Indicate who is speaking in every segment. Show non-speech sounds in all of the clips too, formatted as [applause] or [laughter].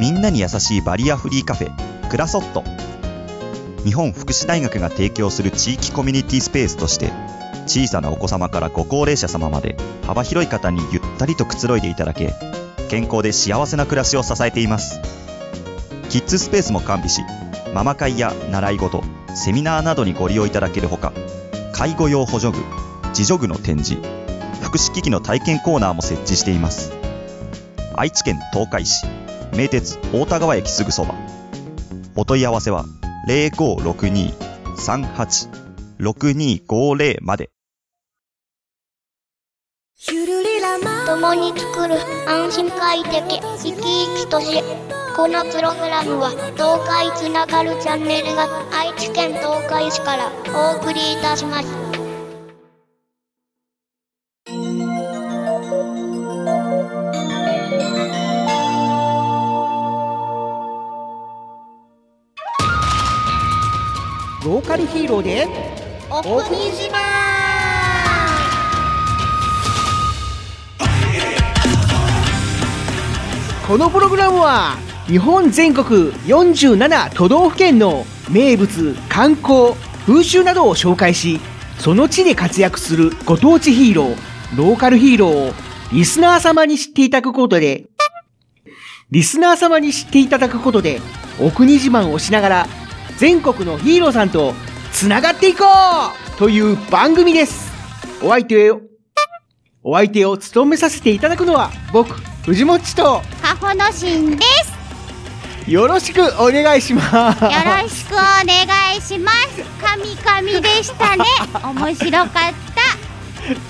Speaker 1: みんなに優しいバリアフリーカフェクラソット日本福祉大学が提供する地域コミュニティスペースとして小さなお子様からご高齢者様まで幅広い方にゆったりとくつろいでいただけ健康で幸せな暮らしを支えていますキッズスペースも完備しママ会や習い事セミナーなどにご利用いただけるほか介護用補助具自助具の展示福祉機器の体験コーナーも設置しています愛知県東海市名鉄大田川駅すぐそばお問い合わせは0562-38-6250まで
Speaker 2: ゆるりらま
Speaker 3: 共に作る安心快適生き生きとしこのプログラムは東海つながるチャンネルが愛知県東海市からお送りいたします
Speaker 4: ローカルヒーローで
Speaker 3: お
Speaker 4: 国自慢このプログラムは日本全国47都道府県の名物観光風習などを紹介しその地で活躍するご当地ヒーローローカルヒーローをリスナー様に知っていただくことでリスナー様に知っていただくことでお国自慢をしながら全国のヒーローさんとつながっていこうという番組ですお相手をお相手を務めさせていただくのは僕藤もっちと
Speaker 5: カホのしんです。
Speaker 4: よろしくお願いします。
Speaker 5: よろしくお願いします。カミカミでした [laughs] ね。面白かっ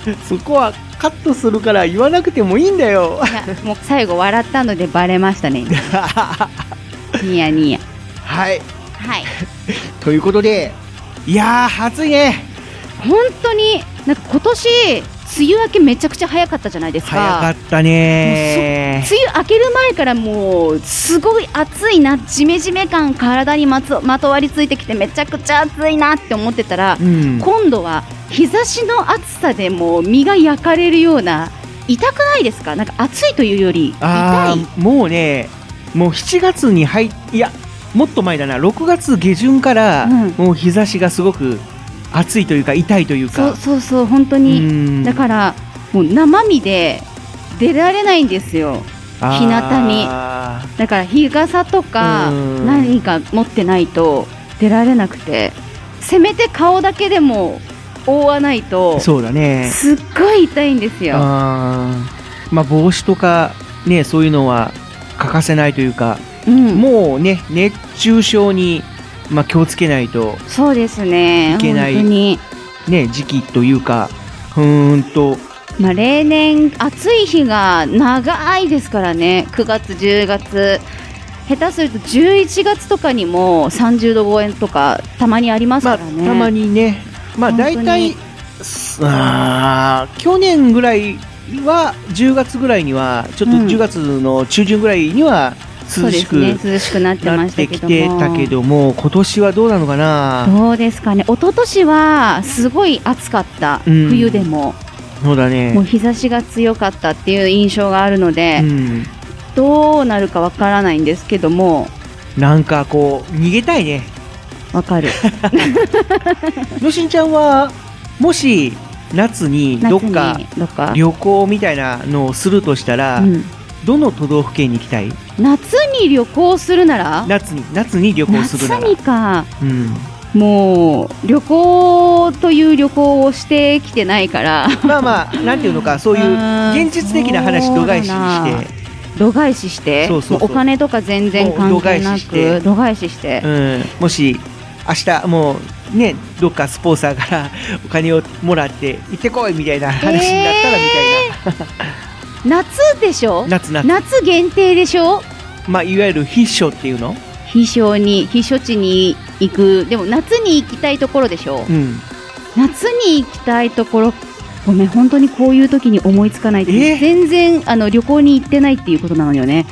Speaker 5: た。
Speaker 4: [laughs] そこはカットするから言わなくてもいいんだよ。
Speaker 5: いや、もう最後笑ったのでバレましたね。
Speaker 4: [laughs]
Speaker 5: ニヤニヤ。
Speaker 4: はい。
Speaker 5: はい。
Speaker 4: [laughs] ということで、いやー、暑いね。
Speaker 5: 本当になんか今年梅雨明けめちゃくちゃ早かったじゃないですか。
Speaker 4: たね
Speaker 5: 梅雨明ける前からもうすごい暑いなジメジメ感体にまつまとわりついてきてめちゃくちゃ暑いなって思ってたら、
Speaker 4: うん。
Speaker 5: 今度は日差しの暑さでもう身が焼かれるような痛くないですかなんか暑いというより痛
Speaker 4: あ
Speaker 5: い
Speaker 4: ーもうね、もう7月に入っいや、もっと前だな、6月下旬から、
Speaker 5: うん
Speaker 4: もう日差しがすごく暑いというか、痛いという
Speaker 5: そう
Speaker 4: か。
Speaker 5: そうそう本当
Speaker 4: う
Speaker 5: に、
Speaker 4: ん
Speaker 5: だからもう生身で出られないんですよ
Speaker 4: あー
Speaker 5: 日向にだから日傘とか
Speaker 4: うん
Speaker 5: 何か持ってないと出られなくてせめて顔だけでも覆わないとすっ
Speaker 4: そうだね。
Speaker 5: ごい痛いんですよ
Speaker 4: あーまあ、帽子とか、ね、そういうのは欠かせないというか、
Speaker 5: うん
Speaker 4: もうね、熱中症に、まあ、気をつけないと、
Speaker 5: そうですね
Speaker 4: いけ
Speaker 5: 本
Speaker 4: ない
Speaker 5: 当に
Speaker 4: ね、時期というか、うーんと、
Speaker 5: まあ、例年、暑い日が長いですからね、9月、10月、下手すると11月とかにも30度超えとか、たまにあります
Speaker 4: ま
Speaker 5: か
Speaker 4: あ、
Speaker 5: ら
Speaker 4: た
Speaker 5: ね。
Speaker 4: まにね、まあ、
Speaker 5: 本当
Speaker 4: 大
Speaker 5: に
Speaker 4: 体、すあー去年ぐらいは、10月ぐらいには、ちょっと
Speaker 5: うん
Speaker 4: 10月の中旬ぐらいには、
Speaker 5: そう
Speaker 4: 涼
Speaker 5: で
Speaker 4: し
Speaker 5: す
Speaker 4: く
Speaker 5: ね、涼しくなって
Speaker 4: な
Speaker 5: ま
Speaker 4: っ
Speaker 5: した
Speaker 4: て
Speaker 5: け
Speaker 4: き
Speaker 5: ど
Speaker 4: て
Speaker 5: も。
Speaker 4: たけども、今年はどうなのかな、
Speaker 5: どうですかね、一昨年はすごい暑かった、
Speaker 4: うん
Speaker 5: 冬でも、
Speaker 4: そうだ
Speaker 5: もう
Speaker 4: ね。
Speaker 5: 日差しが強かったっていう印象があるの
Speaker 4: う
Speaker 5: で、
Speaker 4: ん
Speaker 5: どうなるかわからないんですけども、
Speaker 4: なんかこう逃げたいね
Speaker 5: わかる。
Speaker 4: [laughs] のしんちゃんはもし夏にどっ
Speaker 5: 夏
Speaker 4: か
Speaker 5: にどっか、
Speaker 4: 旅行みたいなのをするとしたら、
Speaker 5: うん
Speaker 4: どの都道府県に行きたい
Speaker 5: 夏に旅行するなら
Speaker 4: 夏に夏に旅行するなら
Speaker 5: 夏にか
Speaker 4: うん、
Speaker 5: もう旅行という旅行をしてきてないから
Speaker 4: まあまあなんていう
Speaker 5: [laughs]
Speaker 4: のかそういう現実的な話度外視にして
Speaker 5: て度外視して
Speaker 4: そうそうそう
Speaker 5: もお金とか全然関係
Speaker 4: もう度外
Speaker 5: な
Speaker 4: 視して
Speaker 5: く度外視して、
Speaker 4: うん、もし明日もうねどっかスポンサーからお金をもらって行ってこいみたいな話になったらみたいな、
Speaker 5: 夏でしょ
Speaker 4: 夏夏
Speaker 5: 夏限定でしょ
Speaker 4: まあいわゆる必勝っていうの
Speaker 5: 避暑に避暑地に行くでも夏に行きたいところでしょ、
Speaker 4: うん
Speaker 5: 夏に行きたいところごめん本当にこういう時に思いつかないって
Speaker 4: えー
Speaker 5: 全然あの旅行に行ってないっていうことなのよね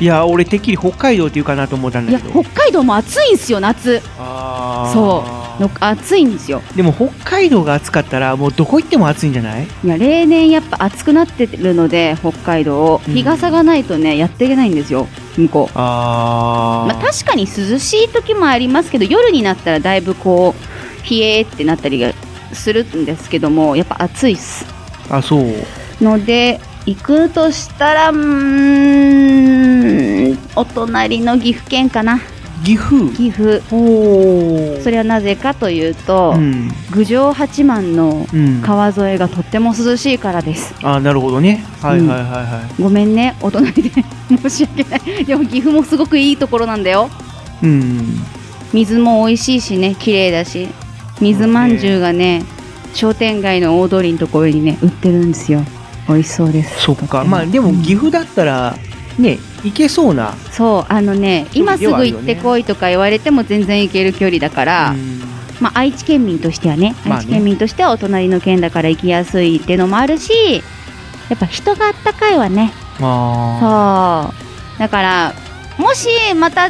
Speaker 4: いや俺てっきり北海道っていうかなと思ったん
Speaker 5: い
Speaker 4: だ
Speaker 5: や
Speaker 4: けど
Speaker 5: 北海道も暑いんすよ夏
Speaker 4: あー
Speaker 5: その暑いんですよ
Speaker 4: でも北海道が暑かったらもうどこ行っても暑いんじゃない
Speaker 5: いや例年やっぱ暑くなってるので北海道
Speaker 4: うん
Speaker 5: 日傘がないとね、やっていけないんですよ向こう
Speaker 4: あ
Speaker 5: まあ、確かに涼しい時もありますけど夜になったらだいぶこう冷えってなったりがするんですけどもやっぱ暑いっす
Speaker 4: あそう
Speaker 5: ので行くとしたらうーんお隣の岐阜県かな
Speaker 4: 岐阜
Speaker 5: 岐阜
Speaker 4: おお
Speaker 5: それはなぜかというと、
Speaker 4: うん
Speaker 5: 郡上八幡の
Speaker 4: うん
Speaker 5: 川沿いがとっても涼しいからです
Speaker 4: あなるほどねはい
Speaker 5: うん
Speaker 4: はいはいは
Speaker 5: ごめんねお隣で申し訳ないでも岐阜もすごくいいところなんだよ
Speaker 4: いうん
Speaker 5: 水も美味しいしね綺麗だし水まんじゅうがね商店街の大通りのところにね売ってるんですよ美味しそうです
Speaker 4: そっかまあでも岐阜だったらね行けそうな
Speaker 5: そうあのね
Speaker 4: 距離
Speaker 5: 今
Speaker 4: ですはあ
Speaker 5: ぐ
Speaker 4: るよ
Speaker 5: 行
Speaker 4: ね
Speaker 5: ってこいとか言われても全然行ける距離だから、
Speaker 4: うん
Speaker 5: まあ、愛知県民としてはね
Speaker 4: まあね
Speaker 5: 愛知県民としてはお隣の県だから行きやすいっていうのもあるしやっぱ人があったかいわねそう
Speaker 4: あ
Speaker 5: だからもしまた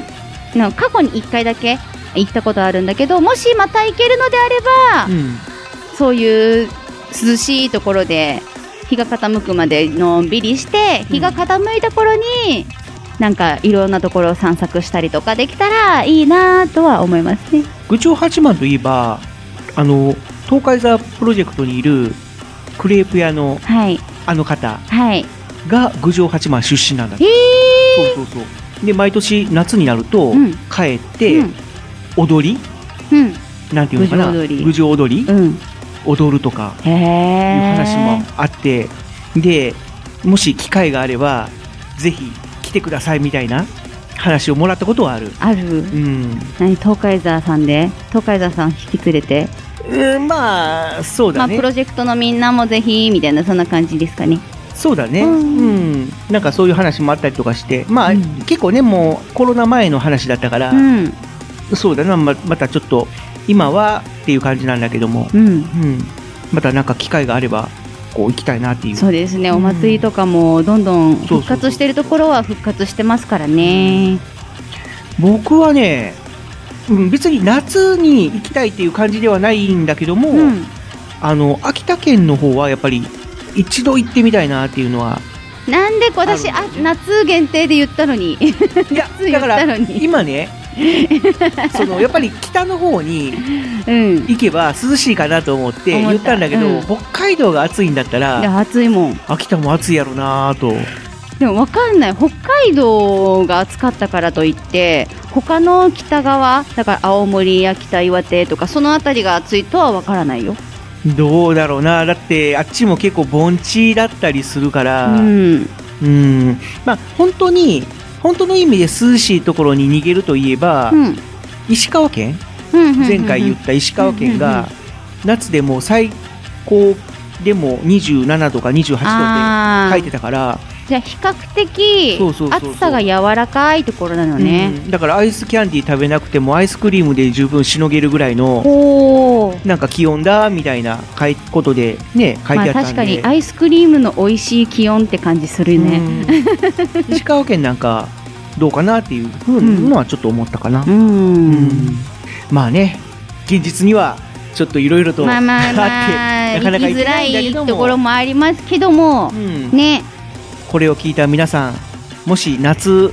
Speaker 5: な過去に1回だけ行ったことあるんだけどもしまた行けるのであれば
Speaker 4: あうん
Speaker 5: そういう涼しいところで日が傾くまでのんびりして日が傾いた頃に、なんかいろんなところを散策したりとかできたらいいなとは思いますね。
Speaker 4: 郡上八幡といえばあの東海座プロジェクトにいるクレープ屋の
Speaker 5: はい
Speaker 4: あの方
Speaker 5: はい。
Speaker 4: が郡上八幡出身なんだって
Speaker 5: へえ
Speaker 4: そうそうそうで毎年夏になると
Speaker 5: うん
Speaker 4: 帰って
Speaker 5: うん
Speaker 4: 踊り、
Speaker 5: うん
Speaker 4: なんていうのか
Speaker 5: 郡
Speaker 4: な
Speaker 5: 上踊り
Speaker 4: 郡上踊り
Speaker 5: うん。
Speaker 4: 踊るとか
Speaker 5: へ
Speaker 4: いう
Speaker 5: え。
Speaker 4: 話もあってでもし機会があればぜひ来てくださいみたいな話をもらったことはある
Speaker 5: ある。
Speaker 4: うん、
Speaker 5: 何東海沢さんで東海沢さん引き連れて、
Speaker 4: うんまあそう
Speaker 5: ま
Speaker 4: だ
Speaker 5: あ
Speaker 4: ね、
Speaker 5: プロジェクトのみんなもぜひみたいなそんな感じですかね。
Speaker 4: そうだね、う
Speaker 5: うんん
Speaker 4: なんかそういう話もあったりとかして、まあ、
Speaker 5: うん
Speaker 4: 結構ね、もうコロナ前の話だったから、
Speaker 5: うん
Speaker 4: そうだな、ままたちょっと、今はっていう感じなんだけども、
Speaker 5: うん。
Speaker 4: うん、またなんか機会があれば、こう行きたいなっていう。
Speaker 5: そうですね、
Speaker 4: うん
Speaker 5: お祭りとかもどんどん
Speaker 4: そうそうそう
Speaker 5: 復活してるところは復活してますからね。
Speaker 4: 僕はね、うん、別に夏に行きたいっていう感じではないんだけども、
Speaker 5: うん、
Speaker 4: あの、秋田県の方はやっぱり、一度行ってみたいなっていうのは、
Speaker 5: なんで私
Speaker 4: あ
Speaker 5: あ
Speaker 4: る、
Speaker 5: 夏限定で言ったのに、
Speaker 4: い
Speaker 5: [laughs]
Speaker 4: や、
Speaker 5: 言
Speaker 4: だ
Speaker 5: っ
Speaker 4: か
Speaker 5: た
Speaker 4: ら、
Speaker 5: のに、 [laughs]
Speaker 4: 今ね、その、やっぱり北の方に、
Speaker 5: うん、
Speaker 4: 行けば涼しいかなと思って
Speaker 5: 思った
Speaker 4: 言ったんだけど、
Speaker 5: うん
Speaker 4: 北海道が暑いんだった
Speaker 5: い
Speaker 4: ら
Speaker 5: や暑いもん、
Speaker 4: 秋田も暑いやろなぁと
Speaker 5: でも分かんない、北海道が暑かったからといって、他の北側、だから青森や北岩手とか、その辺りが暑いとは分からないよ。
Speaker 4: どうだろうなだってあっちも結構盆地だったりするか
Speaker 5: う
Speaker 4: らうん
Speaker 5: ん、
Speaker 4: まあ本当に本当の意味で涼しいところに逃げるといえば、
Speaker 5: うん
Speaker 4: 石川県
Speaker 5: うん
Speaker 4: 前回言った石川県
Speaker 5: うんうん
Speaker 4: が夏でも最高でも27度か28度
Speaker 5: あ
Speaker 4: で書い
Speaker 5: ー
Speaker 4: てたから、
Speaker 5: じゃあ比較的
Speaker 4: そうそうそうそう
Speaker 5: 暑さが柔らかいところなのね。
Speaker 4: うんだからアイスキャンディー食べなくてもアイスクリームで十分しのげるぐらいの
Speaker 5: おー
Speaker 4: なんか気温だみたいな書いことでね書い
Speaker 5: ま
Speaker 4: てあ
Speaker 5: あ
Speaker 4: ったん
Speaker 5: 確か
Speaker 4: で、
Speaker 5: にアイスクリームの美味しい気温って感じするね。
Speaker 4: うん石川県なんかどうかなっていうふうのはちょっと思ったかな、
Speaker 5: うん。
Speaker 4: うんまあね現実にはちょっといろいろと
Speaker 5: まあまあ
Speaker 4: [laughs] あ
Speaker 5: まあ
Speaker 4: ってなかな
Speaker 5: 行
Speaker 4: か
Speaker 5: きづ
Speaker 4: 行け
Speaker 5: ら
Speaker 4: ないんだけ
Speaker 5: い
Speaker 4: ども
Speaker 5: ところもありますけども
Speaker 4: う、ん
Speaker 5: ね、
Speaker 4: これを聞いた皆さんもし夏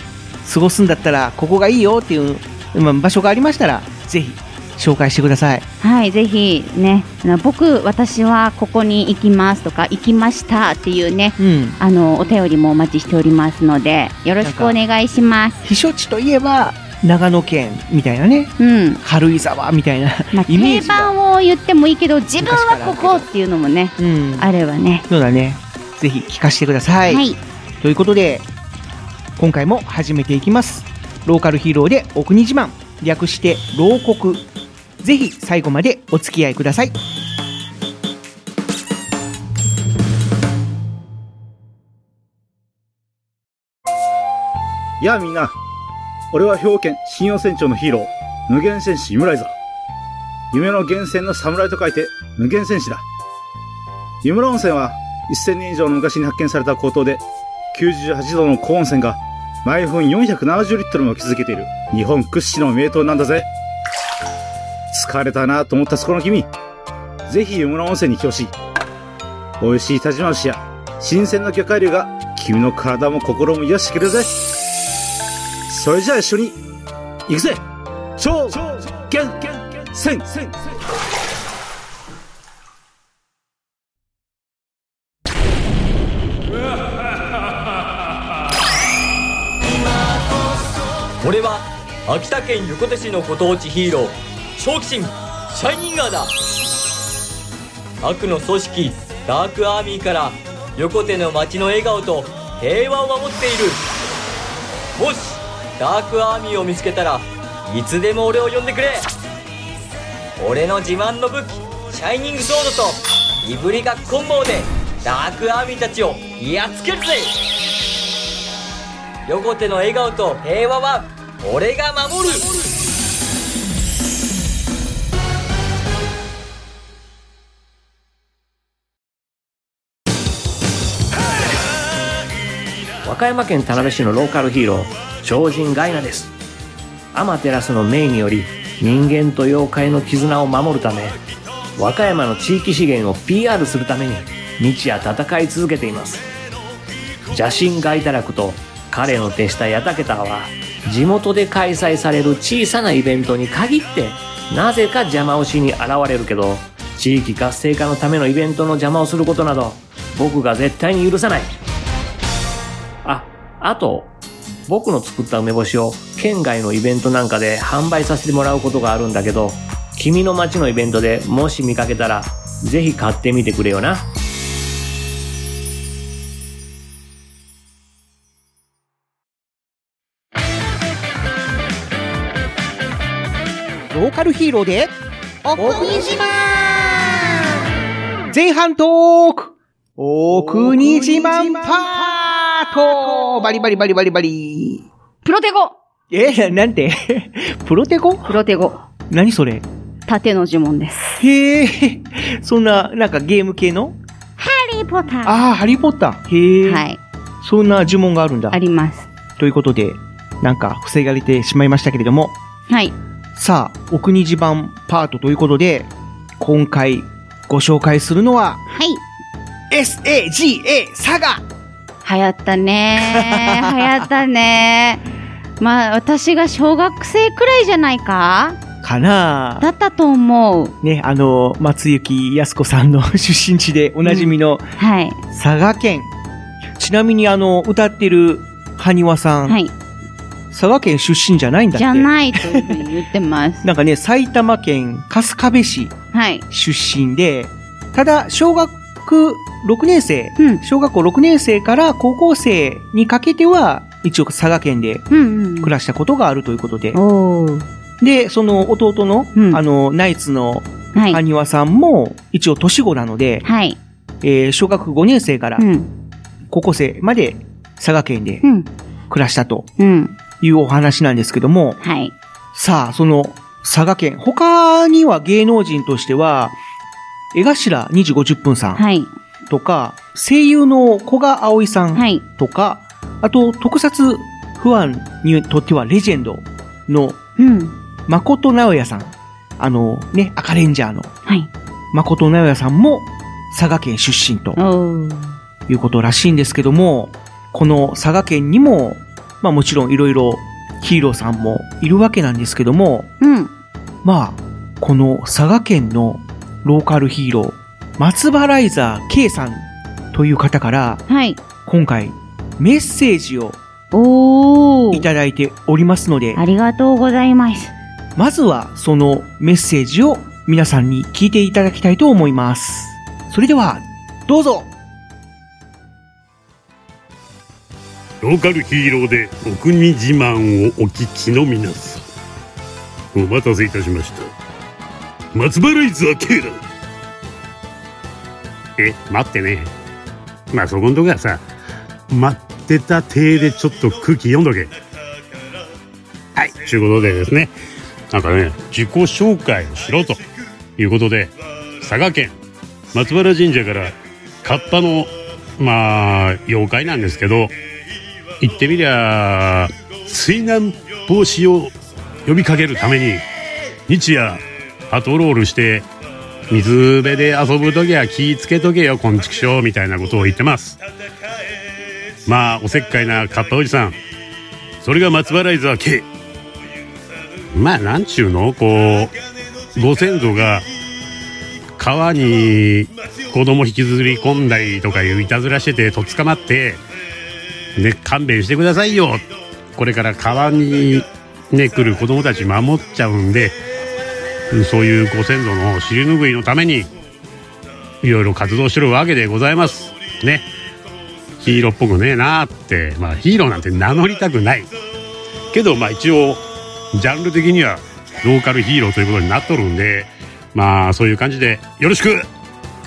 Speaker 4: 過ごすんだったらここがいいよっていう、まあ場所がありましたらぜひ紹介してください
Speaker 5: はいぜひね、あの僕私はここに行きますとか行きましたっていうね。
Speaker 4: うん
Speaker 5: あのお便りもお待ちしておりますのでよろしくお願いします。
Speaker 4: 避暑地といえば長野県みたいなね
Speaker 5: うん、
Speaker 4: 軽井沢みたいな、
Speaker 5: まあ、
Speaker 4: [laughs] イメー
Speaker 5: 定
Speaker 4: ジが
Speaker 5: 番を言ってもいいけど自分はここっていうのもね
Speaker 4: うん、
Speaker 5: あればね。
Speaker 4: そうだね。ぜひ聞かせてください。
Speaker 5: はい、
Speaker 4: ということで、今回も始めていきます。ローカルヒーローでお国自慢、略して牢国。ぜひ最後までお付き合いください。
Speaker 6: やあみんな、俺は兵庫県信用船長のヒーロー、無限戦士イムライザー。夢の源泉の侍と書いて、無限戦士だ。湯村温泉は、1000年以上の昔に発見された高騰で、98度の高温泉が、毎分470リットルも湧き続けている、日本屈指の名湯なんだぜ。疲れたなと思ったそこの君、ぜひ湯村温泉に来てほしい。美味しい田島牛や新鮮な魚介類が君の体も心も癒してくれるぜ。それじゃあ一緒に、行くぜ超健戦
Speaker 7: 俺は秋田県横手市のご当地ヒーロー正気神シャイニンガーだ悪の組織ダークアーミーから横手の街の笑顔と平和を守っているもしダークアーミーを見つけたらいつでも俺を呼んでくれ俺の自慢の武器シャイニングソードといぶりがっこん棒でダークアーミーたちをやっつけるぜ横手の笑顔と平和は俺が守る
Speaker 8: 和歌山県田辺市のローカルヒーロー超人ガイナですアマテラスの命により人間と妖怪の絆を守るため和歌山の地域資源を PR するために日夜戦い続けています邪神ガイタラクと彼の手下ヤタケタは地元で開催される小さなイベントに限ってなぜか邪魔をしに現れるけど地域活性化のためのイベントの邪魔をすることなど僕が絶対に許さないあ、あと、僕の作った梅干しを県外のイベントなんかで販売させてもらうことがあるんだけど、君の街のイベントでもし見かけたら、ぜひ買ってみてくれよな。
Speaker 4: ローカルヒーローで
Speaker 3: 奥にしま
Speaker 4: 前半トーク奥に自慢パートバリバリバリバリバリ
Speaker 5: プロテゴ
Speaker 4: えー、なんて [laughs] プロテコ
Speaker 5: プロテゴ
Speaker 4: 何それ
Speaker 5: 縦の呪文です
Speaker 4: へえ、そんな、なんかゲーム系の
Speaker 5: ハリーポッター
Speaker 4: ああ、ハリーポッター。へえ、
Speaker 5: はい
Speaker 4: そんな呪文があるんだ
Speaker 5: あ。ります
Speaker 4: ということで、なんか防がれてしまいましたけれども、
Speaker 5: はい
Speaker 4: さあ、お国自慢パートということで、今回ご紹介するの
Speaker 5: は
Speaker 4: は、
Speaker 5: い
Speaker 4: SAGA サガ
Speaker 5: 流行ったねー流行ったねーまあ私が小学生くらいじゃないか
Speaker 4: かな
Speaker 5: だったと思う
Speaker 4: ね、あの、松雪靖子さんの [laughs] 出身地でおなじみの
Speaker 5: はい
Speaker 4: 佐賀県。ちなみにあの、歌ってる埴輪さん、
Speaker 5: はい
Speaker 4: 佐賀県出身じゃないんだって。
Speaker 5: じゃないというふうに言ってます
Speaker 4: なんかね、埼玉県春日部市
Speaker 5: はい
Speaker 4: 出身で、ただ、小学6年生、
Speaker 5: うん
Speaker 4: 小学校6年生から高校生にかけては、一応佐賀県で
Speaker 5: うんうん
Speaker 4: 暮らしたことがあるということで、
Speaker 5: おー
Speaker 4: で、その弟の、
Speaker 5: うん
Speaker 4: あの、ナイツの
Speaker 5: はい
Speaker 4: 埴輪さんも、一応年子なので、
Speaker 5: はい
Speaker 4: えー小学5年生から
Speaker 5: うん
Speaker 4: 高校生まで佐賀県で
Speaker 5: うん
Speaker 4: 暮らしたと
Speaker 5: うん
Speaker 4: いうお話なんですけども、
Speaker 5: はい
Speaker 4: さあ、その佐賀県、他には芸能人としては、江頭2時50分さん
Speaker 5: はい
Speaker 4: とか、声優の古賀葵さん
Speaker 5: はい
Speaker 4: とか、あと特撮不安にとってはレジェンドの
Speaker 5: うん
Speaker 4: 誠直也さん。あのね、赤レンジャーの
Speaker 5: はい
Speaker 4: 誠直也さんも佐賀県出身と
Speaker 5: おー
Speaker 4: いうことらしいんですけども、この佐賀県にも、まあもちろんいろいろヒーローさんもいるわけなんですけども、
Speaker 5: うん
Speaker 4: まあ、この佐賀県のローカルヒーロー、松葉ライザー K さんという方から、
Speaker 5: はい
Speaker 4: 今回メッセージを
Speaker 5: お
Speaker 4: い
Speaker 5: ー
Speaker 4: ただいておりますので、
Speaker 5: ありがとうございます
Speaker 4: まずはそのメッセージを皆さんに聞いていただきたいと思います。それでは、どうぞ
Speaker 9: ローカルヒーローでお国自慢をお聞きの皆さんお待たせいたしました松原イズアケイだえ待ってねまあそこんとこはさ待ってた体でちょっと空気読んどけはいちゅうことでですねなんかね自己紹介をしろということで佐賀県松原神社からカッパのまあ妖怪なんですけど言ってみりゃ水難防止を呼びかけるために日夜パトロールして水辺で遊ぶ時は気ぃつけとけよ昆虫症みたいなことを言ってますまあおせっかいなカッパおじさんそれが松原伊沢系まあなんちゅうのこうご先祖が川に子供引きずり込んだりとかいういたずらしててとっ捕まってね勘弁してくださいよこれから川にね来る子供たち守っちゃうんでそういうご先祖の尻拭いのためにいろいろ活動してるわけでございますねヒーローっぽくねえなーってまあヒーローなんて名乗りたくないけどまあ一応ジャンル的にはローカルヒーローということになっとるんでまあそういう感じでよろしく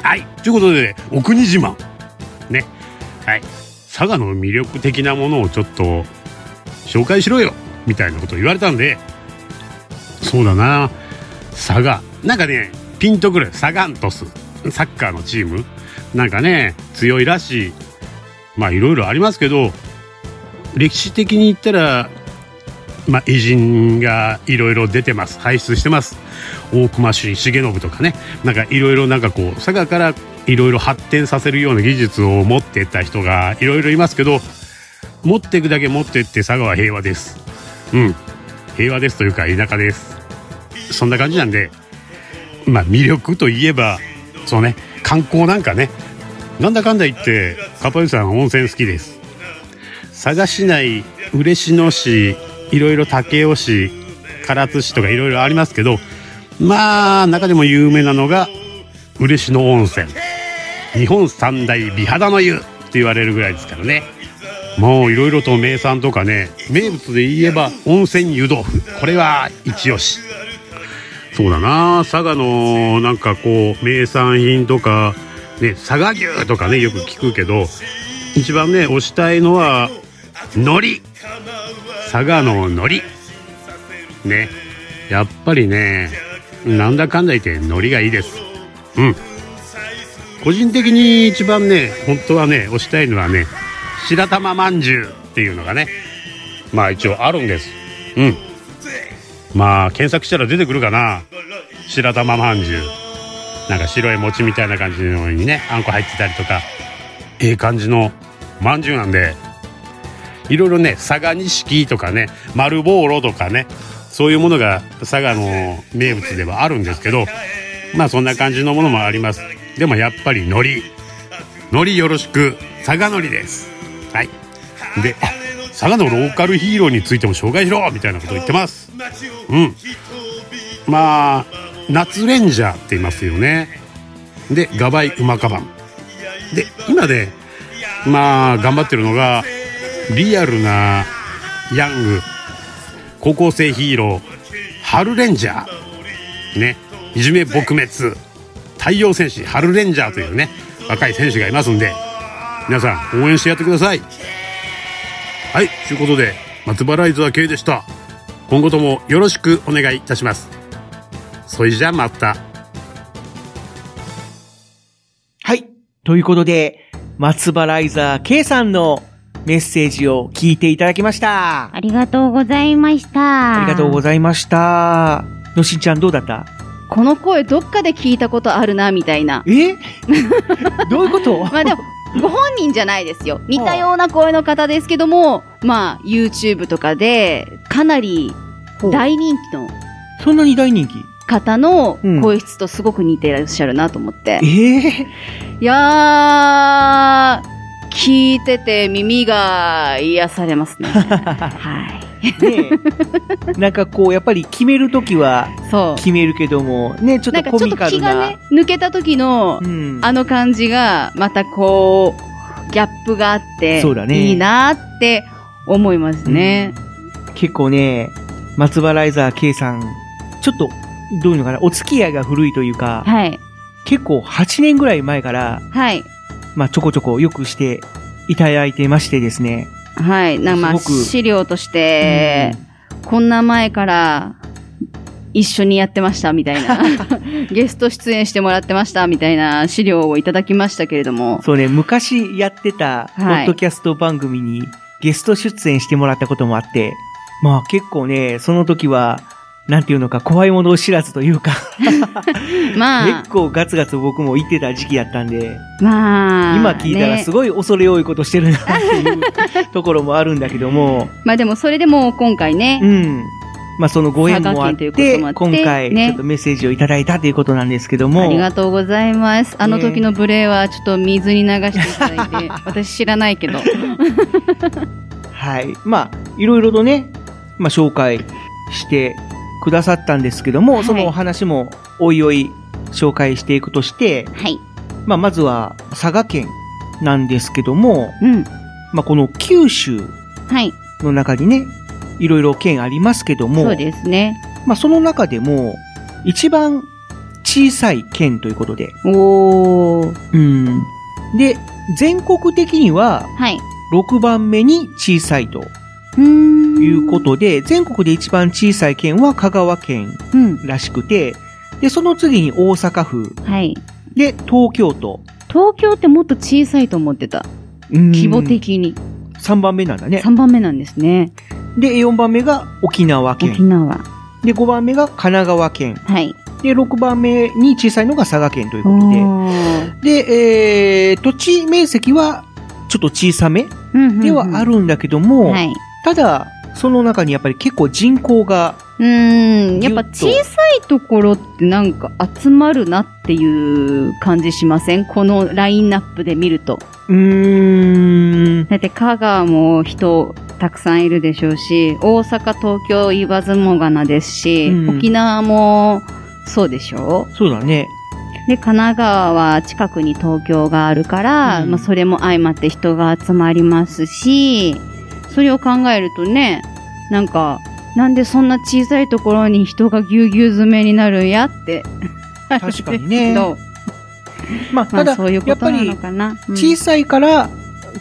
Speaker 9: はいということでお国自慢ねはい佐賀の魅力的なものをちょっと紹介しろよみたいなことを言われたんでそうだな佐賀なんかねピンとくるサガントスサッカーのチームなんかね強いらしいまあいろいろありますけど歴史的に言ったらまあ、偉人がいろいろ出てます輩出してます大隈重信とかねなんかいろいろなんかこう佐賀からいろいろ発展させるような技術を持ってった人がいろいろいますけど持っていくだけ持ってって佐賀は平和ですうん平和ですというか田舎ですそんな感じなんでまあ魅力といえばそうね観光なんかねなんだかんだ言ってカパユさんは温泉好きです佐賀市内嬉野市いろいろ武雄市唐津市とかいろいろありますけどまあ中でも有名なのが嬉野温泉日本三大美肌の湯って言われるぐらいですからねもういろいろと名産とかね名物で言えば温泉湯豆腐これは一押しそうだな佐賀のなんかこう名産品とか、ね、佐賀牛とかねよく聞くけど一番ね推したいのは海苔佐賀の海苔ねやっぱりねなんだかんだ言って海苔がいいですうん個人的に一番ね本当はね推したいのはね白玉まんじゅうっていうのがねまあ一応あるんですうんまあ検索したら出てくるかな白玉まんじゅうなんか白い餅みたいな感じの上にねあんこ入ってたりとかええ感じのまんじゅうなんでいろいろね佐賀錦とかね丸ボーロとかねそういうものが佐賀の名物ではあるんですけどまあそんな感じのものもありますでもやっぱり海苔海苔よろしく佐賀海苔ですはいであ佐賀のローカルヒーローについても紹介しろみたいなこと言ってますうんまあ夏レンジャーって言いますよねでガバイ馬カバンで今ねまあ頑張ってるのがリアルなヤング高校生ヒーロー春レンジャーねいじめ撲滅太陽戦士春レンジャーというね若い選手がいますんで皆さん応援してやってくださいはいということで松原伊沢圭でした今後ともよろしくお願いいたしますそれじゃまた
Speaker 4: はい。ということで、松原イザー K さんのメッセージを聞いていただきました。
Speaker 5: ありがとうございました。
Speaker 4: ありがとうございました。のしんちゃんどうだった
Speaker 5: この声どっかで聞いたことあるな、みたいな。
Speaker 4: え [laughs] どういうこと
Speaker 5: [laughs] まあでも、ご本人じゃないですよ。似たような声の方ですけども、まあ、YouTube とかで、かなり
Speaker 4: ほう
Speaker 5: 大人気の
Speaker 4: そんなに大人気
Speaker 5: 方の
Speaker 4: うん
Speaker 5: 声質とすごく似ていらっしゃるなと思って。
Speaker 4: ええ
Speaker 5: いやー、聞いてて耳が癒されますね。はい。
Speaker 4: ねえなんかこう、やっぱり決めるときは
Speaker 5: そう。
Speaker 4: 決めるけども、 [laughs] ね、ちょ
Speaker 5: な
Speaker 4: っ
Speaker 5: んか
Speaker 4: と
Speaker 5: ち
Speaker 4: コ
Speaker 5: ょっ
Speaker 4: ミ
Speaker 5: と
Speaker 4: カル
Speaker 5: 気
Speaker 4: な。
Speaker 5: がね、抜けた時の、
Speaker 4: うん。
Speaker 5: あの感じが、またこう、ギャップがあって、
Speaker 4: そうだね
Speaker 5: いいなーって思いますね。
Speaker 4: 結構ね、松原イザー K さん、ちょっと、どういうのかな、お付き合いが古いというか、
Speaker 5: はい。
Speaker 4: 結構8年ぐらい前から、
Speaker 5: はい。
Speaker 4: まあ、ちょこちょこよくしていただいてましてですね。
Speaker 5: はい。なんかまあ、
Speaker 4: すごく
Speaker 5: 資料として、こんな前から、一緒にやってましたみたいな
Speaker 4: [laughs]
Speaker 5: ゲスト出演してもらってましたみたいな資料をいただきましたけれども
Speaker 4: そうね、昔やってた、ポ
Speaker 5: はい
Speaker 4: ッドキャスト番組にゲスト出演してもらったこともあって、まあ結構ね、その時は、なんていうのか、怖いものを知らずというか、
Speaker 5: まあ
Speaker 4: 結、構ガツガツ僕も言ってた時期やったんで、
Speaker 5: まあ、
Speaker 4: 今聞いたら
Speaker 5: ね
Speaker 4: すごい恐れ多いことしてるなっていうところもあるんだけど
Speaker 5: [laughs]
Speaker 4: も、
Speaker 5: まあでもそれでも今回ね
Speaker 4: う、ん。まあそのご縁もあっ
Speaker 5: 佐賀県とい
Speaker 4: て、
Speaker 5: うこともあ
Speaker 4: 今
Speaker 5: って
Speaker 4: 回
Speaker 5: ね
Speaker 4: ちょっとメッセージをいただいたということなんですけども、
Speaker 5: ありがとうございます。あの時の無礼はちょっと水に流していただい
Speaker 4: [laughs]
Speaker 5: て、私知らないけど。
Speaker 4: はい。まあ、いろいろとね、まあ紹介してくださったんですけども、
Speaker 5: はい
Speaker 4: そのお話もおいおい紹介していくとして、
Speaker 5: はい。
Speaker 4: まあまずは佐賀県なんですけども、
Speaker 5: うん。
Speaker 4: まあこの九州
Speaker 5: はい。
Speaker 4: の中にね、いろいろ県ありますけども、
Speaker 5: そうですね。
Speaker 4: まあ、その中でも、一番小さい県ということで。
Speaker 5: おー。
Speaker 4: うん。で、全国的には
Speaker 5: はい。
Speaker 4: 6番目に小さいと
Speaker 5: うーん。
Speaker 4: いうことで、全国で一番小さい県は香川県
Speaker 5: うん。
Speaker 4: らしくて、で、その次に大阪府、
Speaker 5: はい。
Speaker 4: で、東京都。
Speaker 5: 東京ってもっと小さいと思ってた。
Speaker 4: うん
Speaker 5: 規模。的に。
Speaker 4: 3番目なんだね。
Speaker 5: 3番目なんですね。
Speaker 4: で、4番目が沖縄
Speaker 5: 沖
Speaker 4: 県。
Speaker 5: 縄。
Speaker 4: で、5番目が神奈川県。
Speaker 5: はい。
Speaker 4: で、6番目に小さいのが佐賀県という
Speaker 5: お
Speaker 4: ことで。
Speaker 5: ー。
Speaker 4: で、えー、土地面積はちょっと小さめ
Speaker 5: うんうんうん
Speaker 4: ではあるんだけども、
Speaker 5: はい。
Speaker 4: ただ、その中にやっぱり結構人口が、
Speaker 5: うーん。やっぱ
Speaker 4: ぎゅっと
Speaker 5: 小さいところってなんか集まるなっていう感じしませんこのラインナップで見ると。
Speaker 4: うーん、
Speaker 5: だって香川も人たくさんいるでしょうし、大阪、東京言わずもがなですし、
Speaker 4: うん
Speaker 5: 沖縄もそうでしょ
Speaker 4: そうだね。
Speaker 5: で、神奈川は近くに東京があるから、
Speaker 4: うん
Speaker 5: まあそれも相まって人が集まりますし、それを考えるとね、なんか、なんでそんな小さいところに人がぎゅうぎゅう詰めになるんやって。
Speaker 4: 確か
Speaker 5: [laughs]
Speaker 4: に
Speaker 5: あ
Speaker 4: ね
Speaker 5: るんです
Speaker 4: まあ、
Speaker 5: けど
Speaker 4: た
Speaker 5: ま
Speaker 4: だ、
Speaker 5: あそういう
Speaker 4: や
Speaker 5: こ
Speaker 4: っぱ
Speaker 5: とな
Speaker 4: り
Speaker 5: のかな。うん
Speaker 4: 小さいから、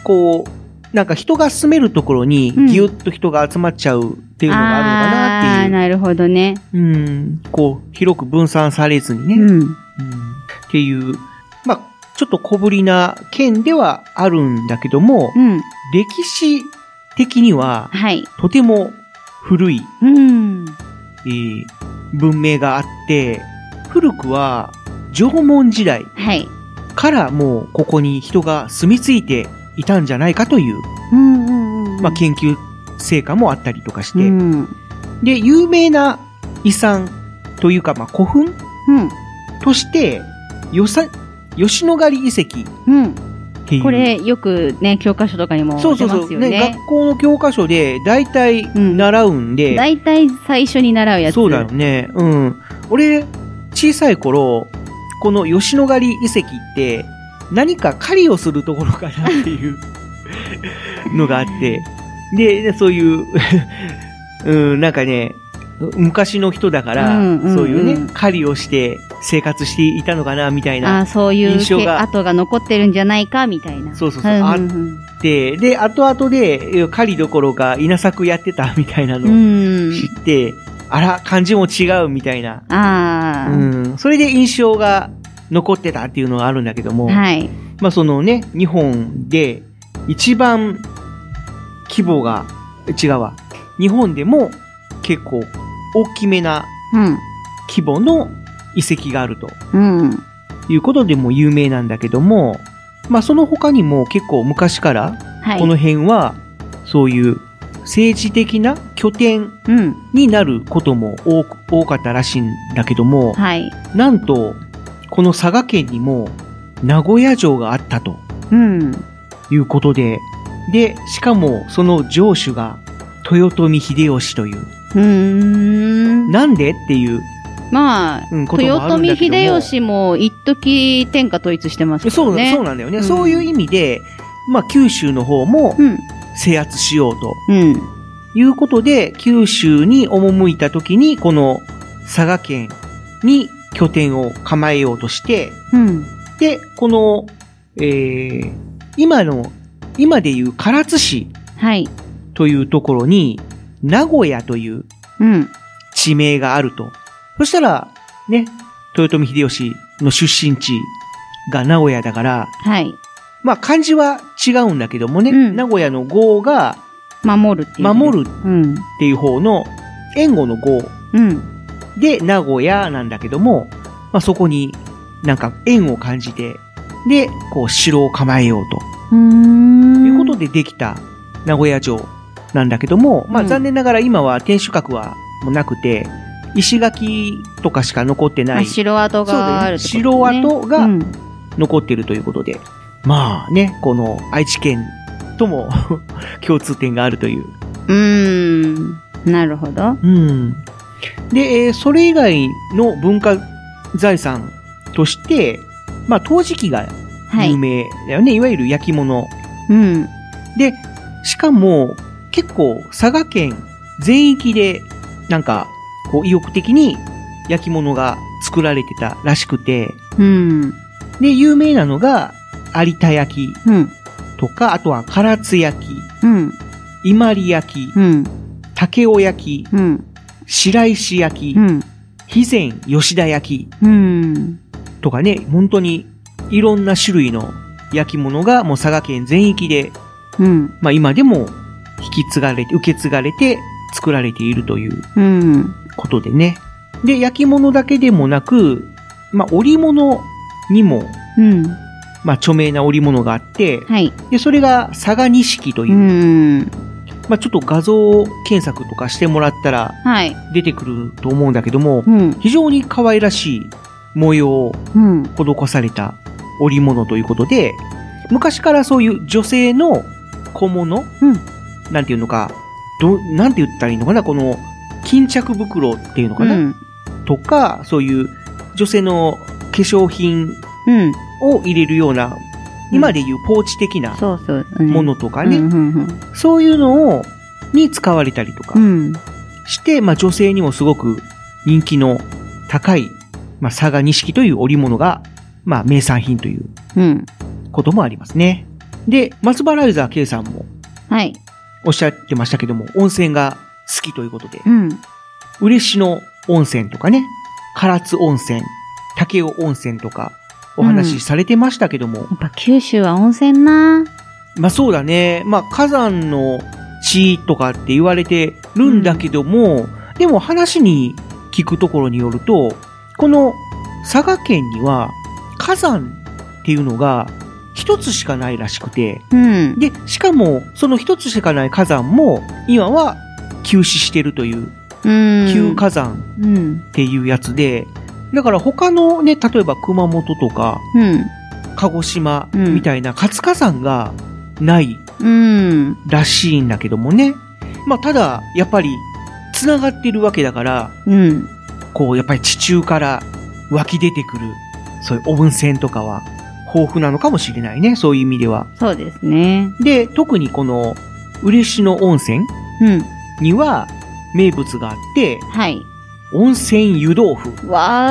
Speaker 4: こう、なんか人が住めるところに
Speaker 5: うん
Speaker 4: ぎゅっと人が集まっちゃうっていうのがあ
Speaker 5: あー
Speaker 4: るのかなっ
Speaker 5: なるほどね。
Speaker 4: ていう。うん、こう、広く分散されずにね、
Speaker 5: う
Speaker 4: うん
Speaker 5: ん。
Speaker 4: っていう、まあ、ちょっと小ぶりな県ではあるんだけども、
Speaker 5: うん。
Speaker 4: 歴史的には
Speaker 5: はい。
Speaker 4: とても古い、
Speaker 5: うん。
Speaker 4: えー文明があって、古くは縄文時代
Speaker 5: はい。
Speaker 4: からもうここに人が住み着いていたんじゃないかという、
Speaker 5: うんうんうん。
Speaker 4: まあ、研究成果もあったりとかして、
Speaker 5: うん。
Speaker 4: で、有名な遺産というか、まあ、古
Speaker 5: う
Speaker 4: 墳
Speaker 5: ん。
Speaker 4: として、よさ、吉野ヶ里遺跡
Speaker 5: うん。
Speaker 4: っていう。
Speaker 5: これ、よくね、教科書とかにも
Speaker 4: そう
Speaker 5: 出
Speaker 4: そう
Speaker 5: ま
Speaker 4: そ
Speaker 5: す
Speaker 4: う、
Speaker 5: よ
Speaker 4: ね
Speaker 5: ね。
Speaker 4: 学校の教科書で大体
Speaker 5: ん
Speaker 4: 習うんで、
Speaker 5: 大体最初に習うやつ。
Speaker 4: そうだよね。うん。俺、小さい頃、この吉野ヶ里遺跡って、何か狩りをするところかなっていうのが
Speaker 5: [laughs]
Speaker 4: あって、で、でそういう、 [laughs] うん、なんかね、昔の人だから、
Speaker 5: うんうんうん
Speaker 4: そういうね、狩りをして生活していたのかな、みたい
Speaker 5: あ
Speaker 4: な。
Speaker 5: あ、そういう
Speaker 4: 印象
Speaker 5: け
Speaker 4: が
Speaker 5: 跡が残ってるんじゃないか、みたいな。
Speaker 4: そうそうそう
Speaker 5: あ
Speaker 4: あで、で、後々で、え狩りどころか稲作やってたみたいな
Speaker 5: う
Speaker 4: のを
Speaker 5: ん。
Speaker 4: 知って、あら、漢字も違うみたいな。
Speaker 5: あ
Speaker 4: うん、それで印象が残ってたっていうのはあるんだけども、
Speaker 5: あ。はい。
Speaker 4: まあそのね、日本で一番規模が、違うわ、日本でも結構大きめな
Speaker 5: うん。
Speaker 4: 規模の遺跡があると
Speaker 5: うん。
Speaker 4: いうことでも有名なんだけども、まあその他にも結構昔から
Speaker 5: はい。
Speaker 4: この辺はそういう政治的な拠点
Speaker 5: うん。
Speaker 4: になることも多く多かったらしいんだけども、
Speaker 5: はい。
Speaker 4: なんと、この佐賀県にも名古屋城があったと
Speaker 5: うん。
Speaker 4: いうことで、で、しかもその城主が豊臣秀吉という、
Speaker 5: うーん。
Speaker 4: なんでっていう、
Speaker 5: まあ、
Speaker 4: うん、こともあ
Speaker 5: 豊
Speaker 4: るんだ
Speaker 5: 臣
Speaker 4: けども
Speaker 5: 秀吉も一時天下統一してますか
Speaker 4: そ
Speaker 5: ら
Speaker 4: う、
Speaker 5: ね。
Speaker 4: そうなんだよね、
Speaker 5: うん
Speaker 4: そういう意味で、まあ九州の方も制圧しようと
Speaker 5: うん。うん。
Speaker 4: いうことで、九州に赴いた時に、この佐賀県に拠点を構えようとして、
Speaker 5: うん。
Speaker 4: で、この、えー、今の、今でいう唐津市
Speaker 5: はい。
Speaker 4: というところに、名古屋という
Speaker 5: うん。
Speaker 4: 地名があると。そしたら、ね、豊臣秀吉の出身地が名古屋だから、
Speaker 5: はい。
Speaker 4: まあ漢字は違うんだけどもね、
Speaker 5: うん
Speaker 4: 名古屋の号が
Speaker 5: 守るっていう。
Speaker 4: 守る
Speaker 5: うん。
Speaker 4: っていう方の、援護の号
Speaker 5: うん。
Speaker 4: で、名古屋なんだけども、まあ、そこになんか縁を感じて、で、こう、城を構えようと。
Speaker 5: うーん。
Speaker 4: ということでできた名古屋城なんだけども、まあ
Speaker 5: うん
Speaker 4: 残念ながら今は天守閣はもうなくて、石垣とかしか残ってな
Speaker 5: あ
Speaker 4: い、
Speaker 5: 城跡があるってこと、ね。
Speaker 4: そうだよね城跡が
Speaker 5: うん
Speaker 4: 残っているということで、まあね、この愛知県とも共通点があるという。
Speaker 5: うーん。なるほど。
Speaker 4: うん。で、えーそれ以外の文化財産として、まあ陶磁器が
Speaker 5: はい
Speaker 4: 有。名だよね、いわゆる焼き物。
Speaker 5: うん。
Speaker 4: で、しかも、結構、佐賀県全域で、なんか、こう、意欲的に焼き物が作られてたらしくて、
Speaker 5: うん。
Speaker 4: で、有名なのが、有田焼
Speaker 5: うん。
Speaker 4: とか、あとは唐津焼き、
Speaker 5: うん。
Speaker 4: 伊万里焼き、
Speaker 5: うん。
Speaker 4: 竹尾焼き、
Speaker 5: うん。
Speaker 4: 白石焼き
Speaker 5: う、ん。
Speaker 4: 肥前吉田焼
Speaker 5: うん。
Speaker 4: きとかね、本当に、いろんな種類の焼き物がもう佐賀県全域で、
Speaker 5: うん。
Speaker 4: まあ今でも引き継がれて、受け継がれて作られているという
Speaker 5: うん。
Speaker 4: ことでね。で、焼き物だけでもなく、まあ、織物にも、
Speaker 5: うん。
Speaker 4: まあ、著名な織物があって、
Speaker 5: はい。
Speaker 4: で、それが佐賀錦というう、
Speaker 5: ん。
Speaker 4: まあ、ちょっと画像検索とかしてもらったら
Speaker 5: はい。
Speaker 4: 出てくると思うんだけども
Speaker 5: う、ん。
Speaker 4: 非常に可愛らしい模様を
Speaker 5: うん。
Speaker 4: 施された織物ということで、昔からそういう女性の小物、
Speaker 5: うん
Speaker 4: なんていうのか、ど、なんて言ったらいいのかな、この巾着袋っていうのかな、
Speaker 5: うん。
Speaker 4: とか、そういう女性の化粧品
Speaker 5: うん。
Speaker 4: を入れるような、今でいうポーチ的な
Speaker 5: そうそう。うん
Speaker 4: ものとかね、
Speaker 5: うんうん
Speaker 4: そういうのを、に使われたりと
Speaker 5: う
Speaker 4: か
Speaker 5: ん。
Speaker 4: して、まあ女性にもすごく人気の高い、まあ佐賀錦という織物が、まあ名産品という
Speaker 5: うん。うん。
Speaker 4: こともありますね。で、松原ユーザー K さんも
Speaker 5: はい。
Speaker 4: おっしゃってましたけども、温泉が好きということで、
Speaker 5: うん。
Speaker 4: 嬉野温泉とかね、唐津温泉、武雄温泉とかお話しされてましたけども、
Speaker 5: やっぱ九州は温泉な。
Speaker 4: まあそうだね、まあ火山の地とかって言われてるんだけども、でも話に聞くところによると、この佐賀県には火山っていうのが一つしかないらしくて、
Speaker 5: うん。
Speaker 4: で、しかもその一つしかない火山も今は休止してるという、
Speaker 5: うん。
Speaker 4: 旧火山
Speaker 5: うん。
Speaker 4: っていうやつで、だから他のね、例えば熊本とか
Speaker 5: うん。
Speaker 4: 鹿児島
Speaker 5: うん
Speaker 4: みたいな活火山がない
Speaker 5: うん。
Speaker 4: らしいんだけどもね。まあ、ただ、やっぱり、つながってるわけだから、
Speaker 5: うん。
Speaker 4: こう、やっぱり地中から湧き出てくる、そういう温泉とかは、豊富なのかもしれないね、そういう意味では。
Speaker 5: そうですね。
Speaker 4: で、特にこの、嬉野温泉
Speaker 5: うん。
Speaker 4: には、名物があって、
Speaker 5: はい。
Speaker 4: 温泉湯豆腐。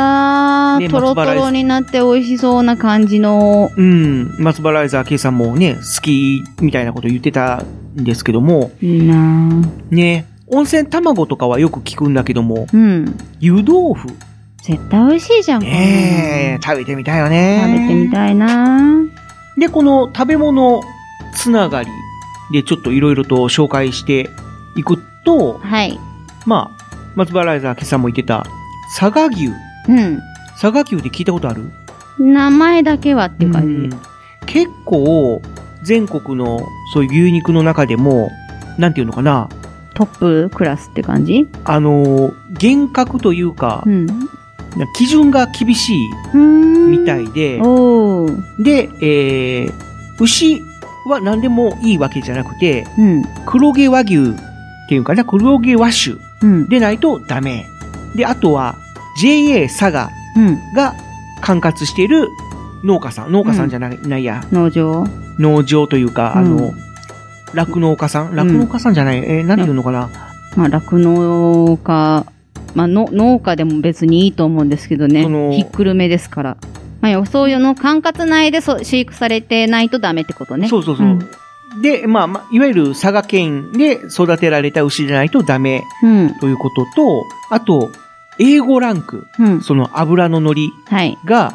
Speaker 5: わ
Speaker 4: ね
Speaker 5: ー、とろとろになって美味しそうな感じの。
Speaker 4: うん、松原ライザー K さんもね、好きみたいなこと言ってたんですけども、
Speaker 5: いいなぁ
Speaker 4: ね、温泉卵とかはよく聞くんだけども、
Speaker 5: うん。
Speaker 4: 湯豆腐
Speaker 5: 絶対美味しいじゃん、
Speaker 4: ねえ、食べてみたいよね。
Speaker 5: 食べてみ
Speaker 4: い。
Speaker 5: たいなぁ
Speaker 4: で、この食べ物つながりでちょっといろいろと紹介していくと、
Speaker 5: はい。
Speaker 4: まあ、松原ライザー今朝も言ってた、佐賀牛。
Speaker 5: う
Speaker 4: 佐賀牛って聞いたことある
Speaker 5: ん。名前だけはっていう感じ。
Speaker 4: 結構、全国のそういう牛肉の中でも、なんていうのかな、
Speaker 5: トップクラスって感じ
Speaker 4: あのー、厳格というか
Speaker 5: う、ん。う
Speaker 4: 基準が厳しい
Speaker 5: ーん。
Speaker 4: みたいで、
Speaker 5: おー。
Speaker 4: で、えー、牛は何でもいいわけじゃなくて、
Speaker 5: うん。
Speaker 4: 黒毛和牛っていうかな、黒毛和種
Speaker 5: うん。
Speaker 4: でないとダメ。で、あとは JA 佐賀
Speaker 5: うん。
Speaker 4: が管轄している農家さん、農家さんじゃない,、ないや、
Speaker 5: 農場
Speaker 4: 農場というか、あ
Speaker 5: う
Speaker 4: の
Speaker 5: ん、
Speaker 4: 酪農家さん
Speaker 5: ん
Speaker 4: 酪農家さんじゃない、えー、なんていうのかな、
Speaker 5: まあ、酪農家、まあの、農家でも別にいいと思うんですけどね
Speaker 4: その。
Speaker 5: ひっくるめですから。まあ、よそういうの管轄内でそ飼育されてないとダメってことね。
Speaker 4: そうそうそう。
Speaker 5: うん
Speaker 4: で、まあ、まあ、いわゆる佐賀県で育てられた牛じゃないとダメ
Speaker 5: うん。
Speaker 4: ということと、あと、A5 ランク、
Speaker 5: うん。
Speaker 4: その油の乗り
Speaker 5: はい。
Speaker 4: が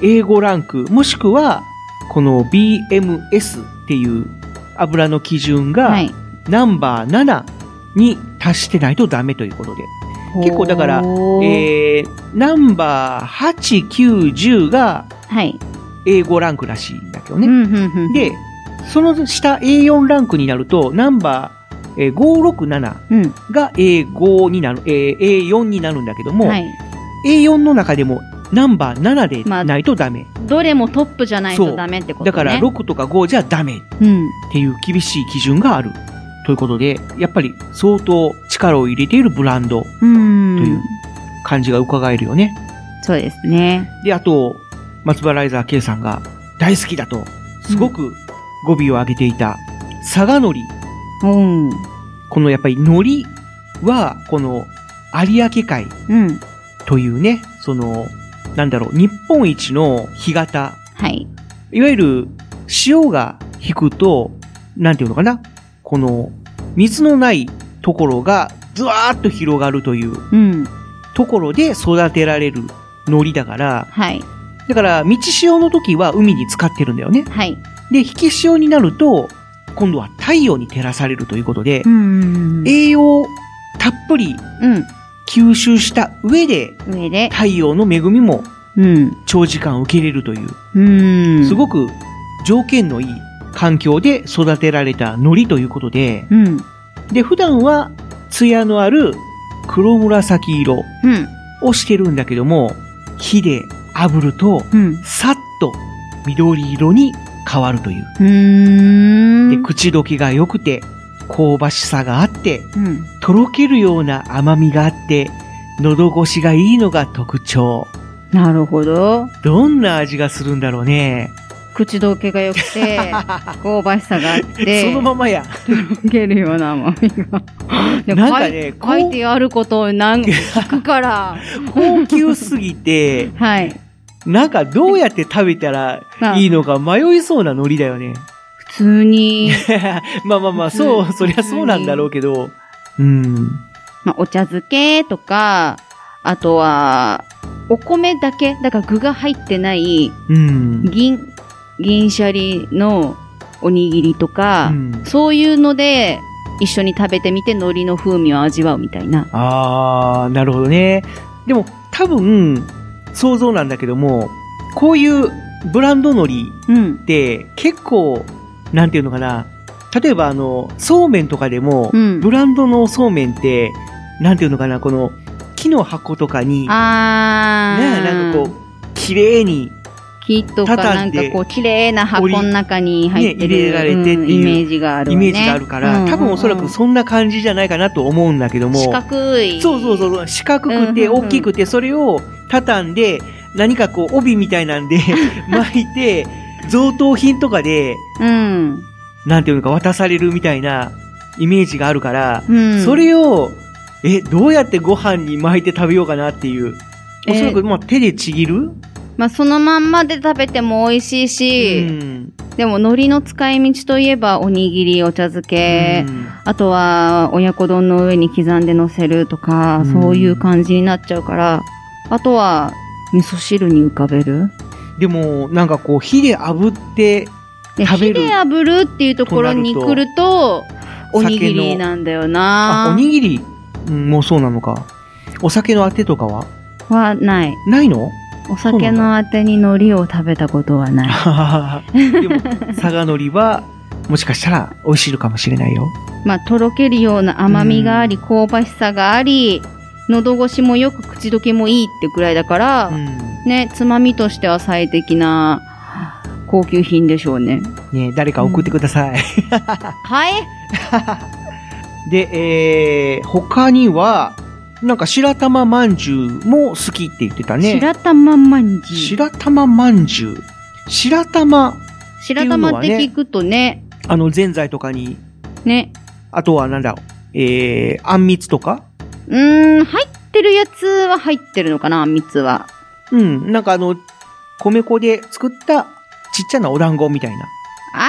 Speaker 4: A5 ランク、もしくは、この BMS っていう油の基準が、
Speaker 5: はい。
Speaker 4: ナンバー7に達してないとダメということで。結構だから
Speaker 5: ほー
Speaker 4: えー、ナンバー8、9、10が
Speaker 5: はい。
Speaker 4: 英語ランクらしいんだけど
Speaker 5: う
Speaker 4: ね。
Speaker 5: んうんうん。
Speaker 4: で、その下 A4 ランクになると、ナンバー、えー5、6、
Speaker 5: うん。
Speaker 4: 7が A5 になる、えー A4 になるんだけども、
Speaker 5: はい。
Speaker 4: A4 の中でもナンバー7でないとダメ。
Speaker 5: どれもトップじゃない
Speaker 4: そ
Speaker 5: と
Speaker 4: う
Speaker 5: ダメってことね。
Speaker 4: だから6とか5じゃダメっ
Speaker 5: うん。
Speaker 4: ていう厳しい基準がある。ということで、やっぱり相当力を入れているブランド、
Speaker 5: う。
Speaker 4: というん感じが伺えるよね。
Speaker 5: そうですね。
Speaker 4: で、あと、松原ライザー K さんが大好きだと、すごく語尾を上げていた、佐賀のり。
Speaker 5: うん。
Speaker 4: このやっぱり海苔は、この有明海
Speaker 5: うん。
Speaker 4: というね、その、なんだろう、日本一の干潟、
Speaker 5: はい。
Speaker 4: いわゆる潮が引くと、なんていうのかな、この水のないところがずわーっと広がるという
Speaker 5: うん。
Speaker 4: ところで育てられる海苔だから、
Speaker 5: はい。
Speaker 4: だから満ち潮の時は海に使ってるんだよね。
Speaker 5: はい。
Speaker 4: で、引き潮になると、今度は太陽に照らされるということで、
Speaker 5: うん。
Speaker 4: 栄養をたっぷり
Speaker 5: うん。
Speaker 4: 吸収した上で
Speaker 5: 上で。
Speaker 4: 太陽の恵みも
Speaker 5: うん。
Speaker 4: 長時間受け入れるという、
Speaker 5: うん。
Speaker 4: すごく条件のいい環境で育てられた海苔ということで、
Speaker 5: うん。
Speaker 4: で、普段は艶のある黒紫色
Speaker 5: うん。
Speaker 4: をしてるんだけども、火で炙ると、
Speaker 5: うん。
Speaker 4: さっと緑色に変わるという。
Speaker 5: う
Speaker 4: で、
Speaker 5: ん。
Speaker 4: 口どけが良くて、香ばしさがあって、
Speaker 5: うん。
Speaker 4: とろけるような甘みがあって、喉越しがいいのが特徴。
Speaker 5: なるほど。
Speaker 4: どんな味がするんだろうね。
Speaker 5: 口どけが良くて、
Speaker 4: [laughs]
Speaker 5: 香ばしさがあって、
Speaker 4: そのままや。
Speaker 5: 溶けるような甘み
Speaker 4: [laughs]
Speaker 5: が。で
Speaker 4: なんかね
Speaker 5: 書い書いてあることをなん聞くから。
Speaker 4: [laughs] 高級すぎて、
Speaker 5: はい。
Speaker 4: なんかどうやって食べたらいいのか迷いそうな海苔だよね。
Speaker 5: 普通に、
Speaker 4: [laughs] まあまあまあ、そう、そりゃそうなんだろうけど。うん。
Speaker 5: まあ、お茶漬けとか、あとは、お米だけ、だから具が入ってない、
Speaker 4: うん。
Speaker 5: 銀、銀シャリのおにぎりとか、
Speaker 4: うん
Speaker 5: そういうので、一緒に食べてみて、海苔の風味を味わうみたいな。
Speaker 4: あー、なるほどね。でも、多分、想像なんだけども、こういうブランド海苔
Speaker 5: うん
Speaker 4: っ。て結構、なんていうのかな。例えばあの、そうめんとかでも、
Speaker 5: うん
Speaker 4: ブランドのそうめんって、なんていうのかな、この木の箱とかに、ね、
Speaker 5: あー。
Speaker 4: なんかこう、綺麗に、
Speaker 5: 木とかなんかこう、綺麗な箱の中に入ってる、
Speaker 4: ね入れられてっていう
Speaker 5: うんイメージがある
Speaker 4: イ
Speaker 5: わね、
Speaker 4: メージがあるから、
Speaker 5: うん
Speaker 4: 多分おそら
Speaker 5: うん
Speaker 4: く
Speaker 5: うん
Speaker 4: そんな感じじゃないかなと思うんだけども、
Speaker 5: 四角い。
Speaker 4: そうそうそう、四角くて
Speaker 5: うんうんうん
Speaker 4: 大きくて、それを畳んで、何かこう帯みた
Speaker 5: [laughs]
Speaker 4: いなんで巻いて、贈答品とかで、
Speaker 5: うん。
Speaker 4: なんていうのか渡されるみたいなイメージがあるから、
Speaker 5: うん。
Speaker 4: それを、え、どうやってご飯に巻いて食べようかなっていう。
Speaker 5: えー
Speaker 4: おそらく、まあ、手でちぎる、
Speaker 5: まあ、そのまんまで食べても美味しいし、
Speaker 4: ん。
Speaker 5: でも海苔の使い道といえば、おにぎり、お茶漬け、
Speaker 4: うん
Speaker 5: あとは、親子丼の上に刻んで乗せるとか、
Speaker 4: うん
Speaker 5: そういう感じになっちゃうから、あとは、味噌汁に浮かべる。
Speaker 4: でも、なんかこう、火で炙って、
Speaker 5: で、
Speaker 4: 食
Speaker 5: 火
Speaker 4: べる
Speaker 5: で炙るっていうところに来ると、おにぎりなんだよな
Speaker 4: あ、おにぎりうんもうそうなのか。お酒のあてと
Speaker 5: [laughs]
Speaker 4: かは
Speaker 5: はない。
Speaker 4: ないの
Speaker 5: お酒のあてに海苔を食べたことはない。
Speaker 4: [laughs] でも、佐賀のりは、もしかしたら美味しいのかもしれないよ。
Speaker 5: まあ、とろけるような甘みがあり、香ばしさがあり、喉越しもよく口どけもいいってくらいだから、
Speaker 4: うん。
Speaker 5: ね、つまみとしては最適な高級品でしょうね。
Speaker 4: ね誰か送ってください。
Speaker 5: はい
Speaker 4: で、えー、他には、なんか白玉まんじゅうも好きって言ってたね。
Speaker 5: 白玉まんじゅう。
Speaker 4: 白玉まんじゅう。白玉、
Speaker 5: 白玉って聞くとね、
Speaker 4: あの、ぜんざいとかに、
Speaker 5: ね、
Speaker 4: あとはなんだ、えー、あんみつとか
Speaker 5: うーん、入ってるやつは入ってるのかな、あんみつは。
Speaker 4: うん、なんかあの、米粉で作ったちっちゃなお団子みたいな。
Speaker 5: あら、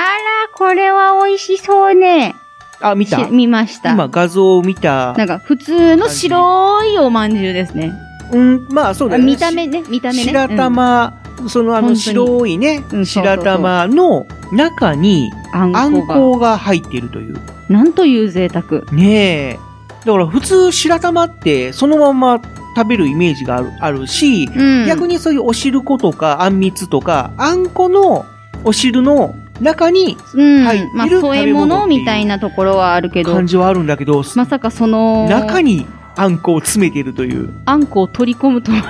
Speaker 5: これは美味しそうね。
Speaker 4: あ、見た
Speaker 5: し見ました。
Speaker 4: 今画像を見た
Speaker 5: なん。か普通の白いおまんじゅうですね。
Speaker 4: うん、まあそうだ
Speaker 5: あ
Speaker 4: ね。
Speaker 5: 見た目ね、見た目ね。
Speaker 4: 白玉、その
Speaker 5: 本
Speaker 4: あ
Speaker 5: 当
Speaker 4: の
Speaker 5: に
Speaker 4: 白いね、
Speaker 5: うんそうそうそう
Speaker 4: 白玉の中に
Speaker 5: うん、あ
Speaker 4: あ
Speaker 5: ん
Speaker 4: ん
Speaker 5: こ
Speaker 4: こが入っているという。
Speaker 5: が。なんという贅沢。
Speaker 4: ねえ。だから普通白玉ってそのまんま食べるイメージがあるあるし、
Speaker 5: うん
Speaker 4: 逆にそういうお汁粉とかあんみつとかあんこのお汁の中に
Speaker 5: うん、
Speaker 4: 入ってる
Speaker 5: まあ
Speaker 4: 食べ物
Speaker 5: 添え物みたいなところはあるけど
Speaker 4: 感じはあるんだけど、
Speaker 5: まさかその
Speaker 4: 中にあんこを詰めてるという
Speaker 5: あんこを取り込むとは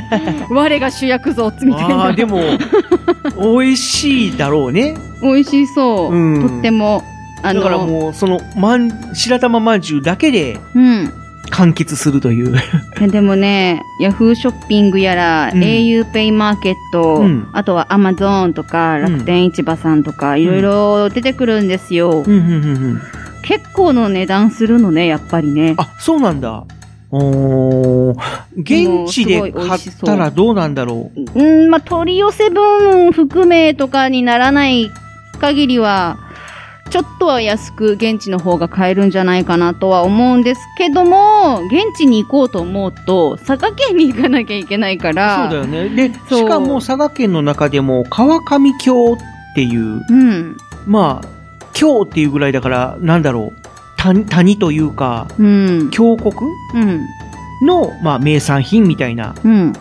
Speaker 4: [laughs]
Speaker 5: 我が主役像みたい
Speaker 4: あ
Speaker 5: な [laughs]
Speaker 4: ーでも美味しいだろうね
Speaker 5: 美味しそう、
Speaker 4: うん
Speaker 5: とってもあ
Speaker 4: だ
Speaker 5: の
Speaker 4: からもうその、まん、白玉まんじゅうだけで
Speaker 5: うん
Speaker 4: 完結するという。
Speaker 5: いやでもねヤフーショッピングやら、
Speaker 4: うん
Speaker 5: au ペイマーケット、
Speaker 4: うん
Speaker 5: あとはアマゾーンとか
Speaker 4: ん
Speaker 5: 楽天市場さんとか、いろいろ出てくるんですよ、
Speaker 4: うんうんうんうん。
Speaker 5: 結構の値段するのねやっぱりね
Speaker 4: あ、そうなんだ。おー現地で買ったらどうなんだろう。
Speaker 5: うんまあ取り寄せ分含めとかにならない限りはちょっとは安く現地の方が買えるんじゃないかなとは思うんですけども現地に行こうと思うと佐賀県に行かなきゃいけないか
Speaker 4: そう
Speaker 5: ら
Speaker 4: だよね。で、
Speaker 5: そう
Speaker 4: しかも佐賀県の中でも川上京っていう、
Speaker 5: うん
Speaker 4: まあ、京っていうぐらいだから、なんだろう。谷谷というか、
Speaker 5: うん
Speaker 4: 峡谷
Speaker 5: うん
Speaker 4: の、まあ、名産品みたいな
Speaker 5: うん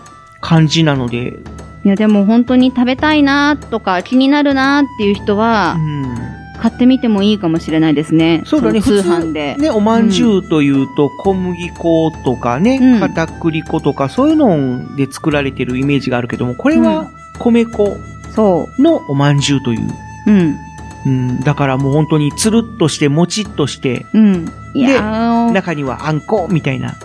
Speaker 4: 感じなので、
Speaker 5: いやでも本当に食べたいなとか気になるなっていう人は
Speaker 4: うん、
Speaker 5: 買ってみてもいいかもしれないですね。
Speaker 4: そうだね、
Speaker 5: そ
Speaker 4: 普
Speaker 5: の通
Speaker 4: 通
Speaker 5: 販で。
Speaker 4: ね、おまんじゅうというと、小麦粉とかね、
Speaker 5: うん
Speaker 4: 片栗粉とか、そういうので作られてるイメージがあるけども、これは米粉
Speaker 5: そ
Speaker 4: のおまんじゅうという。
Speaker 5: う。うん。
Speaker 4: うん、だからもう本当につるっとして、もちっとして、
Speaker 5: うん。いやー
Speaker 4: 中にはあんこみたいな。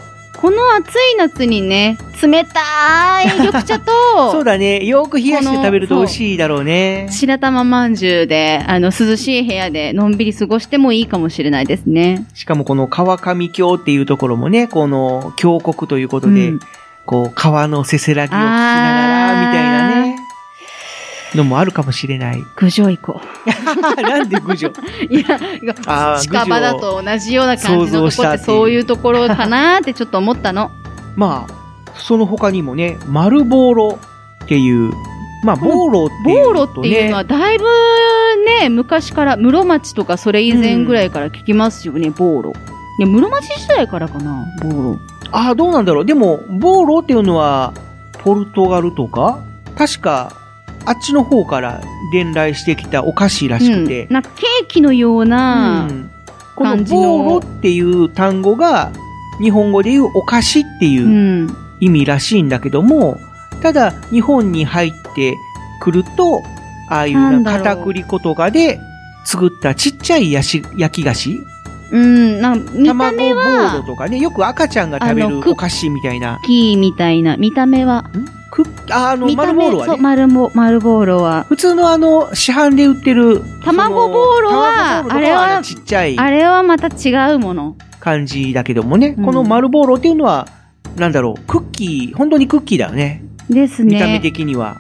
Speaker 5: この暑い夏にね、冷たい緑茶と、
Speaker 4: [laughs] そうだね、よく冷やして食べると
Speaker 5: こ
Speaker 4: 美
Speaker 5: の
Speaker 4: 味しいだろうね。
Speaker 5: 白玉まんじゅうで、あの、涼しい部屋でのんびり過ごしてもいいかもしれないですね。
Speaker 4: しかもこの川上京っていうところもね、この峡谷ということで、
Speaker 5: うん
Speaker 4: こう川のせせらぎを聞きながら、みたいなね、のもあるかもしれない。
Speaker 5: 郡上行こ
Speaker 4: [laughs] なんで郡上
Speaker 5: う。いや、
Speaker 4: あー
Speaker 5: 近場だと同じような感じの
Speaker 4: 想像
Speaker 5: と
Speaker 4: し
Speaker 5: こ
Speaker 4: た
Speaker 5: っ
Speaker 4: ってていう
Speaker 5: そういうところかなーってちょっと思ったの。
Speaker 4: まあ、その他にもね、丸ボーロっていう、まあ、ボーロっていう
Speaker 5: ボーロ
Speaker 4: とね、
Speaker 5: っていうのはだいぶね、昔から、室町とかそれ以前ぐらいから聞きますよね、ボーロ。いや、室町時代からかな、ボーロ。
Speaker 4: ああ、どうなんだろう。でも、ボーロっていうのは、ポルトガルとか、確か、あっちの方から伝来してきたお菓子らしくて
Speaker 5: うん、、なんかケーキのような、
Speaker 4: うんこの
Speaker 5: 感じの。
Speaker 4: ボーロっていう単語が、日本語でいうお菓子っていううん意味らしいんだけども、ただ、日本に入ってくると、ああいうな
Speaker 5: なんだろう
Speaker 4: 片栗粉とかで作ったちっちゃいやし焼き菓子
Speaker 5: うん、なんか見た
Speaker 4: 卵ボ
Speaker 5: 目
Speaker 4: ーロ
Speaker 5: は、
Speaker 4: とかね、よく赤ちゃんが食べ
Speaker 5: あの
Speaker 4: る
Speaker 5: クッ
Speaker 4: お菓子みたいな。
Speaker 5: キーみたいな、見た目は。
Speaker 4: んクッああの、
Speaker 5: 見た
Speaker 4: 丸
Speaker 5: 目
Speaker 4: ボーロは
Speaker 5: そう、
Speaker 4: ね。
Speaker 5: 丸ボ、丸ボーロは。
Speaker 4: 普通のあの、市販で売ってる。
Speaker 5: 卵ボーロは
Speaker 4: その卵ボーロとか
Speaker 5: あれは
Speaker 4: あのちっちゃい
Speaker 5: あれはまた違うもの。
Speaker 4: 感じだけどもね。
Speaker 5: うん
Speaker 4: この丸ボーロっていうのは、なんだろう、クッキー、本当にクッキーだよね。
Speaker 5: です
Speaker 4: 見た目
Speaker 5: ね。
Speaker 4: 的には。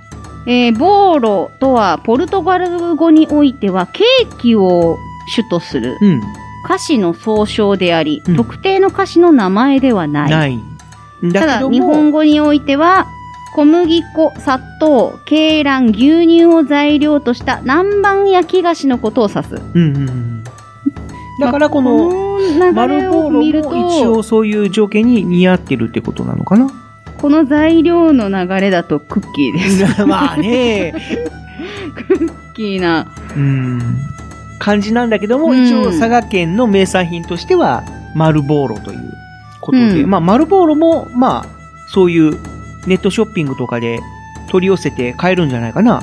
Speaker 5: えーボーロとは、ポルトガル語においては、ケーキを主とする
Speaker 4: うん。
Speaker 5: 歌詞の総称であり、
Speaker 4: うん
Speaker 5: 特定の歌詞の名前ではない。
Speaker 4: ない。
Speaker 5: た
Speaker 4: だけ
Speaker 5: だ、
Speaker 4: ど
Speaker 5: 日本
Speaker 4: も、
Speaker 5: 語においては、小麦粉、砂糖、鶏卵、牛乳を材料とした南蛮焼き菓子のことを指す。
Speaker 4: うんうんうん。だからこの、
Speaker 5: の
Speaker 4: 丸ボ
Speaker 5: 見
Speaker 4: ー
Speaker 5: る
Speaker 4: ロ
Speaker 5: と
Speaker 4: も一応そういう条件に似合ってるってことなのかな
Speaker 5: この材料の流れだとクッキーです。
Speaker 4: [laughs] まあね。
Speaker 5: クッキーな。
Speaker 4: うん感じなんだけども、
Speaker 5: うん
Speaker 4: 一応佐賀県の名産品としては丸ボーロということで、
Speaker 5: うん
Speaker 4: まあ丸ボーロもまあそういうネットショッピングとかで取り寄せて買えるんじゃないかな。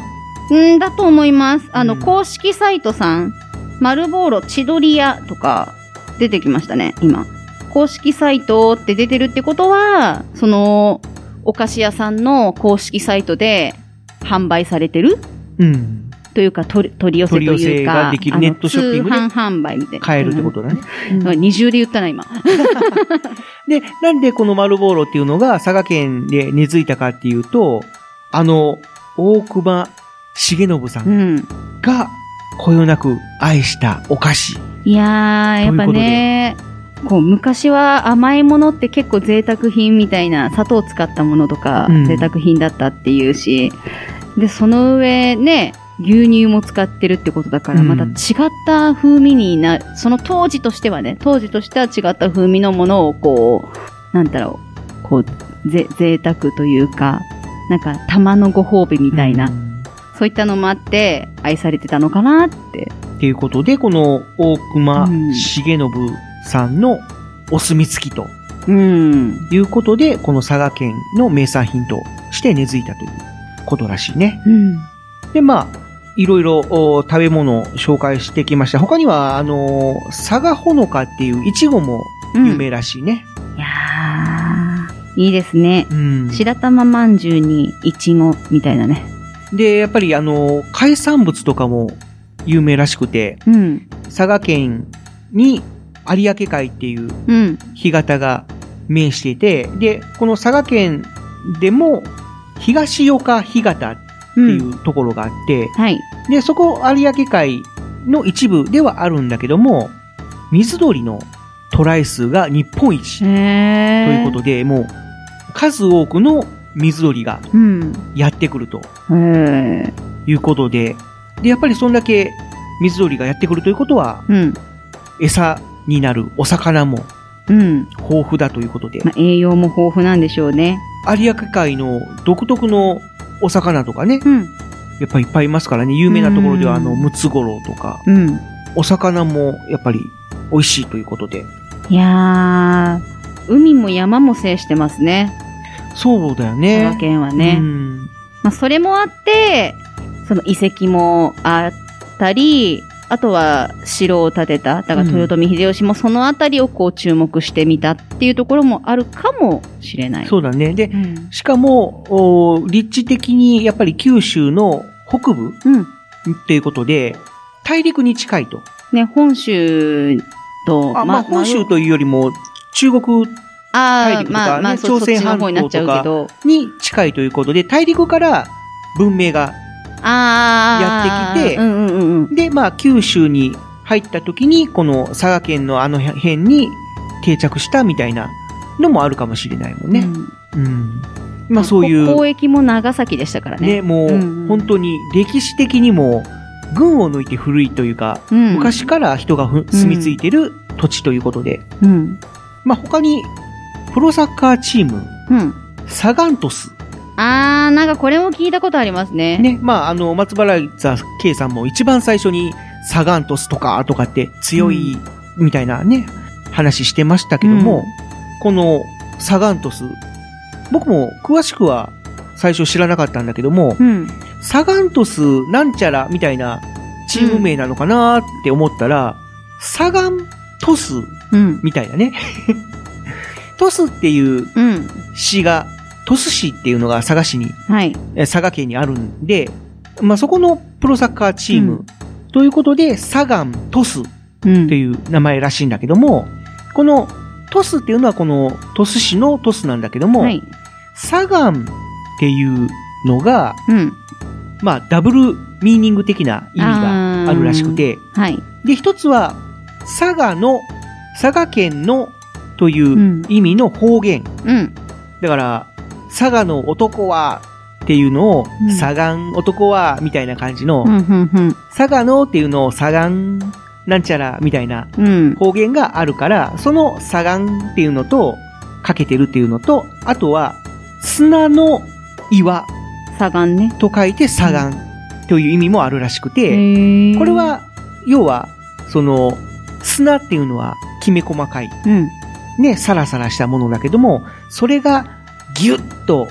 Speaker 5: うんだと思います。あの、
Speaker 4: うん
Speaker 5: 公式サイトさん、丸ボーロ千鳥屋とか出てきましたね、今。公式サイトって出てるってことは、その、お菓子屋さんの公式サイトで販売されてる
Speaker 4: うん。
Speaker 5: というか、取り取り寄せというか。
Speaker 4: 取り寄せができる
Speaker 5: あの
Speaker 4: ネットショッピングで
Speaker 5: 通販販売みたいな。
Speaker 4: 買えるってことだね。
Speaker 5: うん。二重で言ったな、今。
Speaker 4: で、なんでこの丸ボーロっていうのが佐賀県で根付いたかっていうと、あの、大隈重信さ
Speaker 5: うんん。
Speaker 4: がこよなく愛したお菓子。
Speaker 5: いやー、やっぱね、こう昔は甘いものって結構贅沢品みたいな、砂糖を使ったものとか
Speaker 4: うん
Speaker 5: 贅沢品だったっていうし、で、その上ね、牛乳も使ってるってことだから、
Speaker 4: うん
Speaker 5: また違った風味にな、その当時としてはね、当時としては違った風味のものをこう、なんだろう、こう、ぜ、贅沢というか、なんか、玉のご褒美みたいな、
Speaker 4: うん
Speaker 5: そういったのもあって、愛されてたのかなって。
Speaker 4: っていうことで、この大熊
Speaker 5: うん
Speaker 4: 重信さんのお墨付きと
Speaker 5: うん。
Speaker 4: いうことで、この佐賀県の名産品として根付いたということらしいね。
Speaker 5: うん。
Speaker 4: で、まあ、いろいろお食べ物を紹介してきました。他には、あのー佐賀ほのかっていうイチゴも
Speaker 5: うん
Speaker 4: 有名らしいね。
Speaker 5: いやー、いいですね。
Speaker 4: うん
Speaker 5: 白玉まんじゅうにいちごみたいなね。
Speaker 4: で、やっぱりあのー海産物とかも有名らしくて、
Speaker 5: うん。
Speaker 4: 佐賀県に有明海っていう
Speaker 5: うん。
Speaker 4: 干潟が面していて、で、この佐賀県でも東岡干潟って
Speaker 5: う
Speaker 4: い
Speaker 5: ん。
Speaker 4: うところがあって、
Speaker 5: はい。
Speaker 4: で、そこ有明海の一部ではあるんだけども、水鳥のトライ数が日本
Speaker 5: へ
Speaker 4: 一と
Speaker 5: え。
Speaker 4: いうことで、もう数多くの水鳥が
Speaker 5: うん。
Speaker 4: やってくると
Speaker 5: へえ。
Speaker 4: いうことで、で、やっぱりそんだけ水鳥がやってくるということは、
Speaker 5: うん。
Speaker 4: 餌になるお魚も
Speaker 5: うん。
Speaker 4: 豊富だということで、
Speaker 5: まあ、栄養も豊富なんでしょうね。
Speaker 4: 有明海の独特のお魚とかね、
Speaker 5: うん。
Speaker 4: やっぱりいっぱいいますからね、有名なところではあ
Speaker 5: う
Speaker 4: の、
Speaker 5: ん
Speaker 4: ムツゴロウとか、
Speaker 5: うん。
Speaker 4: お魚もやっぱり美味しいということで、
Speaker 5: いやー、海も山も制してますね。
Speaker 4: そうだよ
Speaker 5: 佐
Speaker 4: ね。
Speaker 5: 賀県はね。
Speaker 4: うん
Speaker 5: まあ、それもあって、その遺跡もあったり、あとは城を建てた、だから
Speaker 4: うん
Speaker 5: 豊臣秀吉もそのあたりをこう注目してみたっていうところもあるかもしれない。
Speaker 4: そうだね。で
Speaker 5: う、ん。
Speaker 4: しかも、お立地的にやっぱり九州の北部
Speaker 5: うん。
Speaker 4: っていうことで、大陸に近いと。
Speaker 5: ね、本州と、
Speaker 4: あまあ、本州というよりも、中国
Speaker 5: あ
Speaker 4: 大
Speaker 5: ー
Speaker 4: 陸とかね
Speaker 5: まあまあ、そ
Speaker 4: 朝
Speaker 5: そっ
Speaker 4: 鮮
Speaker 5: ちの
Speaker 4: 半島とか
Speaker 5: 方になっちゃうけど。
Speaker 4: に近いということで、大陸から文明が、
Speaker 5: ああ。
Speaker 4: やってきて
Speaker 5: うんうんうんうん。
Speaker 4: で、まあ、九州に入った時に、この佐賀県のあの辺に定着したみたいなのもあるかもしれないもんね。
Speaker 5: うん
Speaker 4: うん。まあ、そうい
Speaker 5: こ
Speaker 4: う、
Speaker 5: 交易も長崎でしたから
Speaker 4: ね、
Speaker 5: ね。
Speaker 4: もう、
Speaker 5: うんうん
Speaker 4: 本当に歴史的にも、群を抜いて古いというか、
Speaker 5: うん、
Speaker 4: 昔から人がふ住み着いてる土地ということで、
Speaker 5: うん。
Speaker 4: まあ他に、プロサッカーチーム、
Speaker 5: うん。
Speaker 4: サガントス。
Speaker 5: あー、なんかこれも聞いたことありますね。
Speaker 4: ね、まああの、松原座圭さんも一番最初にサガントスとかとかって強いみたいなね、話してましたけども、
Speaker 5: うん
Speaker 4: このサガントス、僕も詳しくは最初知らなかったんだけども、
Speaker 5: うん。
Speaker 4: サガントスなんちゃらみたいなチーム名なのかなーって思ったら、サガントス
Speaker 5: うん。
Speaker 4: みたいなね。 [laughs] トスっていう
Speaker 5: うん。
Speaker 4: 市が、トス市っていうのが佐賀市に、
Speaker 5: はい。
Speaker 4: え佐賀県にあるんで、まあ、そこのプロサッカーチームということで、サガントスっ
Speaker 5: うん。
Speaker 4: ていう名前らしいんだけども、このトスっていうのはこのトス市のトスなんだけども、
Speaker 5: はい。
Speaker 4: サガンっていうのが、
Speaker 5: うん。
Speaker 4: まあ、ダブルミーニング的な意味があるらしくて、
Speaker 5: はい。
Speaker 4: で、一つは、佐賀の、佐賀県のといううん意味の方言。
Speaker 5: うん。
Speaker 4: だから、佐賀の男はっていうのを、
Speaker 5: うん
Speaker 4: サガン男はみたいな感じの、
Speaker 5: うん。うん。
Speaker 4: 佐賀のっていうのをサガンなんちゃらみたいな
Speaker 5: うん。
Speaker 4: 方言があるから、そのサガンっていうのと、かけてるっていうのと、あとは、砂の岩
Speaker 5: サガンね。
Speaker 4: と書いて砂岩という意味もあるらしくて、
Speaker 5: へー
Speaker 4: これ、は、要は、その、砂っていうのはきめ細かい、
Speaker 5: うん。
Speaker 4: ね、サラサラしたものだけども、それがギュッと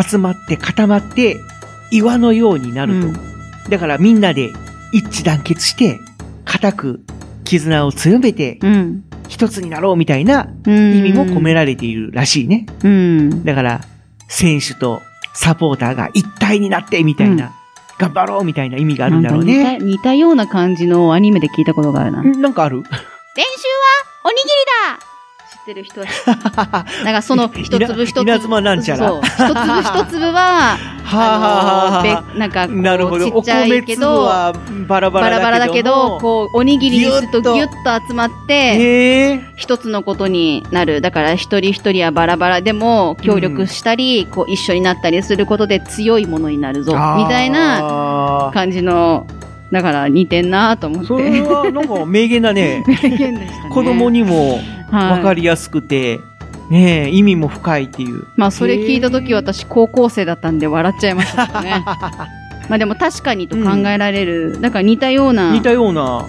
Speaker 4: 集まって固まって、岩のようになると。
Speaker 5: うん
Speaker 4: だからみんなで一致団結して、固く絆を強めて、
Speaker 5: うん。
Speaker 4: 一つになろうみたいな
Speaker 5: うん。
Speaker 4: 意味も込められているらしいね。
Speaker 5: うん。
Speaker 4: だから、選手とサポーターが一体になってみたいな、頑張ろうみたいな意味があるんだろう
Speaker 5: なん
Speaker 4: ね。
Speaker 5: か似た似たような感じのアニメで聞いたことがあるな。練習
Speaker 4: んなんかある
Speaker 5: はおにぎりだ知っってる人は、なんか
Speaker 4: [laughs]
Speaker 5: その一粒一粒、
Speaker 4: 稲妻なんちゃら [laughs]
Speaker 5: そう一粒一粒は、あのべなんかこう
Speaker 4: なるほど
Speaker 5: ちっちゃいけど
Speaker 4: お米粒はバラ
Speaker 5: バ
Speaker 4: バ
Speaker 5: ラバラ
Speaker 4: ラだ
Speaker 5: だけ
Speaker 4: けど
Speaker 5: ど、
Speaker 4: も
Speaker 5: こう、おにぎりにするとギ
Speaker 4: ぎゅ
Speaker 5: ュ
Speaker 4: っと
Speaker 5: ッと集まって、
Speaker 4: へえ
Speaker 5: 一つのことになる。だから一人一人はバラバラでも協力したり、こう一緒になったりすることで強いものになるぞ、みたいな
Speaker 4: な
Speaker 5: 感じの、だから似てんなと思って。
Speaker 4: それは
Speaker 5: [laughs]
Speaker 4: なんか名言だね
Speaker 5: 表現でしたね
Speaker 4: 子供にも
Speaker 5: はい
Speaker 4: 分かりやすくて、ねえ意味も深いっていう
Speaker 5: まあそれ聞いた時私高校生だったんで笑っちゃいましたけど
Speaker 4: [laughs]
Speaker 5: ね。まあでも確かにと考えられる、なんか似たような、
Speaker 4: 似たよう
Speaker 5: な
Speaker 4: な
Speaker 5: んか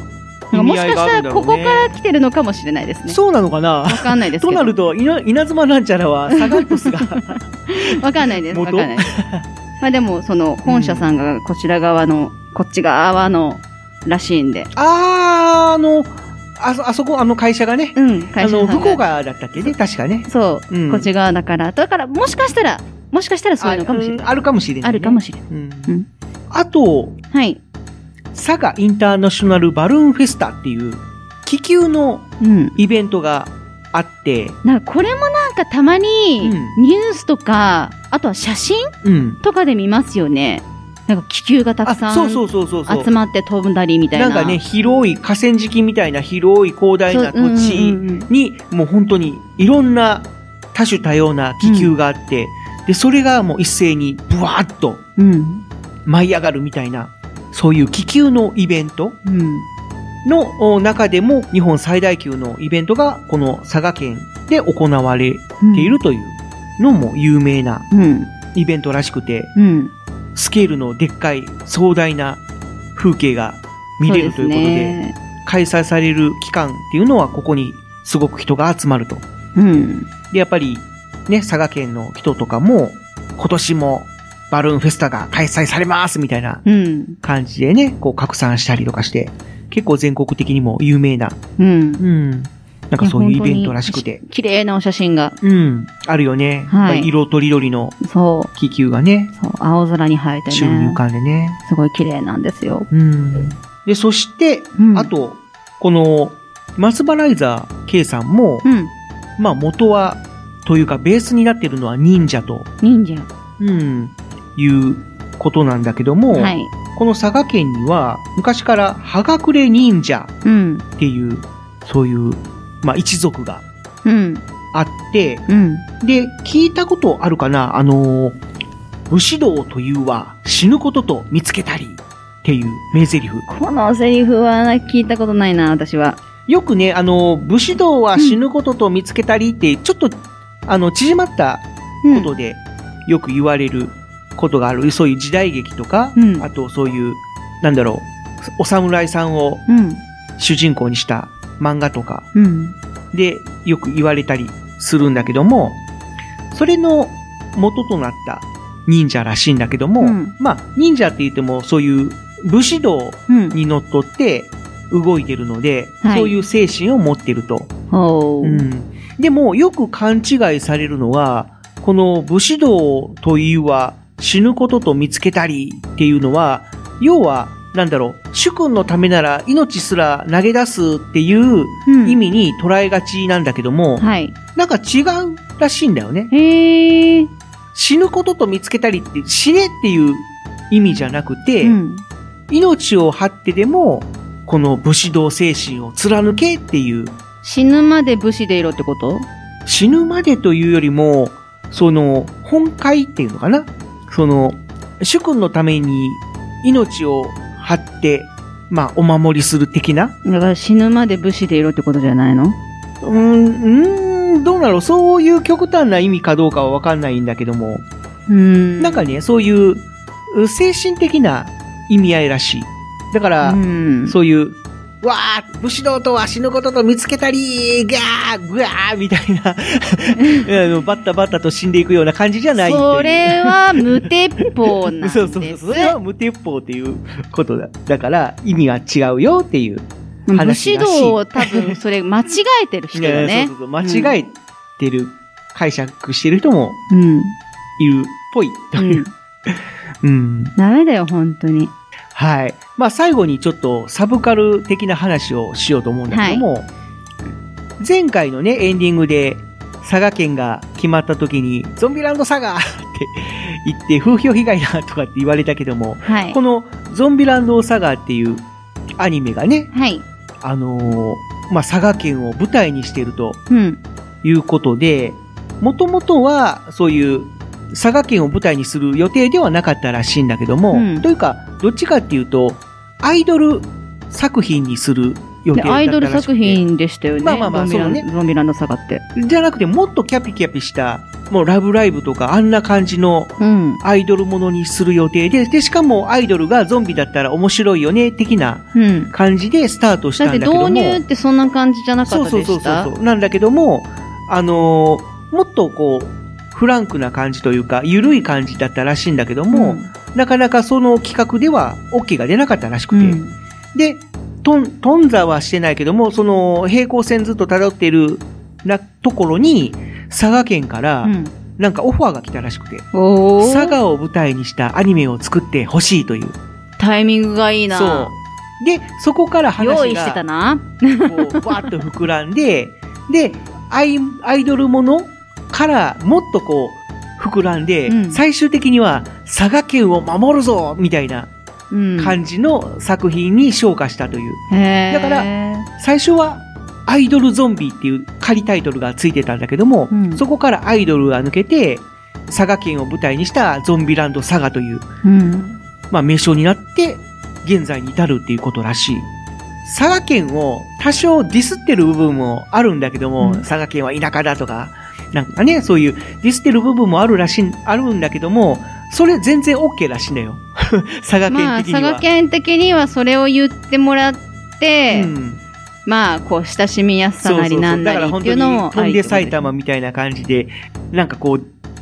Speaker 4: 意
Speaker 5: も
Speaker 4: 味
Speaker 5: し
Speaker 4: 合
Speaker 5: か
Speaker 4: いがあ
Speaker 5: し
Speaker 4: る
Speaker 5: た
Speaker 4: んだ
Speaker 5: ら
Speaker 4: ろ
Speaker 5: こ
Speaker 4: う
Speaker 5: こ
Speaker 4: ね
Speaker 5: から来てるのかもしれないですね。
Speaker 4: そうなのかな
Speaker 5: わかんないです
Speaker 4: と
Speaker 5: けど。
Speaker 4: なると稲稲妻なんちゃらはサガン鳥スが
Speaker 5: [laughs] わかんないです。わか
Speaker 4: 元
Speaker 5: んないです。まあでも、その、本社さんがこちら側の、こっち側の、らしいんで。
Speaker 4: あーあのあそあそこあの会社がね
Speaker 5: うん、
Speaker 4: あ
Speaker 5: 会社さ
Speaker 4: の
Speaker 5: んが。
Speaker 4: 福岡だったっけね確かね
Speaker 5: そう、
Speaker 4: うん
Speaker 5: こっち側だから。だから、もしかしたら、もしかしたらそういうのかもしれない。
Speaker 4: ああるかもしれない、
Speaker 5: あるかもしれない。
Speaker 4: れない、
Speaker 5: う
Speaker 4: うんん、あと
Speaker 5: はい。
Speaker 4: 佐賀インターナショナルバルーンフェスタっていう気球の
Speaker 5: うん。
Speaker 4: イベントがあって、
Speaker 5: なんかこれもなんかたまに、
Speaker 4: う
Speaker 5: ニュースとか、あとは写真
Speaker 4: うん、
Speaker 5: とかで見ますよね。なんか気球がたくさん
Speaker 4: そうそ
Speaker 5: 集
Speaker 4: うそうそうそう
Speaker 5: まって飛んだりみたいな。
Speaker 4: なんかね広い河川敷みたいな広い広大
Speaker 5: そう、
Speaker 4: な土地
Speaker 5: うんうんうんうん
Speaker 4: にもう本当にいろんな多種多様な気球があって、でそれがもう一斉にブワーッと
Speaker 5: うん。
Speaker 4: 舞い上がるみたいなそういう気球のイベント
Speaker 5: うん。
Speaker 4: のお中でも日本最大級のイベントがこの佐賀県で行われて
Speaker 5: うん。
Speaker 4: いるというのも有名な
Speaker 5: うん。
Speaker 4: イベントらしくて
Speaker 5: うん。
Speaker 4: スケールのでっかい壮大な風景が見れるということで
Speaker 5: そね
Speaker 4: 開催される期間っていうのはここにすごく人が集まると。
Speaker 5: うん。
Speaker 4: で、やっぱりね、佐賀県の人とかも今年もバルーンフェスタが開催されますみたいな
Speaker 5: うん。
Speaker 4: 感じでね、こう拡散したりとかして、結構全国的にも有名な、
Speaker 5: うん
Speaker 4: う。ん、なんかそういうイベントらしくて、
Speaker 5: 綺麗なお写真が。
Speaker 4: うん、あるよね。
Speaker 5: はい
Speaker 4: やっぱ色とりどりの
Speaker 5: そう。
Speaker 4: 気球がね、
Speaker 5: そう青空に映えて
Speaker 4: 宙に
Speaker 5: ね
Speaker 4: 浮。かんでね。
Speaker 5: すごい綺麗なんですよ。
Speaker 4: うん。で、そして、
Speaker 5: うん
Speaker 4: あと、この、マスバライザー K さんも、
Speaker 5: うん。
Speaker 4: まあ元は、というかベースになってるのは忍者と、
Speaker 5: 忍者。
Speaker 4: うん、いうことなんだけども、
Speaker 5: はい。
Speaker 4: この佐賀県には昔から葉隠れ忍者
Speaker 5: うん。
Speaker 4: っていう、そういう、まあ一族が
Speaker 5: うん。
Speaker 4: あって、
Speaker 5: うん。
Speaker 4: で、聞いたことあるかなあのー武士道というは死ぬことと見つけたりっていう名台詞。
Speaker 5: このセリフは聞いたことないな、私は。
Speaker 4: よくね、あのー武士道は死ぬことと見つけたりって、ちょっと、あの、縮まった
Speaker 5: う
Speaker 4: こ
Speaker 5: ん。
Speaker 4: とでよく言われることがある、そういう時代劇とか、
Speaker 5: うん
Speaker 4: あとそういうなんだろうお侍さんを
Speaker 5: うん。
Speaker 4: 主人公にした漫画とか
Speaker 5: うん。
Speaker 4: でよく言われたりするんだけどもそれの元となった忍者らしいんだけども、
Speaker 5: うん
Speaker 4: まあ忍者って言ってもそういう武士道
Speaker 5: うん。
Speaker 4: にのっとって動いてるので、
Speaker 5: はい
Speaker 4: そういう精神を持ってると
Speaker 5: お
Speaker 4: う
Speaker 5: ー。
Speaker 4: ん、でもよく勘違いされるのはこの武士道というは死ぬことと見つけたりっていうのは要はなんだろう主君のためなら命すら投げ出すっていう
Speaker 5: うん
Speaker 4: 意。味に捉えがちなんだけども、
Speaker 5: はい。
Speaker 4: なんか違うらしいんだよね
Speaker 5: へー。
Speaker 4: 死ぬことと見つけたりって死ねっていう意味じゃなくて、
Speaker 5: うん。
Speaker 4: 命を張ってでもこの武士道精神を貫けっていう
Speaker 5: 死ぬまで武士でいろってこと
Speaker 4: 死ぬまでというよりも、その、本会っていうのかなその、主君のために命を張って、まあ、お守りする的な
Speaker 5: だから死ぬまで武士でいろってことじゃないの
Speaker 4: うーん、うーん、どうなのそういう極端な意味かどうかはわかんないんだけども、
Speaker 5: うん。
Speaker 4: なんかね、そういう、う精神的な意味合いらしい。だから、
Speaker 5: うん。
Speaker 4: そういう、わあ、武士道とは死ぬことと見つけたり、ガー、ぐわーみたいな [laughs] あの、バッタバッタと死んでいくような感じじゃないっていう
Speaker 5: それは無鉄砲
Speaker 4: [laughs]
Speaker 5: なんです。
Speaker 4: そうそうそう。それは無鉄砲っていうことだ。だから、意味が違うよっていう。話
Speaker 5: 武
Speaker 4: らしい
Speaker 5: 士道を多分それ間違えてる人だ
Speaker 4: いや
Speaker 5: ね
Speaker 4: そう。そうそう。間違えてる、解釈してる人も
Speaker 5: うん。
Speaker 4: いるっぽいという。うん、
Speaker 5: ダメだよ、本当に。
Speaker 4: はい。まあ、最後にちょっとサブカル的な話をしようと思うんだけども、前回のね、エンディングで、佐賀県が決まった時に、ゾンビランド佐賀って言って、風評被害だとかって言われたけども、
Speaker 5: はい
Speaker 4: こ。のゾンビランド佐賀っていうアニメがね、
Speaker 5: はい。
Speaker 4: あのーまあ、佐賀県を舞台にしていると
Speaker 5: うん。
Speaker 4: いうことで、もともとはそういう佐賀県を舞台にする予定ではなかったらしいんだけども、
Speaker 5: うん
Speaker 4: というか、どっちかっていうと、アイドル作品にする予定だったらしくて
Speaker 5: で、アイドル作品でしたよね。
Speaker 4: まあまあまあ
Speaker 5: ゾンビラン
Speaker 4: そうね
Speaker 5: ゾンビランドサガって。
Speaker 4: じゃなくて、もっとキャピキャピした、もうラブライブとかあんな感じの
Speaker 5: うん。
Speaker 4: アイドルものにする予定で、で、しかもアイドルがゾンビだったら面白いよね、的な
Speaker 5: うん。
Speaker 4: 感じでスタートし
Speaker 5: だったて
Speaker 4: んだけども。
Speaker 5: 導入ってそんな感じじゃなか
Speaker 4: そ
Speaker 5: っ
Speaker 4: う
Speaker 5: た
Speaker 4: そう
Speaker 5: で
Speaker 4: そう
Speaker 5: し
Speaker 4: そう
Speaker 5: た
Speaker 4: そう。なんだけども、あのーもっとこう、フランクな感じというか、ゆるい感じだったらしいんだけども、なかなかその企画では OK が出なかったらしく
Speaker 5: ん
Speaker 4: て、
Speaker 5: ん
Speaker 4: で、とん、頓挫はしてないけども、その平行線ずっと辿っているなところに、佐賀県から、
Speaker 5: うん
Speaker 4: なんかオファーが来たらしくて、
Speaker 5: おー
Speaker 4: 佐賀を舞台にしたアニメを作ってほしいという。
Speaker 5: タイミングがいいな。
Speaker 4: そう。で、そこから話が
Speaker 5: 用意してた
Speaker 4: [laughs]
Speaker 5: な。
Speaker 4: こう、わーっと膨らんで、で、アイアイドルものからもっとこう、膨らんで、
Speaker 5: うん
Speaker 4: 最終的には佐賀県を守るぞみたいな
Speaker 5: うん。
Speaker 4: 感じの作品に昇華したという。
Speaker 5: へー
Speaker 4: だから最初はアイドルゾンビっていう仮タイトルがついてたんだけども、
Speaker 5: うん
Speaker 4: そこからアイドルが抜けて、佐賀県を舞台にしたゾンビランド佐賀という、
Speaker 9: 嗯
Speaker 5: うん。
Speaker 4: まあ名称になって、現在に至るっていうことらしい。佐賀県を多少ディスってる部分もあるんだけども、
Speaker 5: うん
Speaker 4: 佐賀県は田舎だとか、なんかね、そういうディスってる部分もあるらしい、あるんだけども、それ全然 OK らしいんだよ。 [laughs] 佐賀
Speaker 5: まあ、
Speaker 4: 県的には。
Speaker 5: 佐賀県的にはそれを言ってもらって、
Speaker 4: うん
Speaker 5: まあ、こう、親しみやすさ
Speaker 4: そうそ
Speaker 5: なり
Speaker 4: うそう
Speaker 5: なんな
Speaker 4: だか
Speaker 5: り
Speaker 4: ら
Speaker 5: っ
Speaker 4: 本
Speaker 5: てい
Speaker 4: 当
Speaker 5: う
Speaker 4: に
Speaker 5: のを。
Speaker 4: 飛んで埼玉みたいな感じで、なんかこう、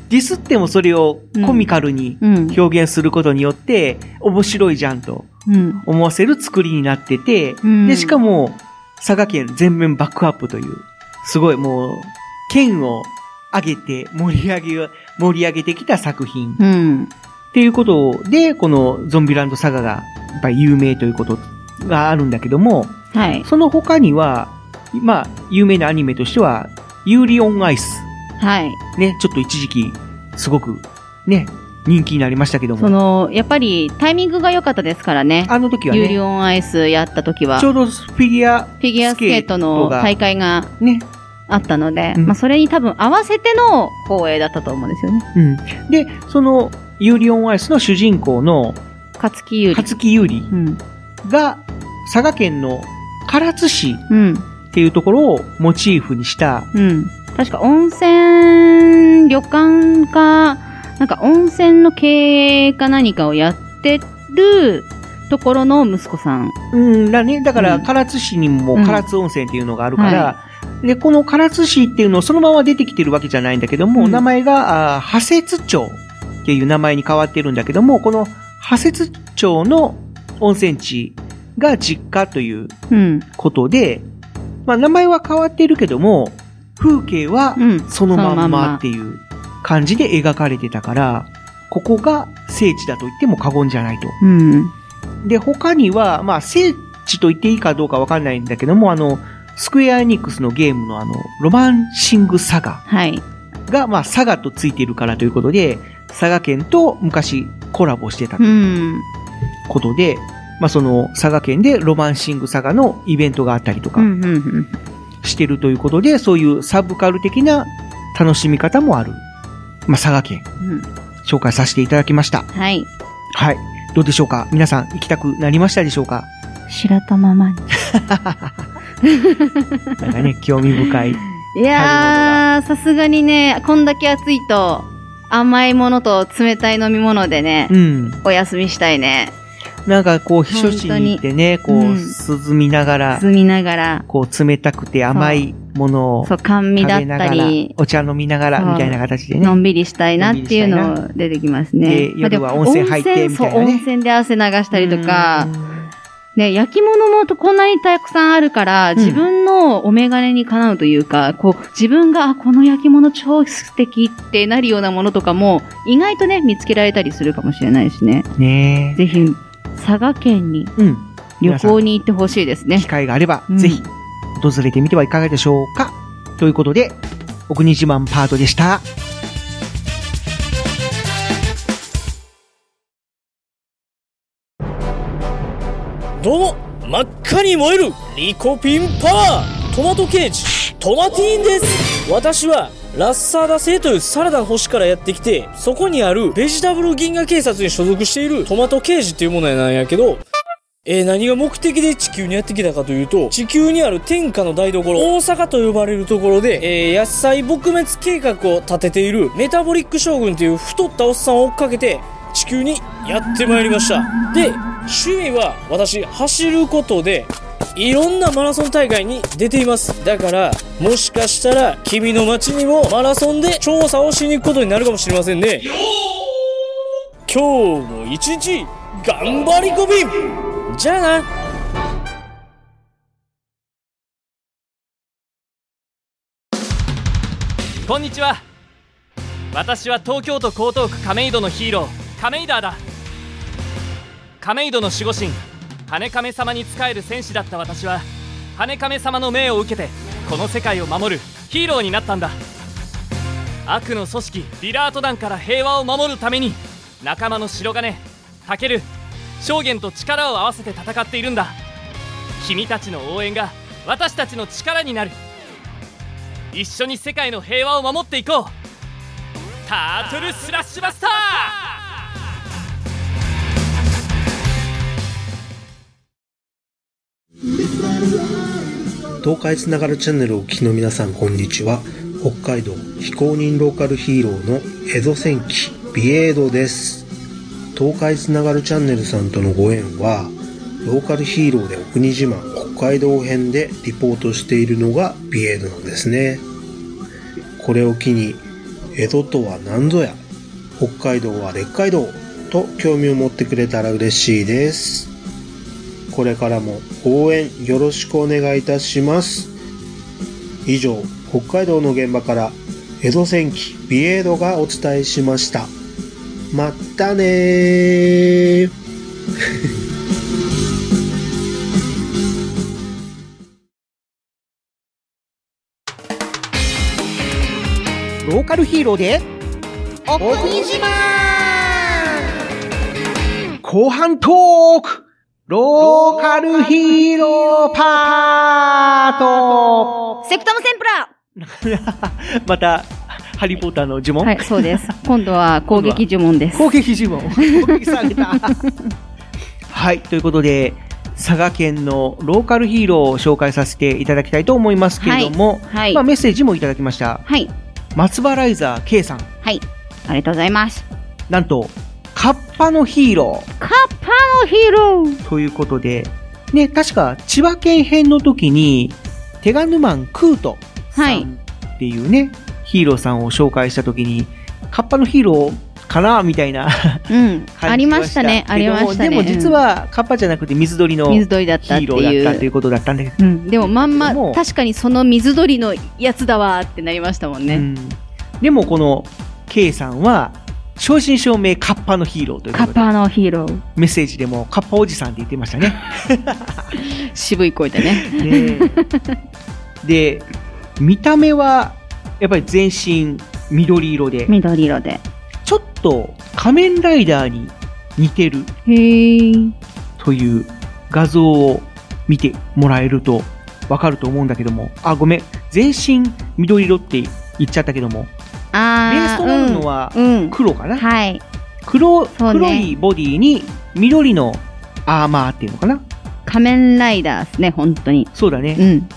Speaker 4: ディスってもそれをコミカルに
Speaker 5: うん。
Speaker 4: 表現することによって、面白いじゃんと
Speaker 5: うん。
Speaker 4: 思わせる作りになってて、
Speaker 5: うん
Speaker 4: で、しか、も、佐賀県全面バックアップという、すごいもう、県を上げて盛り上げ、盛り上げてきた作品っ
Speaker 5: うん。
Speaker 4: ていうことで、このゾンビランド佐賀が、やっぱり有名ということがあるんだけども、
Speaker 5: はい。
Speaker 4: その他には、まあ、有名なアニメとしては、ユーリオンアイス。
Speaker 5: はい。
Speaker 4: ね、ちょっと一時期、すごく、ね、人気になりましたけど
Speaker 5: そ
Speaker 4: も。
Speaker 5: の、やっぱりタイミングが良かったですからね。
Speaker 4: あの時は
Speaker 5: ユーリ
Speaker 4: ね、
Speaker 5: オンアイスやった時は、
Speaker 4: ち
Speaker 5: フ
Speaker 4: ょうどフィギュア、
Speaker 5: ィギュアスケートの大会が
Speaker 4: ね、
Speaker 5: あったので、
Speaker 4: うん
Speaker 5: まあ、それに多分合わせての放映だったと思うんですよね。
Speaker 4: うん。で、その、ユーリオンアイスの主人公の、
Speaker 5: 勝木優里。
Speaker 4: 勝木優里
Speaker 5: うん。
Speaker 4: が、佐賀県の唐津市
Speaker 5: うん。
Speaker 4: っていうところをモチーフにした、
Speaker 5: うん。確か温泉、旅館か、なんか温泉の経営か何かをやってるところの息子さん。
Speaker 4: うんだね。だから、
Speaker 5: うん
Speaker 4: 唐津市にも
Speaker 5: うん
Speaker 4: 唐津温泉っていうのがあるから、で、この唐津市っていうのはそのまま出てきてるわけじゃないんだけども、
Speaker 5: うん
Speaker 4: 名前が、あー波摂町っていう名前に変わってるんだけども、この波摂町の温泉地が実家という
Speaker 5: うん。
Speaker 4: ことで、まあ名前は変わってるけども、風景は
Speaker 5: うん。
Speaker 4: そのま
Speaker 5: そ
Speaker 4: ん
Speaker 5: のまん
Speaker 4: ま
Speaker 5: ま
Speaker 4: っていう感じで描かれてたから、ここが聖地だと言っても過言じゃないと。
Speaker 5: うん。
Speaker 4: で、他には、まあ、聖地と言っていいかどうかわかんないんだけども、あの、スクエアエニックスのゲームのあの、ロマンシングサガ
Speaker 5: はい。
Speaker 4: が、まあ、サガとついてるからということで、佐賀県と昔コラボしてたと
Speaker 5: う。
Speaker 4: いうんことで、まあ、その佐賀県でロマンシングサガのイベントがあったりと
Speaker 5: う
Speaker 4: か
Speaker 5: ん。うんうん。
Speaker 4: してるということで、そういうサブカル的な楽しみ方もある。まあ、佐賀県、
Speaker 5: うん
Speaker 4: 紹介させていただきました。
Speaker 5: はい。
Speaker 4: はい。どうでしょうか皆さん行きたくなりましたでしょうか
Speaker 5: 白玉マニ
Speaker 4: なんかね、興味深い。
Speaker 5: いやー、さすがにね、こんだけ暑いと、甘いものと冷たい飲み物でね、
Speaker 4: うん。
Speaker 5: お休みしたいね。
Speaker 4: なんかこう、避暑地に行ってね、こ
Speaker 5: 当に
Speaker 4: う、
Speaker 5: う
Speaker 4: 涼みながら、
Speaker 5: 進みながら、
Speaker 4: こう、冷たくて甘いものを
Speaker 5: そう、
Speaker 4: 食
Speaker 5: 甘
Speaker 4: べ
Speaker 5: 味だっ
Speaker 4: なが
Speaker 5: た
Speaker 4: ら
Speaker 5: り、、
Speaker 4: お茶飲みながら、
Speaker 5: そう
Speaker 4: みたいな形でね。
Speaker 5: のんびりしたいなっていう
Speaker 4: のんびり
Speaker 5: の出てきますね。
Speaker 4: で夜は温泉入ってみたいなね
Speaker 5: まあでも温泉そう温泉で汗流したりとか、ね、焼き物もこんなにたくさんあるから、
Speaker 4: ん
Speaker 5: 自分のお眼鏡にかなうというか、こう、自分が、あこの焼き物超素敵ってなるようなものとかも、意外とね、見つけられたりするかもしれないしね。
Speaker 4: うん。ね
Speaker 5: ぜひ、佐賀県に
Speaker 4: え。うん。
Speaker 5: 旅
Speaker 4: 皆さん
Speaker 5: 行に行ってほしいですね
Speaker 4: 機。会があれば、
Speaker 5: うん
Speaker 4: ぜひ、訪れてみてはいかがでしょうかということで、お国自慢パートでした。
Speaker 10: どうも真っ赤に燃えるリコピンパワートマトケージトマティーンです私はラッサーダ星というサラダの星からやってきてそこにあるベジタブル銀河警察に所属しているトマトケージっていうものなんやけどえー何が目的で地球にやってきたかというと、地球にある天下の台所、大阪と呼ばれるところで、えー野菜撲滅計画を立てているメタボリック将軍という太ったおっさんを追っかけて、地球にやってまいりました。で、趣味は私、走ることで、いろんなマラソン大会に出ています。だから、もしかしたら、君の街にもマラソンで調査をしに行くことになるかもしれませんね。今日も一日、頑張り込みじゃあな
Speaker 11: こんにちは私は東京都江東区亀戸のヒーロー亀井ダーだ亀戸の守護神羽亀様に仕える戦士だった私は羽亀様の命を受けてこの世界を守るヒーローになったんだ悪の組織リラート団から平和を守るために仲間の白金タケル証言と力を合わせて戦っているんだ君たちの応援が私たちの力になる一緒に世界の平和を守っていこうタートルスラッシュバスター
Speaker 12: 東海つながるチャンネルをお聞きの皆さんこんにちは北海道非公認ローカルヒーローの江戸戦記ビエードです東海つながるチャンネルさんとのご縁はローカルヒーローでお国自慢北海道編でリポートしているのがビエードなんですねこれを機に江戸とは何ぞや北海道は列海道と興味を持ってくれたら嬉しいですこれからも応援よろしくお願いいたします。以上、北海道の現場から江戸戦記ビエードがお伝えしました。まったねー。
Speaker 4: ローカルヒーローで
Speaker 3: お国自慢
Speaker 4: 後半トークローカルヒーローパート
Speaker 5: セクトムセンプラ
Speaker 4: また、ハリーポーターの呪文、
Speaker 5: はい、そうです。今度は攻撃呪文です。
Speaker 4: 攻撃呪文攻撃された。はい、ということで、佐賀県のローカルヒーローを紹介させていただきたいと思いますけれども、
Speaker 5: はい
Speaker 4: まあ、。メッセージもいただきました。
Speaker 5: はい。
Speaker 4: 松葉ライザー K さん、
Speaker 5: はい。ありがとうございます。
Speaker 4: なんと、カッパのヒーロ
Speaker 5: カッパのヒーロー
Speaker 4: ーということで、ね、確か千葉県編の時に、テガヌマンクート
Speaker 5: は
Speaker 4: さ
Speaker 5: い。
Speaker 4: んっていうね、ヒーローさんを紹介した時に、カッパのヒーローかなみたい
Speaker 5: う
Speaker 4: な
Speaker 5: ん。
Speaker 4: 感じ
Speaker 5: ありましたね。
Speaker 4: けども
Speaker 5: ありましたね。
Speaker 4: でも実は、カッパじゃなくて水鳥
Speaker 5: う
Speaker 4: の
Speaker 5: ん、
Speaker 4: ヒ
Speaker 5: 水鳥だったって
Speaker 4: ーローだった
Speaker 5: い。
Speaker 4: といううことだったんだけど、 [laughs]
Speaker 5: うん、でもまん
Speaker 4: けど
Speaker 5: ま
Speaker 4: も
Speaker 5: 確かにその水鳥のやつだわーってなりましたもん
Speaker 4: う
Speaker 5: ね、
Speaker 4: んでもこの K さんは、正真正銘カッパのヒーローというこ
Speaker 5: カ
Speaker 4: と
Speaker 5: ッ
Speaker 4: で、
Speaker 5: パのヒーロー
Speaker 4: メッセージでもカッパおじさんって言ってましたね。
Speaker 5: [laughs] 渋い声でね
Speaker 4: ね [laughs] で、見た目は、やっぱり全身緑色で、
Speaker 5: 緑色で
Speaker 4: ちょっと仮面ライダーに似てる
Speaker 5: へえ
Speaker 4: という画像を見てもらえるとわかると思うんだけども、あ、ごめん、全身緑色って言っちゃったけども、ベー
Speaker 5: あ
Speaker 4: ス
Speaker 5: あ
Speaker 4: となるのは
Speaker 5: うん、うん、
Speaker 4: 黒かな、
Speaker 5: はい
Speaker 4: 黒
Speaker 5: そうね
Speaker 4: 黒いボディに緑のアーマーっていうのかな
Speaker 5: 仮面ライダーですね本当に
Speaker 4: そうだ
Speaker 5: う
Speaker 4: ね。
Speaker 5: ん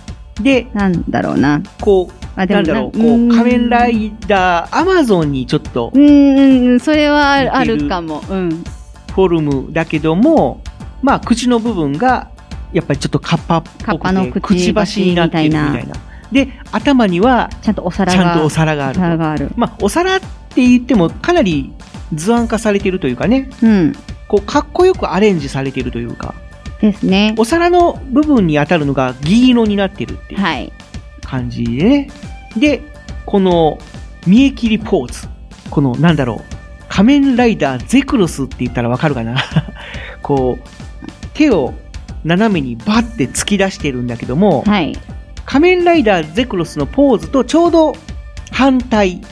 Speaker 4: で、
Speaker 5: なんだろうな
Speaker 4: こ
Speaker 5: あ
Speaker 4: う、なんだろう、こう、仮面ライダー、アマゾンにちょっと
Speaker 5: うんうんうんそれはあるあ
Speaker 4: 似てる
Speaker 5: るかもうん
Speaker 4: フォルムだけども、まあ、口の部分が、やっぱりちょっとカッパっ
Speaker 5: カッ
Speaker 4: ぽ
Speaker 5: パの
Speaker 4: く
Speaker 5: く
Speaker 4: て、く
Speaker 5: ち
Speaker 4: ち
Speaker 5: ば
Speaker 4: ば
Speaker 5: し
Speaker 4: しになってるみたい
Speaker 5: み
Speaker 4: な。で、頭には、
Speaker 5: ちゃんとお皿
Speaker 4: ち
Speaker 5: が
Speaker 4: ゃんとお皿があ
Speaker 5: お
Speaker 4: る
Speaker 5: 皿がある
Speaker 4: まあ、お皿って言ってもかなり図案化されてるというかね、
Speaker 5: うん
Speaker 4: こう、かっこよくアレンジされてるというか、
Speaker 5: ですね
Speaker 4: お皿の部分に当たるのが銀色になってるっていう
Speaker 5: はい
Speaker 4: 感じでね。で、この、見え切りポーズ。この、なんだろう、仮面ライダーゼクロスって言ったらわかるかな [laughs] こう、手を斜めにバッて突き出してるんだけども、
Speaker 5: はい
Speaker 4: 仮面ライダーゼクロスのポーズとちょうど反対、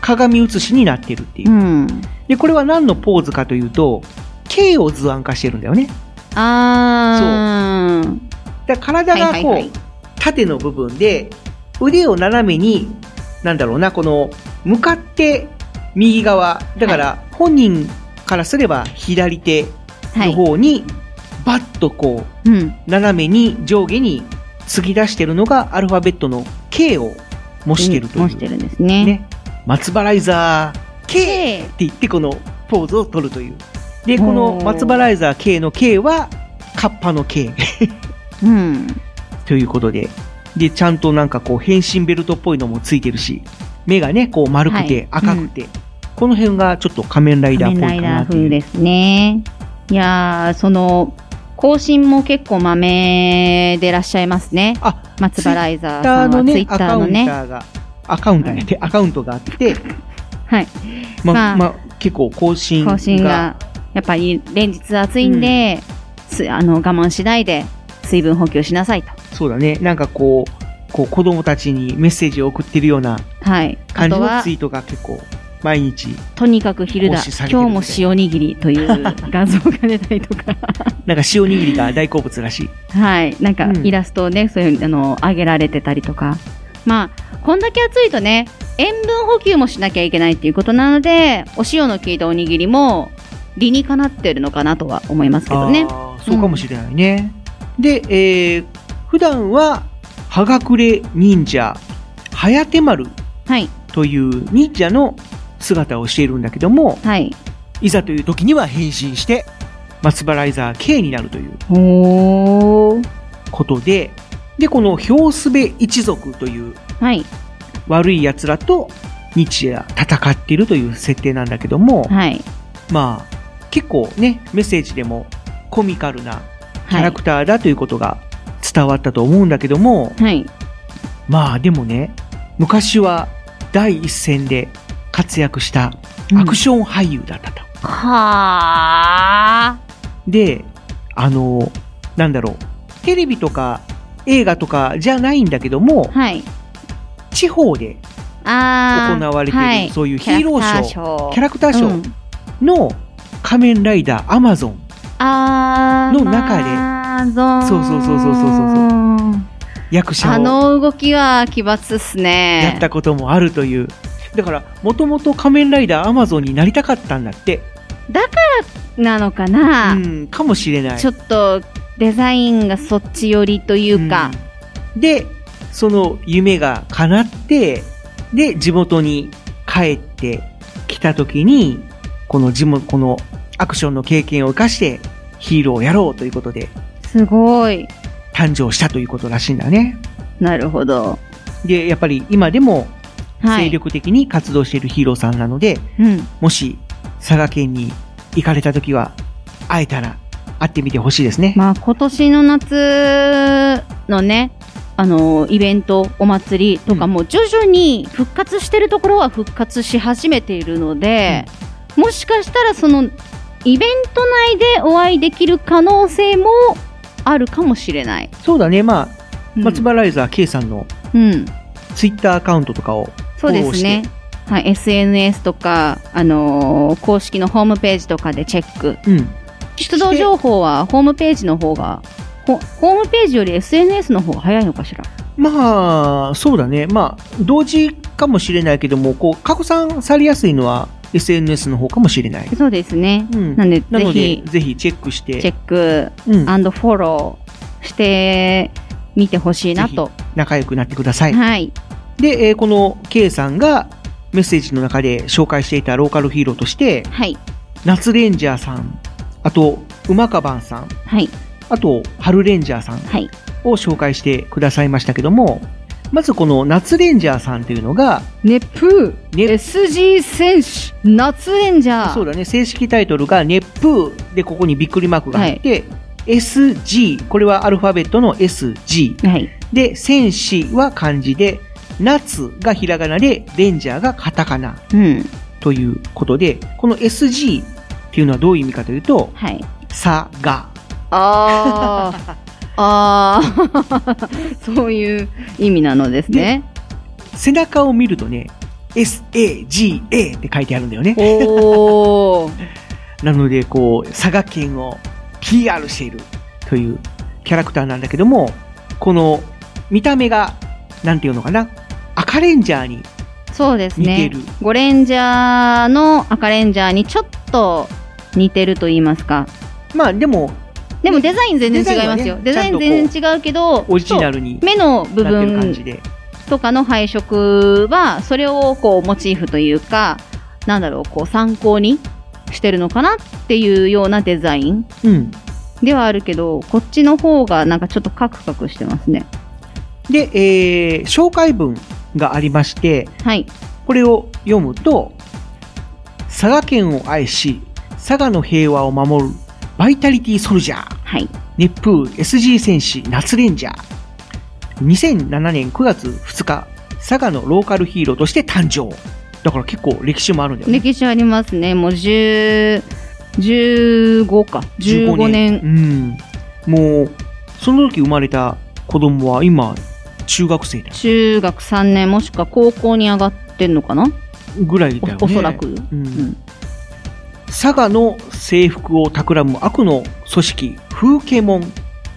Speaker 4: 鏡写しになってるっていう、でこれは何のポーズかというと K を図案化してるんだよね
Speaker 5: あー。
Speaker 4: だから体がこう、
Speaker 5: はいはいはい
Speaker 4: 縦の部分で腕を斜めになんだろうなこの向かって右側だから本人からすれば左手の方にバッとこう、斜めに上下に突き出してるのがアルファベットの K を模してるという、模して
Speaker 5: るんですね
Speaker 4: 松原イザー K って言ってこのポーズを取るというでこの松原イザー K の K はカッパの K
Speaker 5: うん。
Speaker 4: ということで。で、ちゃんとなんかこう、変身ベルトっぽいのもついてるし、目がね、こう丸く
Speaker 5: は
Speaker 4: て
Speaker 5: い
Speaker 4: 赤くて、この辺がちょっと仮面ライダ
Speaker 5: 仮
Speaker 4: ーっ
Speaker 5: 面ラ
Speaker 4: ぽい
Speaker 5: イ
Speaker 4: か
Speaker 5: ダ
Speaker 4: な
Speaker 5: ー
Speaker 4: という。
Speaker 5: 風ですね。いやー、その、更新も結構まめでらっしゃいますね。
Speaker 4: あ、
Speaker 5: 松原イザー
Speaker 4: ツイッタ
Speaker 5: さ
Speaker 4: ー
Speaker 5: ん
Speaker 4: の
Speaker 5: は
Speaker 4: ね
Speaker 5: ツイッターのね。
Speaker 4: アカウンターがアカウントやって、アカウントがあって、
Speaker 5: はい。
Speaker 4: ま、
Speaker 5: まあ
Speaker 4: ま結構更新が。
Speaker 5: 更新が、やっぱり連日暑いんで、すあの、我慢しないで、水分補給しなさいと。
Speaker 4: そうだね、なんかこう、こう子供たちにメッセージを送ってるような
Speaker 5: はい。あ
Speaker 4: 感じ
Speaker 5: と
Speaker 4: の
Speaker 5: は
Speaker 4: ツイ、ートが結構、毎日。
Speaker 5: とにかく昼だ
Speaker 4: 更新さ。れてる
Speaker 5: 今
Speaker 4: みたい
Speaker 5: 日も塩にぎりという画像が出たり
Speaker 4: [laughs]
Speaker 5: とか。
Speaker 4: なんか塩握りが大好物らしい。
Speaker 5: はい。なんか、
Speaker 4: うん
Speaker 5: イラストをね、そういう、あの、上げられてたりとか。まあ、こんだけ暑いとね、塩分補給もしなきゃいけないっていうことなので、お塩の効いたおにぎりも、理にかなってるのかなとは思いますけどね。
Speaker 4: あーそうかもしれないね。で、えー普段は、はがくれ忍者、はやて丸
Speaker 5: はい。
Speaker 4: という忍者の姿をしているんだけども、
Speaker 5: はい。
Speaker 4: いざという時には変身して、松原イザー K になるという
Speaker 5: おー。
Speaker 4: ことで、で、この氷すべ一族という
Speaker 5: はい。
Speaker 4: 悪い奴らと日夜戦っているという設定なんだけども、
Speaker 5: はい。
Speaker 4: まあ、結構ね、メッセージでもコミカルなキャラクターだということが伝わったと思うんだけども、
Speaker 5: はい。
Speaker 4: まあでもね、昔は第一線で活躍したアクション俳優だったと。
Speaker 5: は
Speaker 4: で、あの、なんだろう、テレビとか映画とかじゃないんだけども、
Speaker 5: はい。
Speaker 4: 地方で
Speaker 5: ー。あー。
Speaker 4: 行われている、
Speaker 5: はい
Speaker 4: そういうヒーローショー、キャラクターショ
Speaker 5: うん
Speaker 4: ーの仮面ライダーアマゾン
Speaker 5: あー。
Speaker 4: の中で
Speaker 5: まあゾーン
Speaker 4: そうそうそうそうそうそう役者
Speaker 5: あ
Speaker 4: を
Speaker 5: の動きは奇抜っすね。
Speaker 4: やったこともあるという。だから、もともと仮面ライダーアマゾンになりたかったんだって。
Speaker 5: だからなのかな、
Speaker 4: うん、かもしれない。
Speaker 5: ちょっとデザインがそっち寄りというか、
Speaker 4: で、その夢が叶って、で、地元に帰ってきた時に、この地元、このアクションの経験を生かしてヒーローをやろうということです
Speaker 5: ごい
Speaker 4: 誕生したということらしいんだね。
Speaker 5: なるほど。
Speaker 4: で、やっぱり今でも
Speaker 5: はい
Speaker 4: 精力的に活動しているヒーローさんなので、
Speaker 5: うん、
Speaker 4: もし佐賀県に行かれた時は会えたら会ってみてほしいですね。
Speaker 5: まあ今年の夏のねあのイベントお祭りとかも徐々に復活してるところは復活し始めているので、もしかしたらそのイベント内でお会いできる可能性もあるかもしれない。
Speaker 4: そうだね、まあ、松原ライザー K さんの
Speaker 5: うん、
Speaker 4: ツイッターアカウントとかをフ
Speaker 5: そう
Speaker 4: ォ
Speaker 5: で
Speaker 4: ロー
Speaker 5: す
Speaker 4: して、
Speaker 5: ね。はい、SNS とか、あのー公式のホームページとかでチェック。
Speaker 4: うん
Speaker 5: 出動情報はホームページの方が、ほホームページより SNS の方が早いのかしら。
Speaker 4: まあ、そうだね。まあ、同時かもしれないけども、こう、拡散されやすいのは SNS の方かもしれない。
Speaker 5: そうですね。
Speaker 4: うん
Speaker 5: なんで、
Speaker 4: な
Speaker 5: ぜ
Speaker 4: ので
Speaker 5: ひ、、
Speaker 4: ぜひチェックして、
Speaker 5: チェック、アンドフォローしてみてほしいなと。
Speaker 4: 仲良くなってください。
Speaker 5: はい。
Speaker 4: で、えーこの K さんがメッセージの中で紹介していたローカルヒーローとして、
Speaker 5: はい。
Speaker 4: 夏レンジャーさん、あと、馬かばんさん、
Speaker 5: はい。
Speaker 4: あと、春レンジャーさん
Speaker 5: はい。
Speaker 4: を紹介してくださいましたけども、まずこの夏レンジャーさんっていうのが、
Speaker 5: ネプー、SG 戦士、夏レンジャー。
Speaker 4: そうだね、正式タイトルがネプーでここにびっくりマークが入って、SG、これはアルファベットの SG。で、戦士は漢字で、夏がひらがなで、レンジャーがカタカナ。
Speaker 5: うん。
Speaker 4: ということで、この SG っていうのはどういう意味かというと、
Speaker 5: はい。
Speaker 4: さが。
Speaker 5: ああ。ああ、 [laughs] そういう意味なのですね。
Speaker 4: 背中を見るとね、SAGA って書いてあるんだよね。
Speaker 5: お
Speaker 4: なので、こう、佐賀県を PR しているというキャラクターなんだけども、この見た目が、なんていうのかな、赤レンジャーに
Speaker 5: そうです
Speaker 4: 似て
Speaker 5: ね
Speaker 4: る。
Speaker 5: ゴレンジャーの赤レンジャーにちょっと似てると言いますか。
Speaker 4: まあでも、
Speaker 5: でもデザイン全然違いますよ。
Speaker 4: デ
Speaker 5: デ
Speaker 4: ザ
Speaker 5: ザ
Speaker 4: イ
Speaker 5: イ
Speaker 4: ンは
Speaker 5: ン
Speaker 4: ね
Speaker 5: 全然違うけど、
Speaker 4: オリジナルに
Speaker 5: そう目の部
Speaker 4: なってる感
Speaker 5: 分
Speaker 4: じで。
Speaker 5: とかの配色は、それをこうモチーフというか、なんだろう、こう参考にしてるのかなっていうようなデザイン
Speaker 4: うん。
Speaker 5: ではあるけど、こっちの方がなんかちょっとカクカクしてますね。
Speaker 4: で、えー紹介文がありまして、これを読むと、佐賀県を愛し、佐賀の平和を守るバイタリティソルジャー、熱風 SG 戦士夏レンジャー、2007年9月2日、佐賀のローカルヒーローとして誕生。だから結構歴史もあるんだよね。
Speaker 5: 歴史ありますね。もう10、15か。15年。
Speaker 4: 年。うん。もう、その時生まれた子供は今、中学生だよ
Speaker 5: 中学3年、もしくは高校に上がってんのかな
Speaker 4: ぐらいだよね。
Speaker 5: おおそらく。
Speaker 4: うん佐賀の征服を企む悪の組織風景門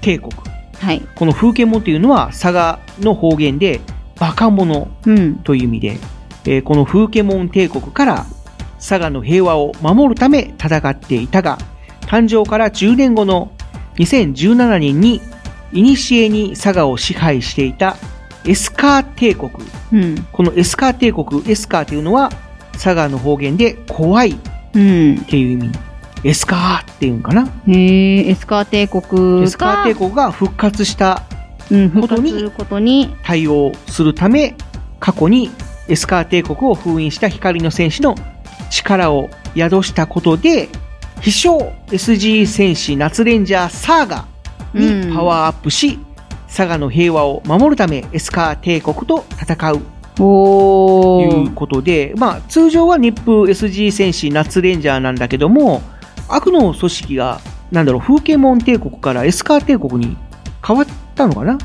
Speaker 4: 帝国、
Speaker 5: はい、
Speaker 4: この風景門というのは佐賀の方言でバカ者という意味で、えーこの風景門帝国から佐賀の平和を守るため戦っていたが誕生から10年後の2017年に古に佐賀を支配していたエスカー帝国
Speaker 5: うん。
Speaker 4: このエスカー帝国、エスカーというのは、佐賀の方言で怖いって
Speaker 5: いう
Speaker 4: 意味。エスカーっていうんかな。
Speaker 5: へえエスカー帝国が。
Speaker 4: エスカー帝国が復活した
Speaker 5: ことに
Speaker 4: 対応するため、過去にエスカー帝国を封印した光の戦士の力を宿したことで、飛翔 SG 戦士夏レンジャーサーガにパワーアップし、佐賀の平和を守るためエスカー帝国と戦う
Speaker 5: お
Speaker 4: いうことで、まあ、通常は日風 SG 戦士夏レンジャーなんだけども悪の組織がなんだろう風景門帝国からエスカー帝国に変わったのかな、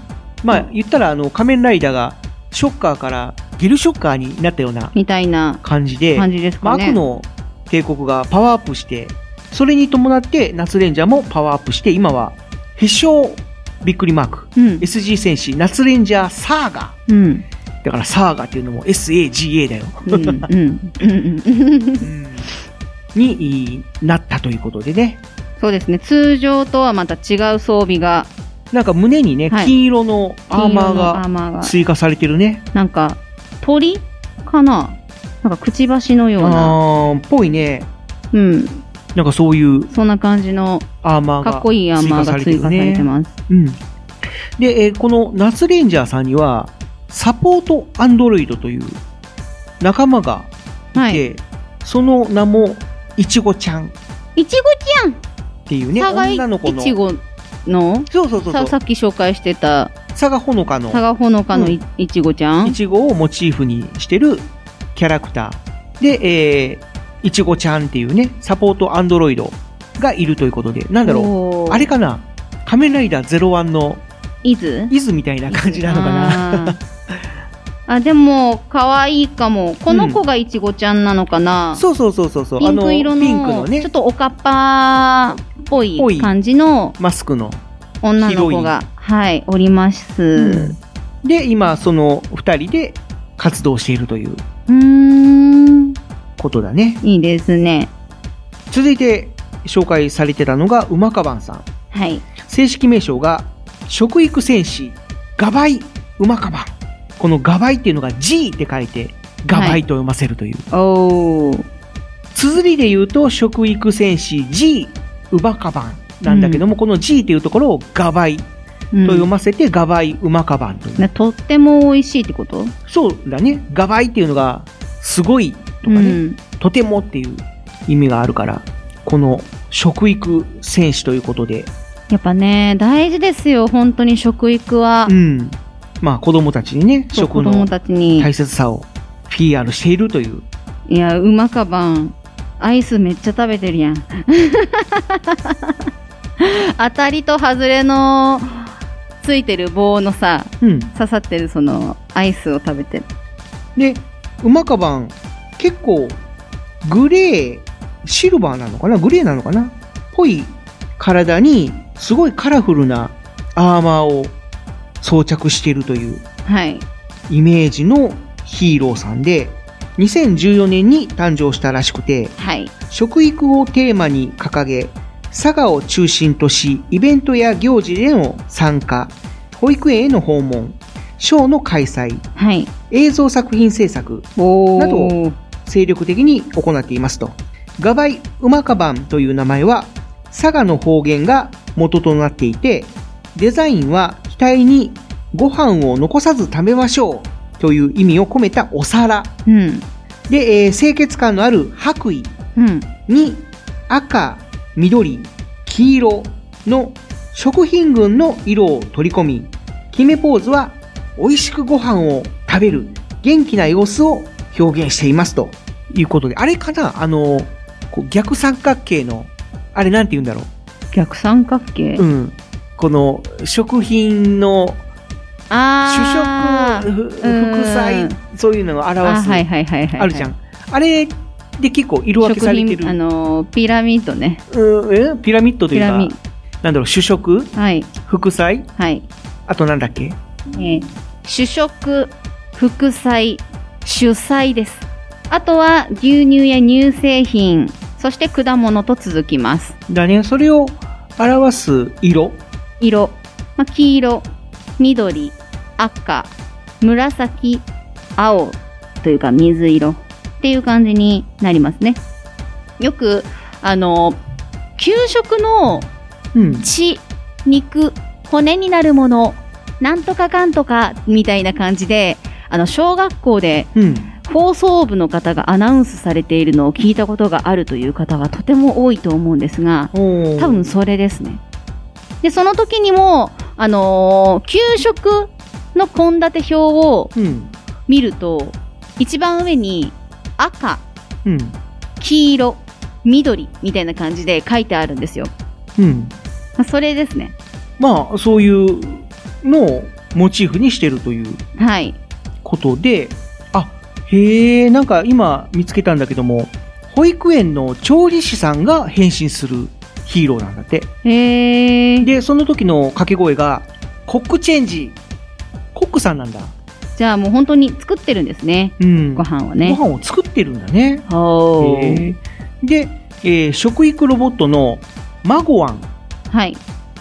Speaker 4: まあ、言ったらあの仮面ライダーがショッカーからギルショッカーになったような
Speaker 5: みたいな
Speaker 4: 感じで
Speaker 5: 感じですかね
Speaker 4: まあ悪の帝国がパワーアップしてそれに伴って夏レンジャーもパワーアップして今は必勝びっくりマーク、SG 戦士夏レンジャーサーガ
Speaker 5: うん。
Speaker 4: だからサーガっていうのも SAGA だよ、
Speaker 5: うんうんうん
Speaker 4: [laughs]
Speaker 5: [laughs]
Speaker 4: になったということでね
Speaker 5: そうですね。通常とはまた違う装備が。
Speaker 4: なんか胸にね、
Speaker 5: はい
Speaker 4: 金色のアーマ
Speaker 5: 金色のアーマ
Speaker 4: ー
Speaker 5: ー
Speaker 4: が
Speaker 5: が
Speaker 4: 追加されてるね
Speaker 5: なんか、鳥かななんかくちばしのような。
Speaker 4: あーぽいね
Speaker 5: うん。
Speaker 4: なんかそういう
Speaker 5: そんな感じの
Speaker 4: アーマーが
Speaker 5: かっこいいアーマーが追加されてます。
Speaker 4: うん、で、えーこの夏レンジャーさんにはサポートアンドロイドという仲間がいて、その名もいちごちゃんっ
Speaker 5: いちごちゃん
Speaker 4: ていうね
Speaker 5: 佐賀い
Speaker 4: 女の子の
Speaker 5: いちごの
Speaker 4: そうそうそうそう
Speaker 5: ささっき紹介してた
Speaker 4: 佐賀ほのかの
Speaker 5: 佐賀ほのかのい,、
Speaker 4: うん
Speaker 5: ちごちゃん
Speaker 4: いちごをモチーフにしてるキャラクターで、えー、いちごちゃんっていうねサポートアンドロイドがいるということでなんだろ
Speaker 5: お
Speaker 4: う
Speaker 5: ー
Speaker 4: あれかな仮面ライダー01の
Speaker 5: イズ
Speaker 4: イズみたいな感じなのかな
Speaker 5: あーあでも可愛いかもこの子がいちごちゃんなのかな、
Speaker 4: [laughs] そうそうそうそうそう
Speaker 5: ピンク色の
Speaker 4: ピンクのね
Speaker 5: ちょっとおかっぱっぽ
Speaker 4: ぽい
Speaker 5: い感じの
Speaker 4: マスクの
Speaker 5: 女の子がはいおります、う
Speaker 4: で今その2人で活動しているという
Speaker 5: ーん
Speaker 4: ことだね
Speaker 5: いいですね
Speaker 4: 続いて紹介されてたのが馬かばんさん
Speaker 5: はい
Speaker 4: 正式名称が食育戦士ガバイ馬かばんこのガバイっていうのが G って書いてガバイと読ませるという、
Speaker 5: お
Speaker 4: 綴りで言うと食育戦士 G 馬かばんなんだけども、この G っていうところをガバイと読ませて、ガバイ馬かばんという
Speaker 5: なとっても美味しいってこと
Speaker 4: そうだねガバイっていうのがすごいとかね、とてもっていう意味があるからこの食育戦士ということで、
Speaker 5: やっぱね大事ですよ本当に食育は、
Speaker 4: うん、まあ子供たちにね
Speaker 5: そう
Speaker 4: 食
Speaker 5: 子
Speaker 4: の
Speaker 5: 供たちに
Speaker 4: 大切さを PR しているという
Speaker 5: いやうまかばんアイスめっちゃ食べてる
Speaker 4: [laughs]
Speaker 5: やん当たりと外れのついてる棒のさ、
Speaker 4: うん
Speaker 5: 刺さってるそのアイスを食べてる
Speaker 4: で、馬かばん、結構、グレー、シルバーなのかなグレーなのかなぽい体に、すごいカラフルなアーマーを装着しているという
Speaker 5: はい
Speaker 4: イメージのヒーローさんで、2014年に誕生したらしくて、
Speaker 5: はい
Speaker 4: 食育をテーマに掲げ、佐賀を中心とし、イベントや行事での参加、保育園への訪問、ショーの開催、
Speaker 5: はい、
Speaker 4: 映像作品制作などを精力的に行っていますと。ガバイ馬カバンという名前は、佐賀の方言が元となっていて、デザインは額にご飯を残さず食べましょうという意味を込めたお皿。
Speaker 5: うん
Speaker 4: で、えー清潔感のある白衣
Speaker 5: うん
Speaker 4: に赤、緑、黄色の食品群の色を取り込み、決めポーズは美味しくご飯を食べる元気な様子を表現していますということで、あれかなあの、こう逆三角形の、あれなんて言うんだろう
Speaker 5: 逆三角形
Speaker 4: うん。この食品の
Speaker 5: あ
Speaker 4: 主食、ふ
Speaker 5: うん
Speaker 4: 副菜、そういうのを表す。
Speaker 5: あはいはいはいはいはい
Speaker 4: あるじゃん。あれで結構色分けされて
Speaker 5: 食
Speaker 4: る。
Speaker 5: 品あのーピラミッドね
Speaker 4: うんえピラミッドという
Speaker 5: ピラ
Speaker 4: か
Speaker 5: ミ、
Speaker 4: なんだろう、主食、
Speaker 5: はい、
Speaker 4: 副菜、
Speaker 5: はい、
Speaker 4: あとなんだっけ
Speaker 5: えー主食、副菜、主菜です。あとは牛乳や乳製品、そして果物と続きます。
Speaker 4: だね、それを表す色。
Speaker 5: 色、まあ、黄色、緑、赤、紫、青というか水色っていう感じになりますね。よく、あの、給食の
Speaker 4: うん。
Speaker 5: 血、肉、骨になるもの、なんとかかんとか、みたいな感じで、あの、小学校で、
Speaker 4: うん。
Speaker 5: 放送部の方がアナウンスされているのを聞いたことがあるという方がとても多いと思うんですが、
Speaker 4: 多
Speaker 5: 分それですね。で、その時にも、あのー給食の献立表を
Speaker 4: うん。
Speaker 5: 見ると、一番上に赤、
Speaker 4: うん。
Speaker 5: 黄色、緑みたいな感じで書いてあるんですよ。
Speaker 4: うん。
Speaker 5: まあそれですね。
Speaker 4: まあ、そういうのをモチーフにしてるという
Speaker 5: はい。
Speaker 4: ことで、あ、へえ、なんか今見つけたんだけども、保育園の調理師さんが変身するヒーローなんだって。
Speaker 5: へえ。
Speaker 4: で、その時の掛け声が、コックチェンジ。コックさんなんだ。
Speaker 5: じゃあもう本当に作ってるんですね。
Speaker 4: うん。
Speaker 5: ご飯をね。
Speaker 4: ご飯を作ってるんだね。
Speaker 5: おー
Speaker 4: へえで、えー食育ロボットのマゴワン
Speaker 5: はい。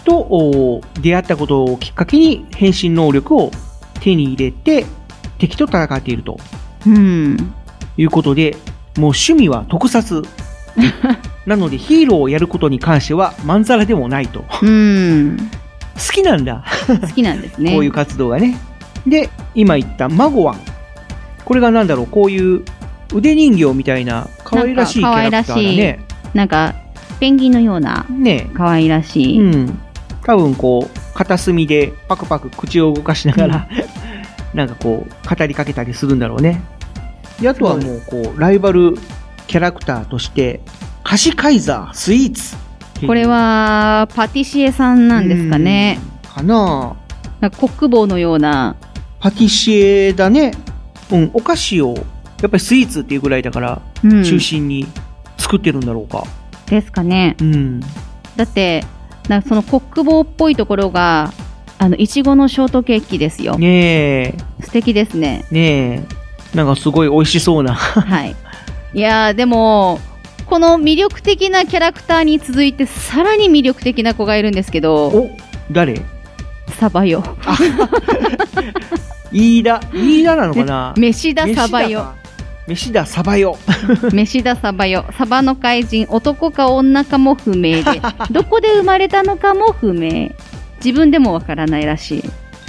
Speaker 4: とおー出会ったことをきっかけに変身能力を手に入れて敵と戦っていると
Speaker 5: うん。
Speaker 4: いうことで、もう趣味は特
Speaker 5: [laughs]
Speaker 4: 撮。なのでヒーローをやることに関してはまんざらでもないと。
Speaker 5: うん。
Speaker 4: 好きなんだ。
Speaker 5: 好きなんですね。
Speaker 4: [laughs] こういう活動がね。で、今言ったマゴワン。これがなんだろう、こういう腕人形みたいな可愛らしいキャラクターだね。
Speaker 5: なんか、ペンギンのような、
Speaker 4: ね
Speaker 5: 可愛らしい。
Speaker 4: うん。多分こう、片隅でパクパク口を動かしながら、 [laughs] なんかこう、語りかけたりするんだろうね。で、あとはもうこう、ライバルキャラクターとして、菓子カイザースイーツ。
Speaker 5: これは、パティシエさんなんですかね。
Speaker 4: かな
Speaker 5: なんかコック帽のような。
Speaker 4: パティシエだね。うん、お菓子を、やっぱりスイーツっていうぐらいだから、
Speaker 5: うん
Speaker 4: 中心に作ってるんだろうか。
Speaker 5: ですかね。
Speaker 4: うん。
Speaker 5: だって、なんかそのコック帽っぽいところが、あの、いちごのショートケーキですよ。
Speaker 4: ねえ、
Speaker 5: 素敵ですね。
Speaker 4: ねえ。なんかすごい美味しそうな。
Speaker 5: はい。いやー、でも、この魅力的なキャラクターに続いて、さらに魅力的な子がいるんですけど、
Speaker 4: [laughs] 誰
Speaker 5: サバよ。
Speaker 4: 飯田、飯田なのかな
Speaker 5: 飯田サバ
Speaker 4: [laughs]
Speaker 5: よ。
Speaker 4: 飯田サバよ。
Speaker 5: 飯田サバよサバの怪人男か女かも不明で
Speaker 4: [laughs]
Speaker 5: どこで生まれたのかも不明自分でもわからないらしい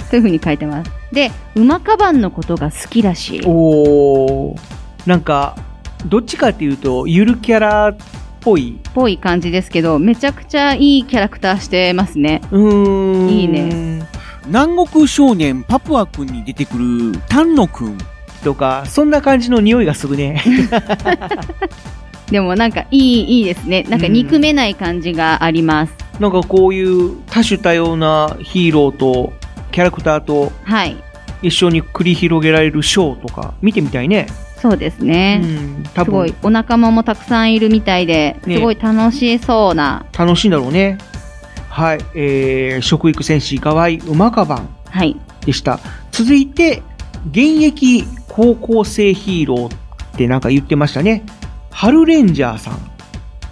Speaker 5: というふうに書いてますで馬カバンのことが好きらしい
Speaker 4: おーなんか、どっちかっていうと、ゆるキャラっぽい。
Speaker 5: ぽい感じですけどめちゃくちゃいいキャラクターしてますね
Speaker 4: うーん
Speaker 5: いいね
Speaker 13: 南国少年パプア君に出てくる丹野君
Speaker 4: とか、そんな感じの匂いがするね。 [laughs]
Speaker 5: でもなんかいいいいですねなんか憎めない感じがあります、
Speaker 4: なんかこういう多種多様なヒーローとキャラクターと
Speaker 5: はい。
Speaker 4: 一緒に繰り広げられるショーとか見てみたいね。
Speaker 5: そうですね。
Speaker 4: 多
Speaker 5: すご
Speaker 4: 分
Speaker 5: い、お仲間もたくさんいるみたいで、
Speaker 4: ね
Speaker 5: すごい楽しそうな。
Speaker 4: 楽しいんだろうね。はい、えー、食育戦士河合馬かばん
Speaker 5: はい。
Speaker 4: でした。続いて、現役高校生ヒーローってなんか言ってましたね。春レンジャーさん。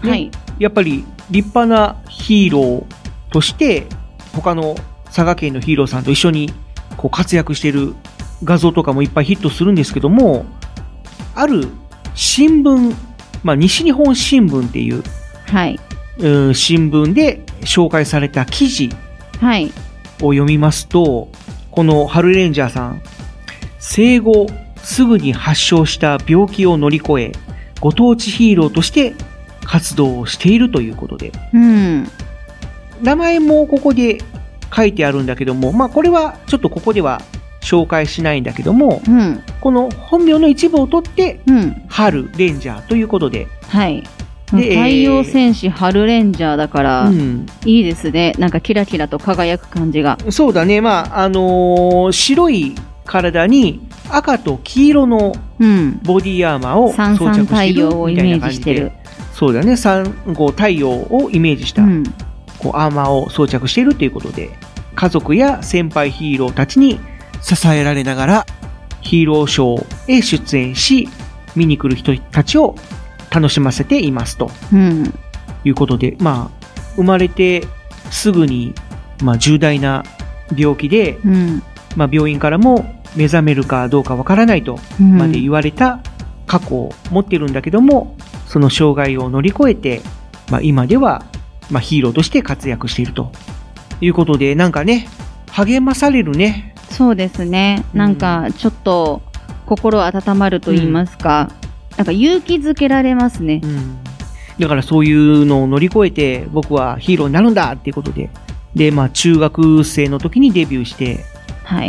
Speaker 4: ね
Speaker 5: はい。
Speaker 4: やっぱり立派なヒーローとして、他の佐賀県のヒーローさんと一緒にこう活躍してる画像とかもいっぱいヒットするんですけども、ある新聞、まあ、西日本新聞っていう、
Speaker 5: はい。
Speaker 4: うん、新聞で紹介された記事
Speaker 5: はい。
Speaker 4: を読みますと、この春レンジャーさん、生後すぐに発症した病気を乗り越え、ご当地ヒーローとして活動をしているということで、
Speaker 5: うん。
Speaker 4: 名前もここで書いてあるんだけども、まあこれはちょっとここでは紹介しないんだけども、
Speaker 5: うん。
Speaker 4: この本名の一部を取って、
Speaker 5: うん。
Speaker 4: 春レンジャーということで、
Speaker 5: はい。
Speaker 4: で
Speaker 5: 太陽戦士春レンジャーだから、
Speaker 4: うん
Speaker 5: いいですね。なんかキラキラと輝く感じが。
Speaker 4: そうだね、まあ、あのー白い体に赤と黄色のボディアーマーを
Speaker 5: 三
Speaker 4: 装着
Speaker 5: 々太
Speaker 4: してる
Speaker 5: 陽を
Speaker 4: み
Speaker 5: イ
Speaker 4: たい
Speaker 5: メ
Speaker 4: な
Speaker 5: ー
Speaker 4: 感
Speaker 5: ジ
Speaker 4: じ
Speaker 5: してる
Speaker 4: で。。そうだね、三号太陽をイメージした、こうアーマーを装着しているということで、家族や先輩ヒーローたちに支えられながら、ヒーローショーへ出演し、見に来る人たちを楽しませていますと。
Speaker 5: うん。
Speaker 4: いうことで、まあ、生まれてすぐに、まあ、重大な病気で、
Speaker 5: うん。
Speaker 4: まあ、病院からも目覚めるかどうかわからないと
Speaker 5: うん
Speaker 4: まで言われた過去を持ってるんだけども、その障害を乗り越えて、まあ、今では、まあ、ヒーローとして活躍しているということで、なんかね、励まされるね。
Speaker 5: そうですね。なんか、ちょっと、心温まると言いますか、なんか勇気づけられますね。
Speaker 4: だからそういうのを乗り越えて、僕はヒーローになるんだっていうことで。で、まあ、中学生の時にデビューして、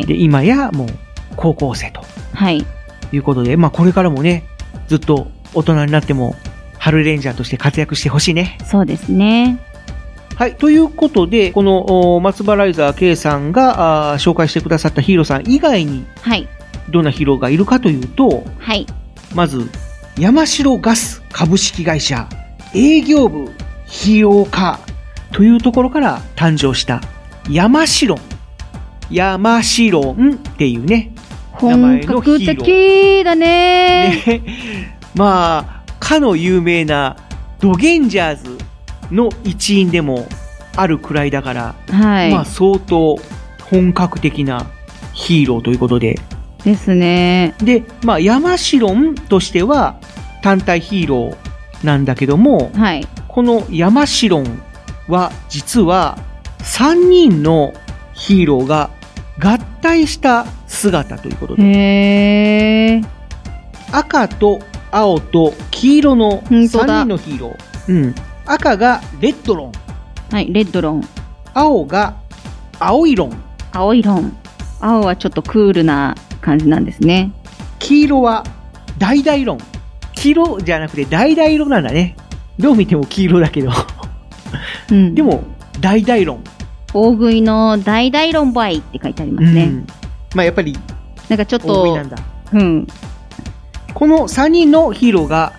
Speaker 4: で、今やもう高校生と。
Speaker 5: はい。
Speaker 4: いうことで、まあ、これからもね、ずっと大人になっても、春レンジャーとして活躍してほしいね。
Speaker 5: そうですね。
Speaker 4: はい。ということで、このお松原ライザー K さんがあー紹介してくださったヒーローさん以外に、
Speaker 5: はい。
Speaker 4: どんなヒーローがいるかというと、
Speaker 5: はい。
Speaker 4: まず、山城ガス株式会社営業部費用課というところから誕生した山城。山城んっていうね、名前
Speaker 5: 本
Speaker 4: のヒ
Speaker 5: 格
Speaker 4: ーロー。
Speaker 5: 的だね
Speaker 4: [laughs] まあ、かの有名なドゲンジャーズの一員でもあるくらいだから、
Speaker 5: はい
Speaker 4: まあ相当本格的なヒーローということで。
Speaker 5: ですね。
Speaker 4: で、まあ山城としては単体ヒーローなんだけども、
Speaker 5: はい。
Speaker 4: この山城は実は3人のヒーローが合体した姿ということで。
Speaker 5: へー。
Speaker 4: 赤と青と黄色の3人のヒーロー、
Speaker 7: 嗯
Speaker 4: うん、赤がレッドロン
Speaker 5: はい、レッドロン。
Speaker 4: 青が青いロン
Speaker 5: 青いロン。青はちょっとクールな感じなんですね。
Speaker 4: 黄色はダイダイロン黄色じゃなくてダイダイロンなんだねどう見ても黄色だけど、でもダイダイロン、
Speaker 5: 大食いの大大論バイって書いてありますね。
Speaker 4: うんまあ、やっぱり
Speaker 5: なんかちょっ
Speaker 4: 大食い
Speaker 5: と
Speaker 4: なんだ、
Speaker 5: うん。
Speaker 4: この3人のヒーローが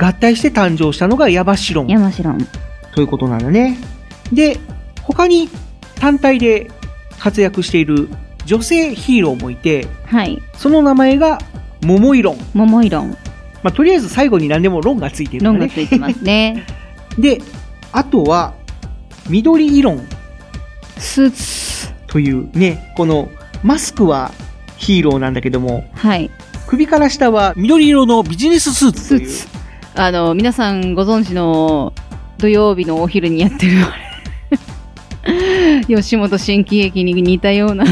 Speaker 4: 合体して誕生したのがヤバシロン
Speaker 5: 山城。
Speaker 4: ということなんだね。で、他に単体で活躍している女性ヒーローもいて、
Speaker 5: はい。
Speaker 4: その名前が桃イロン。
Speaker 5: 桃イロン。
Speaker 4: まあ、とりあえず最後に何でもロンがついてるんだ
Speaker 5: ロ
Speaker 4: ね。
Speaker 5: ンがついてますね。
Speaker 4: [laughs] で、あとは、緑イロン
Speaker 5: スーツ
Speaker 4: というね、このマスクはヒーローなんだけども、
Speaker 5: はい。
Speaker 4: 首から下は緑色のビジネススーツ
Speaker 5: スーツ。あの、皆さんご存知の土曜日のお昼にやってるあれ。 [laughs] 吉本新喜劇に似たような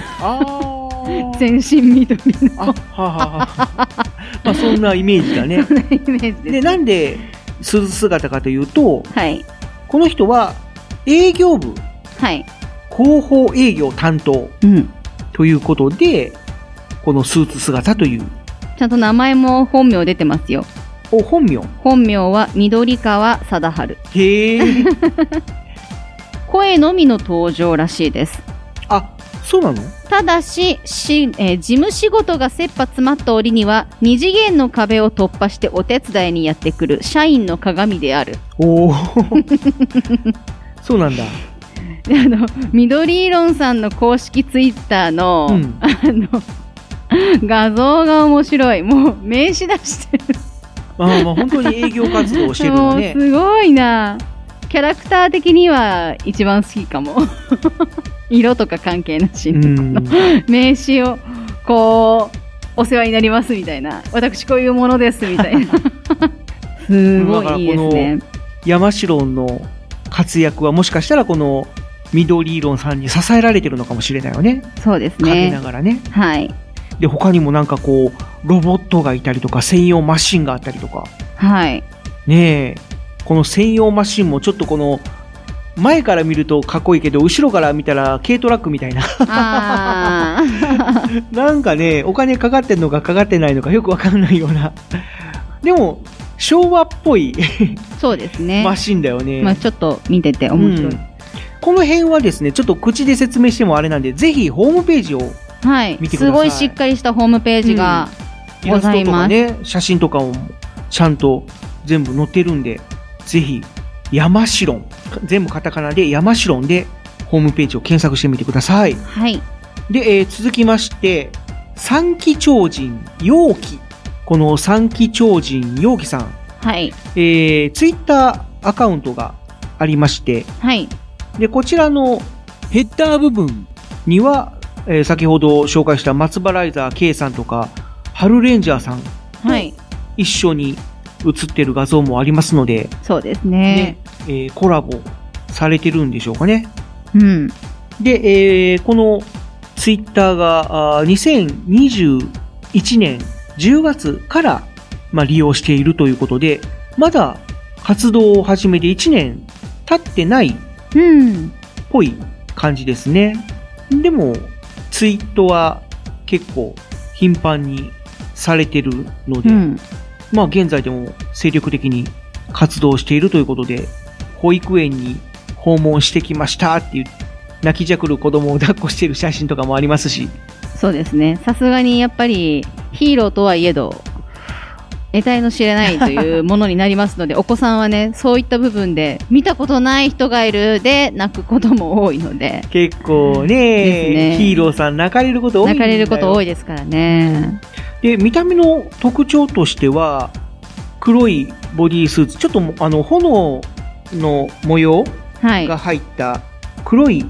Speaker 5: 全身緑の
Speaker 4: まあ、そんなイメージだね。
Speaker 5: そんなイメージです、
Speaker 4: で、なんでスーツ姿かというと、
Speaker 5: はい。
Speaker 4: この人は営業部、
Speaker 5: はい。
Speaker 4: 広報営業担当、ということで、このスーツ姿という、
Speaker 5: ちゃんと名前も本名出てますよ。
Speaker 4: お、本名
Speaker 5: 本名は緑川貞治。
Speaker 4: へえ。
Speaker 5: 声のみの登場らしいです。
Speaker 4: あ、そうなの
Speaker 5: ただしし、えー事務仕事が切羽詰まった折には二次元の壁を突破してお手伝いにやってくる社員の鏡である [laughs]
Speaker 4: おおそうなんだ
Speaker 5: であの緑イロンさんの公式ツイッターの、
Speaker 4: うん
Speaker 5: あの画像が面白いもう名刺出してる
Speaker 4: ああまあ本当に営業活動をしてるのね
Speaker 5: [laughs] もうすごいなキャラクター的には一番好きかも [laughs] 色とか関係なしに
Speaker 4: うん
Speaker 5: 名刺をこうお世話になりますみたいな私こういうものですみたいな
Speaker 4: [laughs]
Speaker 5: すごいいいですね
Speaker 4: だからこの山城の活躍はもしかしたらこの緑色さんに支えられてるのかもしれないよね。
Speaker 5: そうですね
Speaker 4: 陰ながらね。
Speaker 5: はい
Speaker 4: で他にもなんかこうロボットがいたりとか専用マシンがあったりとか
Speaker 5: はい
Speaker 4: ねえこの専用マシンもちょっとこの前から見るとかっこいいけど後ろから見たら軽トラックみたいな [laughs] なんかねお金かかってんのかかかってないのかよくわかんないようなでも昭和っぽい
Speaker 5: そうです [laughs] ね
Speaker 4: マシンだよね、
Speaker 5: まあちょっと見てて面白い
Speaker 4: うんこの辺はですねちょっと口で説明してもあれなんでぜひホームページを
Speaker 5: はい
Speaker 4: 見てく
Speaker 5: す
Speaker 4: ださい
Speaker 5: ごいしっかりしたホームページが
Speaker 4: イ
Speaker 5: ご
Speaker 4: ラス
Speaker 5: ざ
Speaker 4: ト
Speaker 5: い
Speaker 4: と
Speaker 5: ま
Speaker 4: か
Speaker 5: す、
Speaker 4: ね写真とかもちゃんと全部載ってるんでぜひ山城全部カタカナで山城でホームページを検索してみてください
Speaker 5: はい
Speaker 4: で、えー続きまして三鬼超人陽気この三鬼超人陽気さん、
Speaker 5: はい
Speaker 4: えー、ツイッターアカウントがありまして
Speaker 5: はい
Speaker 4: でこちらのヘッダー部分には、えー先ほど紹介した松原ライザー K さんとかハルレンジャーさん
Speaker 5: はい
Speaker 4: 一緒に写ってる画像もありますので、
Speaker 5: そうですね
Speaker 4: えーコラボされてるんでしょうかね。
Speaker 5: うん
Speaker 4: で、えーこのツイッターがあー2021年10月から、まあ、利用しているということで、まだ活動を始めて1年経ってないっぽい感じですね。でも、ツイートは結構頻繁にされてるので、
Speaker 5: うん
Speaker 4: まあ現在でも精力的に活動しているということで、保育園に訪問してきましたっていう、泣きじゃくる子供を抱っこしている写真とかもありますし、
Speaker 5: そうですねさすがにやっぱりヒーローとはいえど得体の知れないというものになりますの
Speaker 4: [laughs]
Speaker 5: でお子さんはねそういった部分で見たことない人がいるで泣くことも多いので
Speaker 4: 結構
Speaker 5: です
Speaker 4: ね、
Speaker 5: ね
Speaker 4: ヒーローさん泣かれること多い
Speaker 5: 泣
Speaker 4: んだ
Speaker 5: か
Speaker 4: よ
Speaker 5: れること多いですからね
Speaker 4: で、見た目の特徴としては、黒いボディースーツ、ちょっともあの炎の模様
Speaker 5: はい
Speaker 4: が入った黒い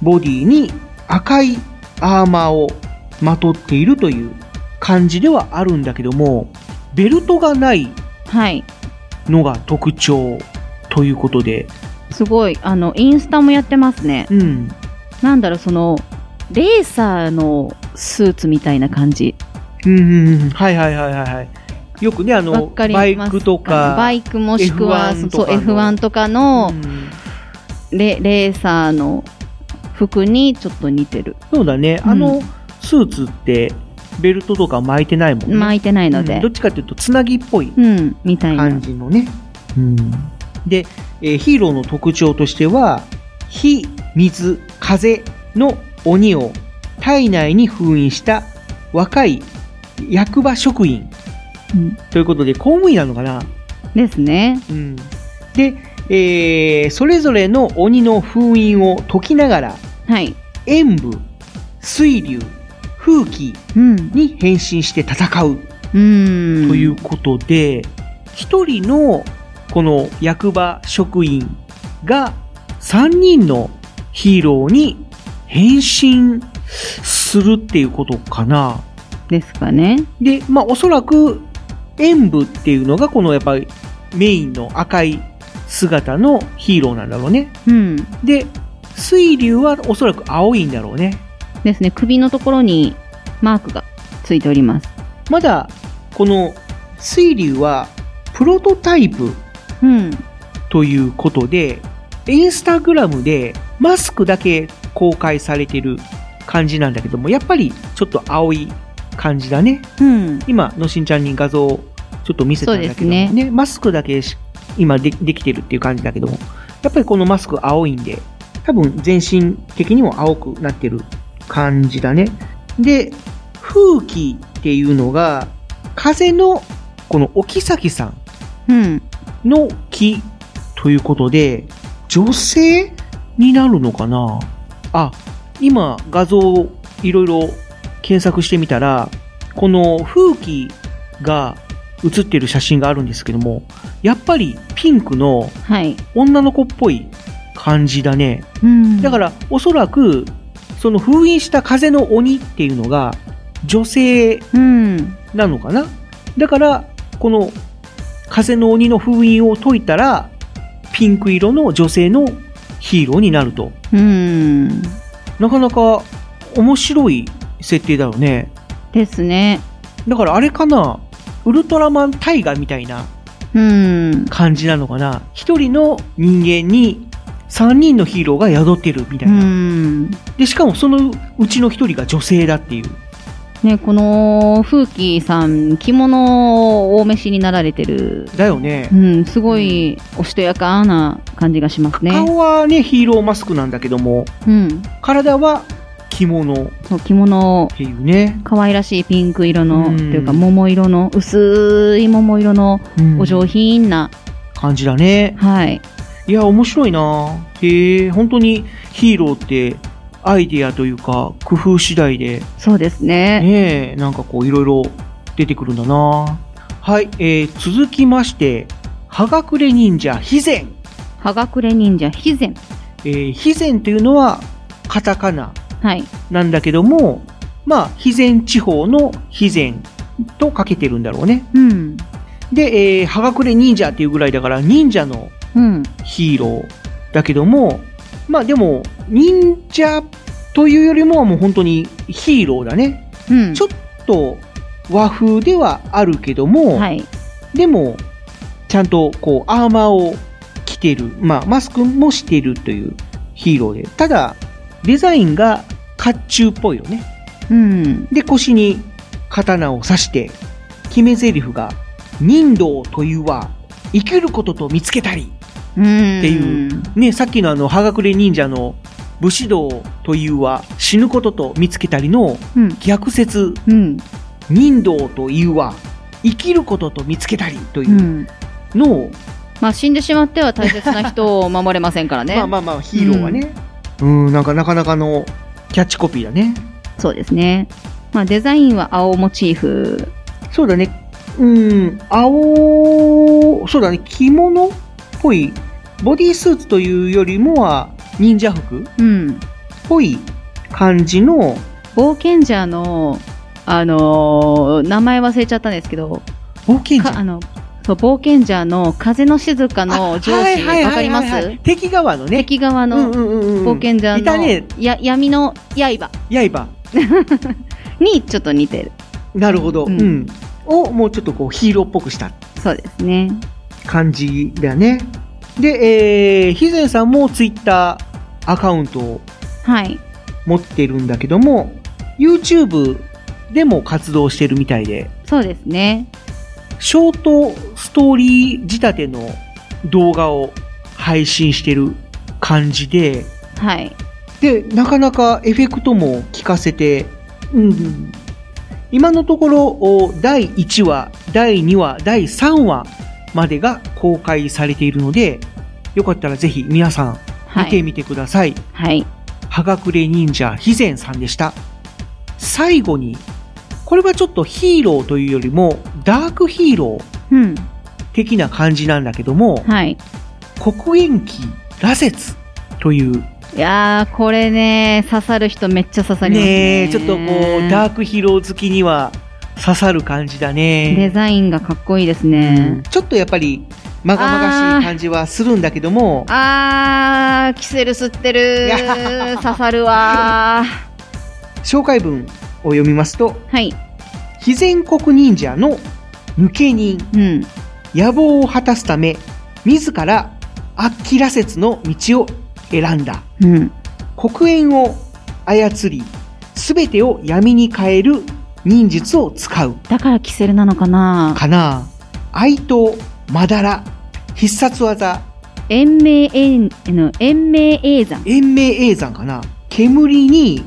Speaker 4: ボディに赤いアーマーをまとっているという感じではあるんだけども、ベルトがない
Speaker 5: はい
Speaker 4: のが特徴ということで、
Speaker 5: すごいあのインスタもやってますね
Speaker 4: うん
Speaker 5: なんだろうそのレーサーのスーツみたいな感じ
Speaker 4: うんうんうん、はいはいはいはいはい。よくね、あ
Speaker 5: わ
Speaker 4: の、
Speaker 5: かり
Speaker 4: バイ
Speaker 5: ます
Speaker 4: クとか、
Speaker 5: バイクもしくは
Speaker 4: F1
Speaker 5: そう
Speaker 4: とかの
Speaker 5: F1 とかのレレーサーの服にちょっと似てる
Speaker 4: そうだね、あのスーツってベルトとか巻いてないもんね。
Speaker 5: 巻いてないので
Speaker 4: うんどっちかっていうと、つなぎっぽい
Speaker 5: うんみたいな
Speaker 4: 感じのね。で、えーヒーローの特徴としては、火、水、風の鬼を体内に封印した若い役場職員
Speaker 5: うん
Speaker 4: ということで、公務員なのかな
Speaker 5: ですね。
Speaker 4: うん、で、えーそれぞれの鬼の封印を解きながら、
Speaker 5: はい、
Speaker 4: 演武、水流、風紀に変身して戦う
Speaker 5: うーん
Speaker 4: ということで、一人のこの役場職員が三人のヒーローに変身するっていうことかな。
Speaker 5: ですかね。
Speaker 4: で、まあおそらく演武っていうのがこのやっぱりメインの赤い姿のヒーローなんだろうね。
Speaker 5: うん、
Speaker 4: で、水流はおそらく青いんだろうね。
Speaker 5: ですね首のところにマークがついております
Speaker 4: まだこの水流はプロトタイプ
Speaker 5: うん
Speaker 4: ということで、インスタグラムでマスクだけ公開されてる感じなんだけども、やっぱりちょっと青い感じだね。
Speaker 5: うん、
Speaker 4: 今、のしんちゃんに画像をちょっと見せたんだけどもね、
Speaker 5: そうですね
Speaker 4: マスクだけし今でできてるっていう感じだけども、やっぱりこのマスク青いんで、多分全身的にも青くなってる感じだね。で、風紀っていうのが、風のこのお妃さんの木ということで、女性になるのかなあ、今画像をいろいろ検索してみたら、この風紀が写ってる写真があるんですけども、やっぱりピンクの女の子っぽい感じだね。
Speaker 5: うん
Speaker 4: だからおそらくその封印した風の鬼っていうのが女性なのかな、だからこの風の鬼の封印を解いたらピンク色の女性のヒーローになると
Speaker 5: うん
Speaker 4: なかなか面白い設定だよね
Speaker 5: ですね
Speaker 4: だからあれかなウルトラマンタイガーみたいな
Speaker 5: うん
Speaker 4: 感じなのかな一人の人間に三人のヒーローが宿ってるみたい
Speaker 5: な
Speaker 4: でしかもそのうちの一人が女性だっていう
Speaker 5: ねこの風紀さん着物をお召しになられてる
Speaker 4: だよね
Speaker 5: うんすごいおしとやかな感じがしますね
Speaker 4: 顔はねヒーローマスクなんだけども
Speaker 5: うん
Speaker 4: 体は着物
Speaker 5: そう着物
Speaker 4: っていうね
Speaker 5: 可愛らしいピンク色のというか桃色の薄い桃色のお上品な
Speaker 4: 感じだね
Speaker 5: はい
Speaker 4: いや面白いなへえ本当にヒーローってアイデアというか工夫次第で
Speaker 5: そうですね
Speaker 4: ねえなんかこういろいろ出てくるんだなはい、えー、続きまして葉隠れ忍者肥前
Speaker 5: 葉隠れ忍者肥前
Speaker 4: えー、肥前というのはカタカナ
Speaker 5: はい
Speaker 4: なんだけども、まあ、肥前地方の肥前とかけてるんだろうね。
Speaker 5: うん
Speaker 4: で、えー、葉隠れ忍者っていうぐらいだから、忍者の
Speaker 5: うん
Speaker 4: ヒーローだけども、まあでも、忍者というよりもはもう本当にヒーローだね。
Speaker 5: うん、
Speaker 4: ちょっと和風ではあるけども、でも、ちゃんとこう、アーマーを着てる。まあ、マスクもしてるというヒーローで。ただ、デザインが甲冑っぽいよね。
Speaker 5: うん
Speaker 4: で、腰に刀を刺して、決め台詞が、忍道というは、生きることと見つけたり。
Speaker 5: うん
Speaker 4: っていう、ね、さっきのあの、葉隠れ忍者の武士道というは死ぬことと見つけたりの
Speaker 5: うん
Speaker 4: 逆説、
Speaker 5: うん、
Speaker 4: 忍道というは生きることと見つけたりといううんのを、
Speaker 5: まあ死んでしまっては大切な人を守れませんからね
Speaker 4: [laughs] まあまあまあヒーローはね、うん、なんかなかなかのキャッチコピーだね。
Speaker 5: そうですねまあデザインは青モチーフ
Speaker 4: そうだね。うん、青、そうだね、着物っぽい、ボディースーツというよりもは忍者服
Speaker 5: うん
Speaker 4: ぽい感じの
Speaker 5: 冒険者のあのー名前忘れちゃったんですけど
Speaker 4: 冒険
Speaker 5: 者あのそう冒険者の風の静かの上
Speaker 4: はい
Speaker 5: 司
Speaker 4: はいはいはいはい
Speaker 5: わかります
Speaker 4: 敵側のね。
Speaker 5: 敵側の冒険者
Speaker 4: いたね
Speaker 5: のや闇の刃
Speaker 4: 刃。
Speaker 5: にちょっと似てる
Speaker 4: なるほど、うん。をもうちょっとこうヒーローっぽくした。
Speaker 5: そうですね。
Speaker 4: 感じだね。で、えー、ひぜんさんもツイッターアカウントを
Speaker 5: はい
Speaker 4: 持ってるんだけども、YouTube でも活動してるみたいで、
Speaker 5: そうですね
Speaker 4: ショートストーリー仕立ての動画を配信してる感じで、
Speaker 5: はい
Speaker 4: で、なかなかエフェクトも効かせて、うん、今のところ、お第1話、第2話、第3話までが公開されているので、よかったらぜひ皆さん
Speaker 5: はい
Speaker 4: 見てみてください。
Speaker 5: はい。
Speaker 4: はがくれ忍者肥前さんでした。最後に、これはちょっとヒーローというよりも、ダークヒーロー
Speaker 5: うん
Speaker 4: 的な感じなんだけども、
Speaker 5: はい
Speaker 4: 黒煙鬼羅刹という
Speaker 5: いやーこれね刺さる人めっちゃ刺さりますね
Speaker 4: ねえちょっとこうダークヒーロー好きには刺さる感じだ
Speaker 5: デ
Speaker 4: ね
Speaker 5: ザインがかっこいいですね、
Speaker 4: ちょっとやっぱりまがまがしい感じはするんだけども
Speaker 5: あーキセル吸ってる
Speaker 4: [laughs]
Speaker 5: 刺さるわー
Speaker 4: 紹介文を読みますと
Speaker 5: はい
Speaker 4: 肥前国忍者の抜け人、野望を果たすため自ら悪鬼羅刹の道を選んだ
Speaker 5: うん
Speaker 4: 黒煙を操り全てを闇に変える忍術を使う
Speaker 5: だからキセルなのかな
Speaker 4: かな愛刀まだら必殺技
Speaker 5: 延命延の延命永山
Speaker 4: 延命永山かな煙に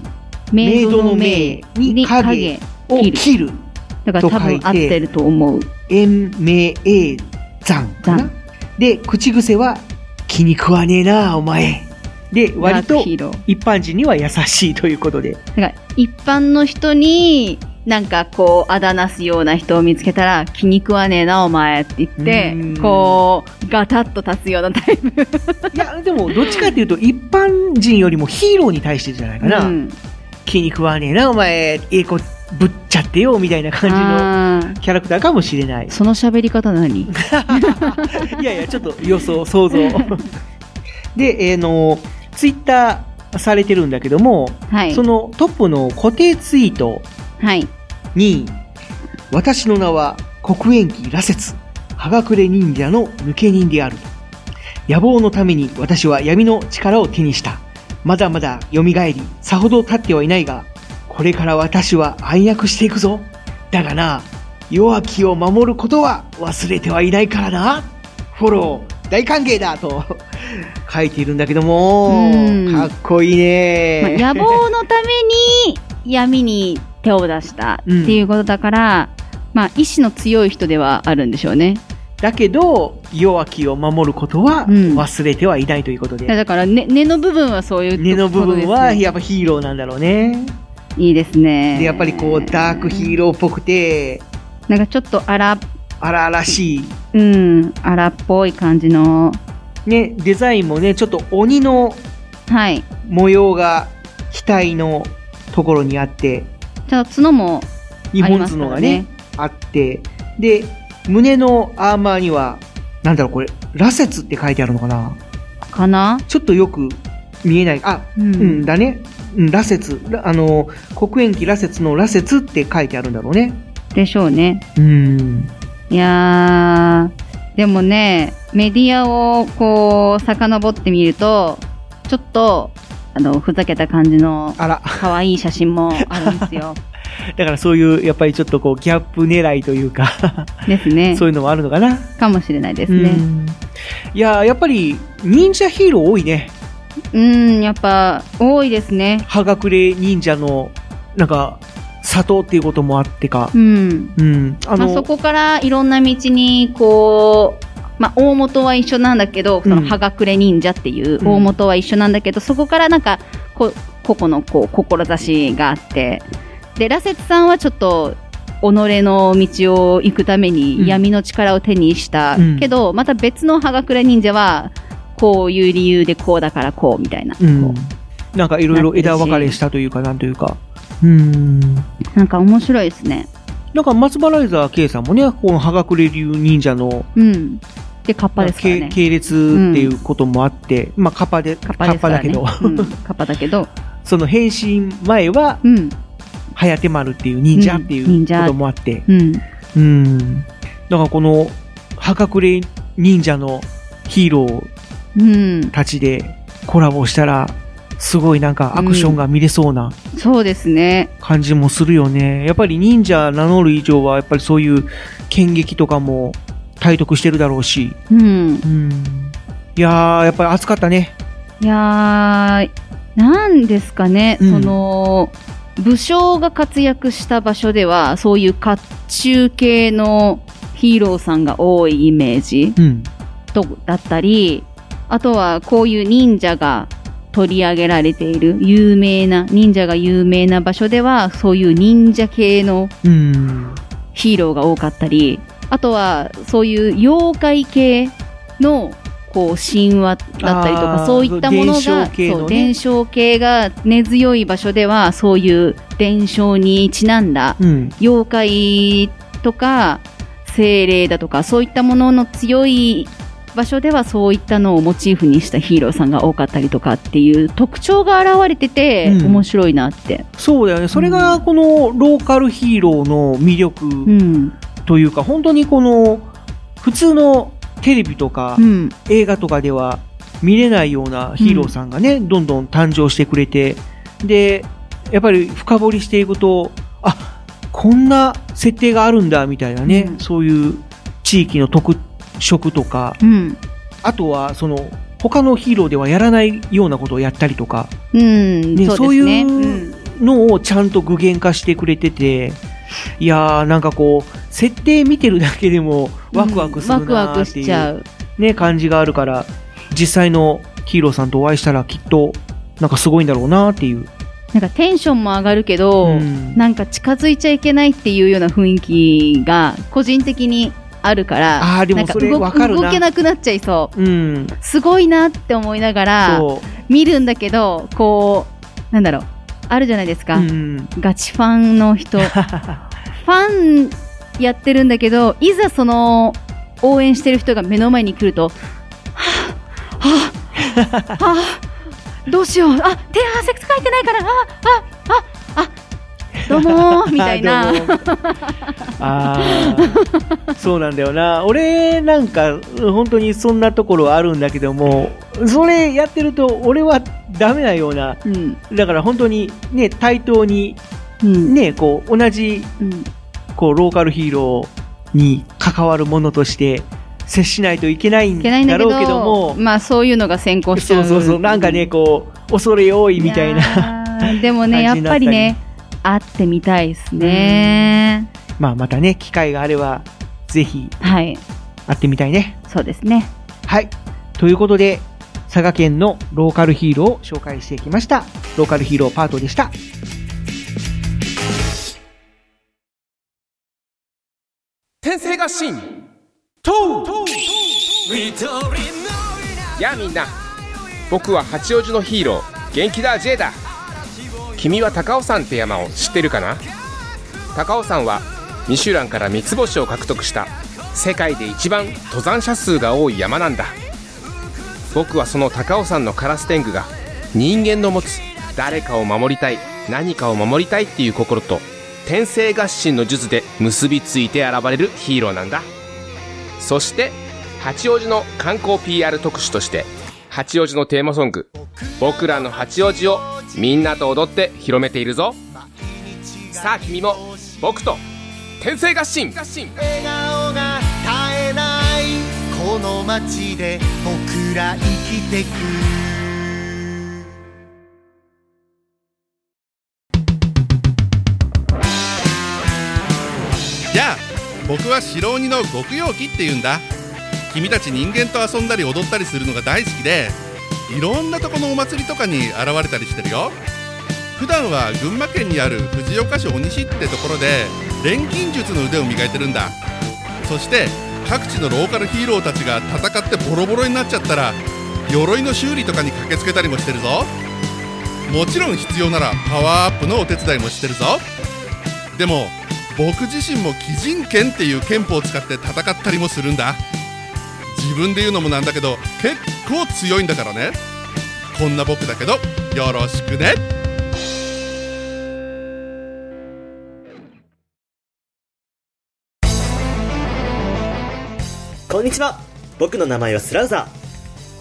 Speaker 5: メイドの
Speaker 4: メ
Speaker 5: メ
Speaker 4: イ
Speaker 5: イ
Speaker 4: に
Speaker 5: に
Speaker 4: 影
Speaker 5: 影
Speaker 4: を
Speaker 5: を
Speaker 4: 切
Speaker 5: 切
Speaker 4: る
Speaker 5: る。だから多分合ってると思う。
Speaker 4: 延命永残かなで、口癖は、気に食わねえなあ、お前。で、割と一般人には優しいということで。
Speaker 5: だから一般の人に、なんかこう、あだなすような人を見つけたら、気に食わねえな、お前って言って、こう、ガタッと立つようなタイプ。
Speaker 4: いや、でも、どっちかっていうと、一般人よりもヒーローに対してじゃないかな。
Speaker 5: うん
Speaker 4: 気に食わねえな、お前。ええ子ぶっちゃってよ、みたいな感じのキャラクターかもしれない。
Speaker 5: その喋り方何
Speaker 4: いやいや、ちょっと予想、
Speaker 5: [laughs]
Speaker 4: 想像。で、えーの、ツイッターされてるんだけども、
Speaker 5: はい
Speaker 4: そのトップの固定ツイートに、私の名は黒煙鬼羅刹、はがくれ忍者の抜け人である。野望のために私は闇の力を手にした。まだまだ蘇り、さほど経ってはいないが、これから私は暗躍していくぞ。だがな、弱きを守ることは忘れてはいないからな。フォロー、大歓迎だと書いているんだけども、かっこいい
Speaker 5: まあ
Speaker 4: ね。
Speaker 5: 野望のために闇に手を出したっていうことだから、まあ意志の強い人ではあるんでしょうね。
Speaker 4: [laughs] だけど、弱きを守ることは忘れてはいないということで。
Speaker 5: だから根、根の部分はそういう
Speaker 4: 根の部分
Speaker 5: こと
Speaker 4: は
Speaker 5: ですね
Speaker 4: やっぱヒーローなんだろうね。
Speaker 5: いいですね。
Speaker 4: で、やっぱりこう、ダークヒーローっぽくて、
Speaker 5: なんかちょっと荒、
Speaker 4: 荒々しい。
Speaker 5: うん、荒っぽい感じの、
Speaker 4: ね、デザインもね、ちょっと鬼の
Speaker 5: はい。
Speaker 4: 模様が額のところにあって、
Speaker 5: ちゃんと角も
Speaker 4: 日
Speaker 5: あり
Speaker 4: 本
Speaker 5: ますか
Speaker 4: 角
Speaker 5: ら
Speaker 4: がね、あって、で、胸のアーマーには、なんだろうこれ、羅刹って書いてあるのかな
Speaker 5: かな
Speaker 4: ちょっとよく見えない。あ、う、
Speaker 5: うんん
Speaker 4: だね。うん、羅刹。らあの、黒煙鬼羅刹の羅刹って書いてあるんだろうね。
Speaker 5: でしょうね。
Speaker 4: うん。
Speaker 5: いやー、でもね、メディアをこう、遡ってみると、ちょっと、あの、ふざけた感じの、
Speaker 4: あら、
Speaker 5: 可愛い写真もあるんです
Speaker 4: [laughs]
Speaker 5: よ。
Speaker 4: だからそういう、やっぱりちょっとこう、ギャップ狙いというか、
Speaker 5: ですね。
Speaker 4: [laughs] そういうのもあるのかな。
Speaker 5: かもしれないですね。
Speaker 4: いやー、やっぱり、忍者ヒーロー多いね。
Speaker 5: うん、やっぱ、多いですね。
Speaker 4: はがくれ忍者の、なんか、里っていうこともあってか。
Speaker 5: うん。
Speaker 4: うん。あ
Speaker 5: まあ、そこからいろんな道にこう、まあ、大元は一緒なんだけどその葉隠れ忍者っていう
Speaker 4: うん
Speaker 5: 大元は一緒なんだけど、そこからなんかこう個々のこう志があってで羅刹さんはちょっと己の道を行くために闇の力を手にした、
Speaker 4: うん
Speaker 5: けどまた別の葉隠れ忍者はこういう理由でこうだからこうみたいな、
Speaker 4: うん。なんかいろいろ枝分かれしたというか、なんというか。うん。
Speaker 5: なんか面白いですね
Speaker 4: なんか松原沢圭さんもね、このはがくれ流忍者の、
Speaker 5: うんでカッパですからね
Speaker 4: 系系列っていうこともあって、まあカッパで、カ
Speaker 5: パですからね
Speaker 4: カッパだけど、
Speaker 5: カッパだけど、
Speaker 4: その変身前は、はやて丸っていう忍者っていうこともあって、
Speaker 5: うん、
Speaker 4: うん。だからこの、はかくれ忍者のヒーロー
Speaker 5: うん、
Speaker 4: たちでコラボしたら、すごいなんかアクションが見れそうな
Speaker 5: そうですね
Speaker 4: 感じもするよね。やっぱり忍者名乗る以上は、やっぱりそういう剣撃とかも体得してるだろうし。
Speaker 5: うん
Speaker 4: いやー、やっぱり暑かったね。
Speaker 5: いやー、なんですかね、その、武将が活躍した場所では、そういう甲冑系のヒーローさんが多いイメージ、
Speaker 4: うん
Speaker 5: とだったり、あとはこういう忍者が取り上げられている有名な、忍者が有名な場所では、そういう忍者系の
Speaker 4: うん。
Speaker 5: ヒーローが多かったり、あとはそういう妖怪系のこう神話だったりと
Speaker 14: あー
Speaker 5: か、そういったものが、
Speaker 14: 伝承系のね
Speaker 5: そう伝承系が根強い場所では、そういう伝承にちなんだ、
Speaker 14: うん
Speaker 5: 妖怪とか精霊だとか、そういったものの強い場所ではそういったのをモチーフにしたヒーローさんが多かったりとかっていう特徴が現れてて、
Speaker 4: うん
Speaker 5: 面白いなって。
Speaker 4: そうだよね。それがこのローカルヒーローの魅力というか、本当にこの普通のテレビとか
Speaker 5: うん
Speaker 4: 映画とかでは見れないようなヒーローさんがね、どんどん誕生してくれて、で、やっぱり深掘りしていくと、あ、こんな設定があるんだみたいなね、そういう地域の特色とか、
Speaker 5: うん。
Speaker 4: あとはその他のヒーローではやらないようなことをやったりとか、
Speaker 5: うん、
Speaker 4: ね
Speaker 5: そうですね。
Speaker 4: そういう
Speaker 5: うん
Speaker 4: のをちゃんと具現化してくれてて、いやー、なんかこう、設定見てるだけでもワクワクする
Speaker 5: うんワ
Speaker 4: な
Speaker 5: クワ
Speaker 4: ー
Speaker 5: ク
Speaker 4: って
Speaker 5: し
Speaker 4: い
Speaker 5: ちゃ
Speaker 4: う
Speaker 5: う、
Speaker 4: ね、感じがあるから、実際のヒーローさんとお会いしたらきっと、なんかすごいんだろうなーっていう。
Speaker 5: なんかテンションも上がるけど、なんか近づいちゃいけないっていうような雰囲気が個人的にあるから
Speaker 4: あーでも
Speaker 5: なんか
Speaker 4: それ
Speaker 5: 動
Speaker 4: わかるな
Speaker 5: 動けなくなっちゃいそう、
Speaker 4: うん。
Speaker 5: すごいなって思いながら
Speaker 4: そ
Speaker 5: 見るんだけどこうなんだろうあるじゃないですか、ガチファンの
Speaker 4: [laughs]
Speaker 5: 人ファンやってるんだけどいざその応援してる人が目の前に来るとはあはあはあどうしようあ手汗かいてないからああああ
Speaker 4: [laughs]
Speaker 5: どうもーみたいな
Speaker 4: どうもあ [laughs] あ、そうなんだよな。俺なんか、本当にそんなところはあるんだけども、それやってると俺はダメなような、だから本当にね、対等に、ね、こう、同じ、こう、ローカルヒーローに関わるものとして接しないといけないん
Speaker 5: いけないんだ
Speaker 4: だ
Speaker 5: けど
Speaker 4: ろうけども、
Speaker 5: まあそういうのが先行しち
Speaker 4: そ
Speaker 5: ゃ
Speaker 4: う
Speaker 5: う
Speaker 4: そうそう、なんかね、こう、恐れ多いみたいな。
Speaker 5: でもねや
Speaker 4: 感
Speaker 5: っ
Speaker 4: じにな
Speaker 5: ぱ
Speaker 4: ったり
Speaker 5: りね会ってみたいですね
Speaker 4: まあまたね、機会があれば、ぜひ、
Speaker 5: はい
Speaker 4: 会ってみたいね。
Speaker 5: そうですね。
Speaker 4: はい。ということで、佐賀県のローカルヒーローを紹介してきました。ローカルヒーローパートでした。
Speaker 14: 転生合進とやあみんな僕は八王子のヒーロー元気だ J だ君は高尾山って山を知ってるかな高尾山はミシュランから三つ星を獲得した世界で一番登山者数が多い山なんだ僕はその高尾山のカラス天狗が人間の持つ誰かを守りたい何かを守りたいっていう心と天性合心の術で結びついて現れるヒーローなんだそして八王子の観光 PR 特集として八王子のテーマソング「僕らの八王子」をみんなと踊って広めているぞさあ君も僕と天性合心
Speaker 15: 笑顔が絶えないこの街で僕ら生きてく
Speaker 16: やあ僕は白鬼の極陽気って言うんだ君たち人間と遊んだり踊ったりするのが大好きでいろんなとこのお祭りとかに現れたりしてるよ普段は群馬県にある藤岡市鬼西ってところで錬金術の腕を磨いてるんだそして各地のローカルヒーローたちが戦ってボロボロになっちゃったら鎧の修理とかに駆けつけたりもしてるぞもちろん必要ならパワーアップのお手伝いもしてるぞでも僕自身も鬼人剣っていう剣法を使って戦ったりもするんだ自分で言うのもなんだけど結構強いんだからねこんな僕だけどよろしくね
Speaker 17: こんにちは僕の名前はスラウザー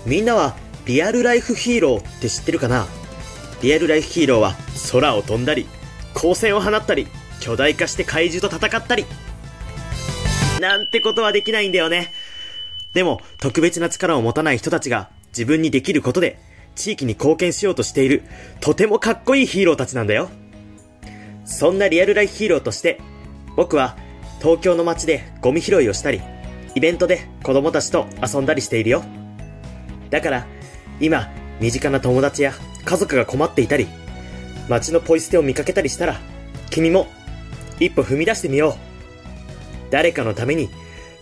Speaker 17: みんなはリアルライフヒーローって知ってるかなリアルライフヒーローは空を飛んだり光線を放ったり巨大化して怪獣と戦ったりなんてことはできないんだよねでも特別な力を持たない人たちが自分にできることで地域に貢献しようとしているとてもかっこいいヒーローたちなんだよそんなリアルライフヒーローとして僕は東京の街でゴミ拾いをしたりイベントで子供たちと遊んだりしているよ。だから、今、身近な友達や家族が困っていたり、街のポイ捨てを見かけたりしたら、君も、一歩踏み出してみよう。誰かのために、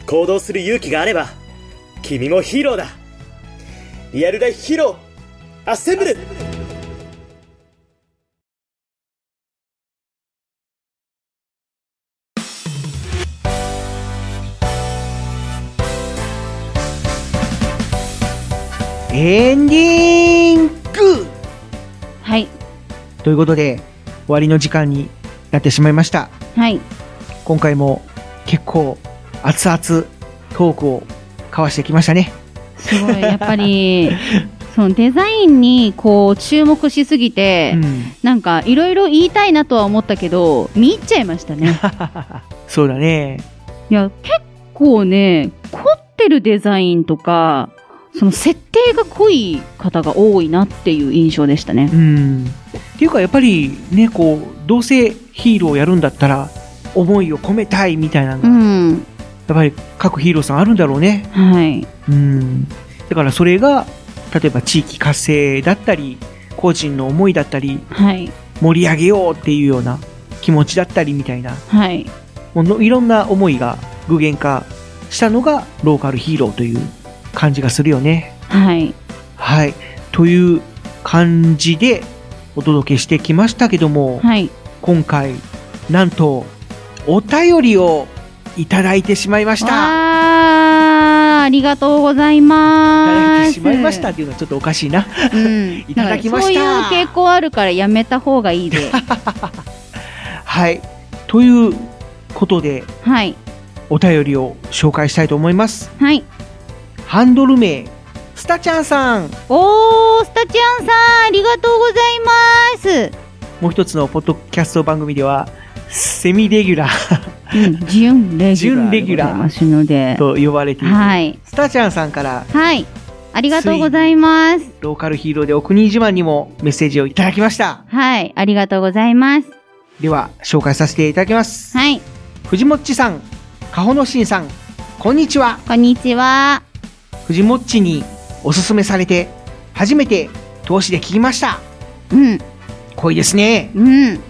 Speaker 17: 行動する勇気があれば、君もヒーローだリアルライフヒーローアッセンブル
Speaker 4: エンディング
Speaker 5: はい
Speaker 4: ということで、終わりの時間になってしまいました。
Speaker 5: はい
Speaker 4: 今回も結構熱々トークを交わしてきましたね。
Speaker 5: すごいやっぱ
Speaker 4: [laughs]
Speaker 5: りそのデザインにこう注目しすぎて、なんかいろいろ言いたいなとは思ったけど見入っちゃいました
Speaker 4: [laughs]
Speaker 5: ね
Speaker 4: そうだね。
Speaker 5: いや結構ね凝ってるデザインとかその設定が濃い方が多いなっていう印象でしたね。
Speaker 4: うんっていうかやっぱりねこうどうせヒーローをやるんだったら思いを込めたいみたいなのが、
Speaker 5: うん、
Speaker 4: やっぱり各ヒーローさんあるんだろうね
Speaker 5: はい。
Speaker 4: うんだからそれが例えば地域活性だったり個人の思いだったり
Speaker 5: はい。
Speaker 4: 盛り上げようっていうような気持ちだったりみたいな
Speaker 5: はい。
Speaker 4: もうのいろんな思いが具現化したのがローカルヒーローという感じがするよね。
Speaker 5: はい。
Speaker 4: はい。という感じでお届けしてきましたけども、
Speaker 5: はい
Speaker 4: 今回、なんと、お便りをいただいてしまいました。い
Speaker 5: あーありがとうございま
Speaker 4: ただい
Speaker 5: す。
Speaker 4: てしまいましたっていうのはちょっとおかしいな。
Speaker 5: うん、
Speaker 4: [laughs] いただきました
Speaker 5: なんかそういう傾向あるからやめた方がいい
Speaker 4: [laughs]
Speaker 5: で。
Speaker 4: はい。ということで、
Speaker 5: はい。
Speaker 4: お便りを紹介したいと思います。
Speaker 5: はい。
Speaker 4: ハンドル名、スタちゃんさん。
Speaker 5: おー、スタチアンさん、ありがとうございます。
Speaker 4: もう一つのポッドキャスト番組では、セミレギュ
Speaker 5: [laughs]
Speaker 4: ラー、
Speaker 5: うん、準レギュラー
Speaker 4: 準レギュラ
Speaker 5: でご
Speaker 4: ー
Speaker 5: ざいますので。
Speaker 4: と呼ばれている、
Speaker 5: はい。
Speaker 4: スタちゃんさんから、
Speaker 5: はい。ありがとうございます。
Speaker 4: ローカルヒーローでお国自慢にもメッセージをいただきました。
Speaker 5: はい。ありがとうございます。
Speaker 4: では、紹介させていただきます。
Speaker 5: はい。
Speaker 4: 藤もっちさん、かほのしんさん、こんにちは。
Speaker 5: こんにちは。
Speaker 4: 藤もっちにおすすめされて、初めて投資で聞きました。
Speaker 5: うん。
Speaker 4: 濃いですね。
Speaker 5: うん。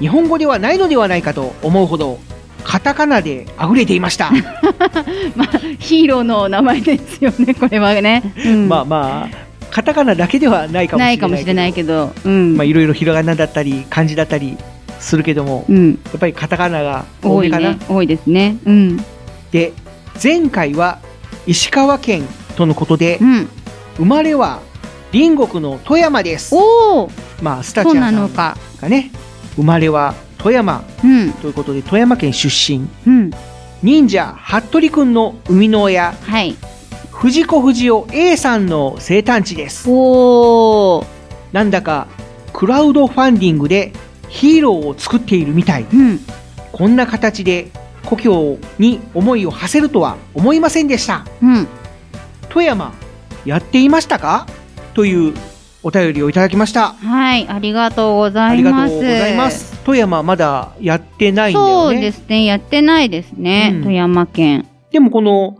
Speaker 4: 日本語ではないのではないかと思うほど、カタカナで溢れていました。
Speaker 5: ヒーローの名前ですよね、これはね。
Speaker 4: まあまあ、カタカナだけではないかも
Speaker 5: な
Speaker 4: しれな
Speaker 5: いい
Speaker 4: け
Speaker 5: か
Speaker 4: ど。
Speaker 5: もしれないけど。 [laughs] うん。
Speaker 4: まあ、いろいろひらがなだったり漢字だったりするけども、
Speaker 5: うん
Speaker 4: やっぱりカタカナが多
Speaker 5: 多
Speaker 4: め
Speaker 5: い
Speaker 4: かな。
Speaker 5: ね。多いですね。うん。
Speaker 4: で前回は石川県とのことで、生まれは隣国の富山です。まあスタ
Speaker 5: そう
Speaker 4: チ
Speaker 5: な
Speaker 4: アさ
Speaker 5: の
Speaker 4: ん
Speaker 5: か。
Speaker 4: がね生まれは富山
Speaker 5: うん。
Speaker 4: ということで富山県出身、
Speaker 5: うん。
Speaker 4: 忍者服部くんの生みの親、
Speaker 5: はい、
Speaker 4: 藤子不二雄 A さんの生誕地です
Speaker 5: お
Speaker 4: なんだかクラウドファンディングでヒーローを作っているみたい、こんな形で故郷に思いを馳せるとは思いませんでした
Speaker 5: うん。
Speaker 4: 富山やっていましたかというお便りをいただきました
Speaker 5: はい。ありがとうござ
Speaker 4: あ
Speaker 5: い
Speaker 4: りがと
Speaker 5: ま
Speaker 4: う
Speaker 5: す。
Speaker 4: ございます富山まだやってないんだ
Speaker 5: そ
Speaker 4: よ
Speaker 5: う
Speaker 4: ね
Speaker 5: ですね。やってないですね。
Speaker 4: うん
Speaker 5: 富山県。
Speaker 4: でもこの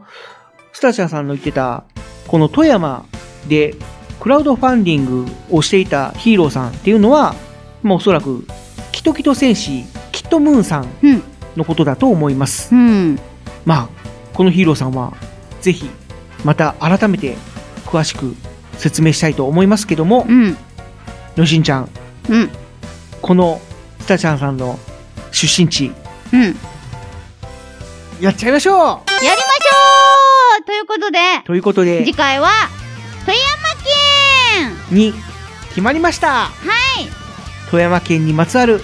Speaker 4: スタシャさんの言ってたこの富山でクラウドファンディングをしていたヒーローさんっていうのは、まあ、おそらくキトキト戦士キットムーンさんのことだと思います、まあこのヒーローさんはぜひまた改めて詳しく説明したいと思いますけども、のしんちゃん、
Speaker 5: うん
Speaker 4: このスタちゃんさんの出身地、
Speaker 5: うん
Speaker 4: やっちゃいましょう
Speaker 5: やりましょうということで、
Speaker 4: ということで
Speaker 5: 次回は、富山県
Speaker 4: に決まりました
Speaker 5: はい。
Speaker 4: 富山県にまつわる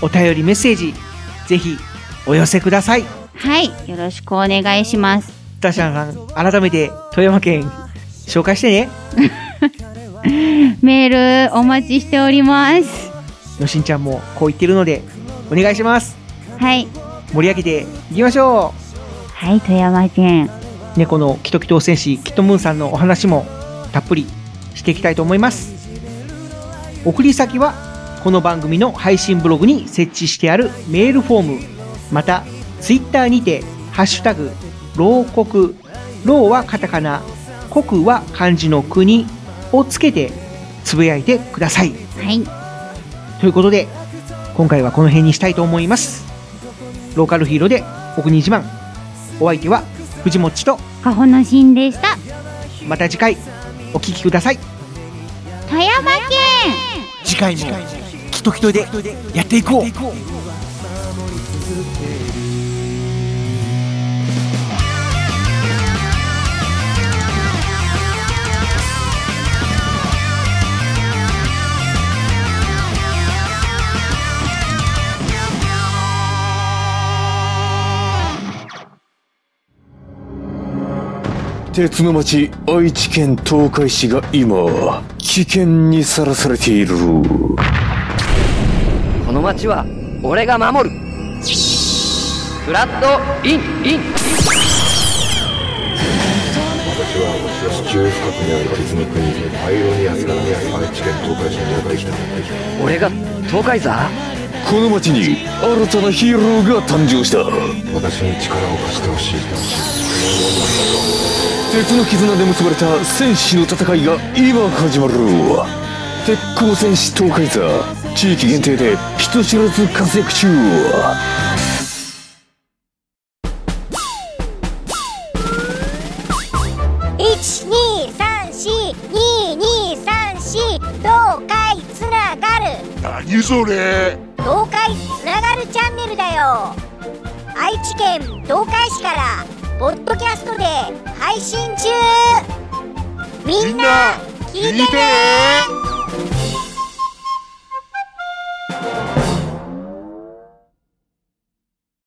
Speaker 4: お便りメッセージぜひお寄せください
Speaker 5: はい。よろしくお願いします。
Speaker 4: ダシャンさん改めて富山県紹介してね
Speaker 5: メールお待ちしております。
Speaker 4: のしんちゃんもこう言ってるのでお願いします
Speaker 5: はい。
Speaker 4: 盛り上げていきましょ
Speaker 5: うはい富山県
Speaker 4: ねこのキトキト戦士キトムーンさんのお話もたっぷりしていきたいと思います送り先はこの番組の配信ブログに設置してあるメールフォームまたツイッターにて「ハッシュタグ牢国」「牢はカタカナ」「国は漢字の国」をつけてつぶやいてください
Speaker 5: はい
Speaker 4: ということで今回はこの辺にしたいと思いますローカルヒーローでお国自慢お相手は藤もっちと
Speaker 5: かほのしんでした
Speaker 4: また次回お聞きください
Speaker 5: 富山県
Speaker 4: 次回もキトキトでやっていこう
Speaker 18: 鉄の町愛知県東海市が今危険にさらされている
Speaker 19: この街は俺が守るフラットインイン
Speaker 20: ちは地中深くにある別の国パイオニアスから愛知県東海市にやってきた
Speaker 19: 俺が東海座
Speaker 18: この町に新たなヒーローが誕生した
Speaker 20: 私に力を貸してほしい
Speaker 18: 鉄の絆で結ばれた戦士の戦いが今始まる鉄鋼戦士東海座地域限定で人知らず活躍中
Speaker 21: 一二三四二二三四東海つながる
Speaker 22: 何それ
Speaker 21: 東海つながるチャンネルだよ愛知県東海市からポッドキャストで配信中みんな聞いてね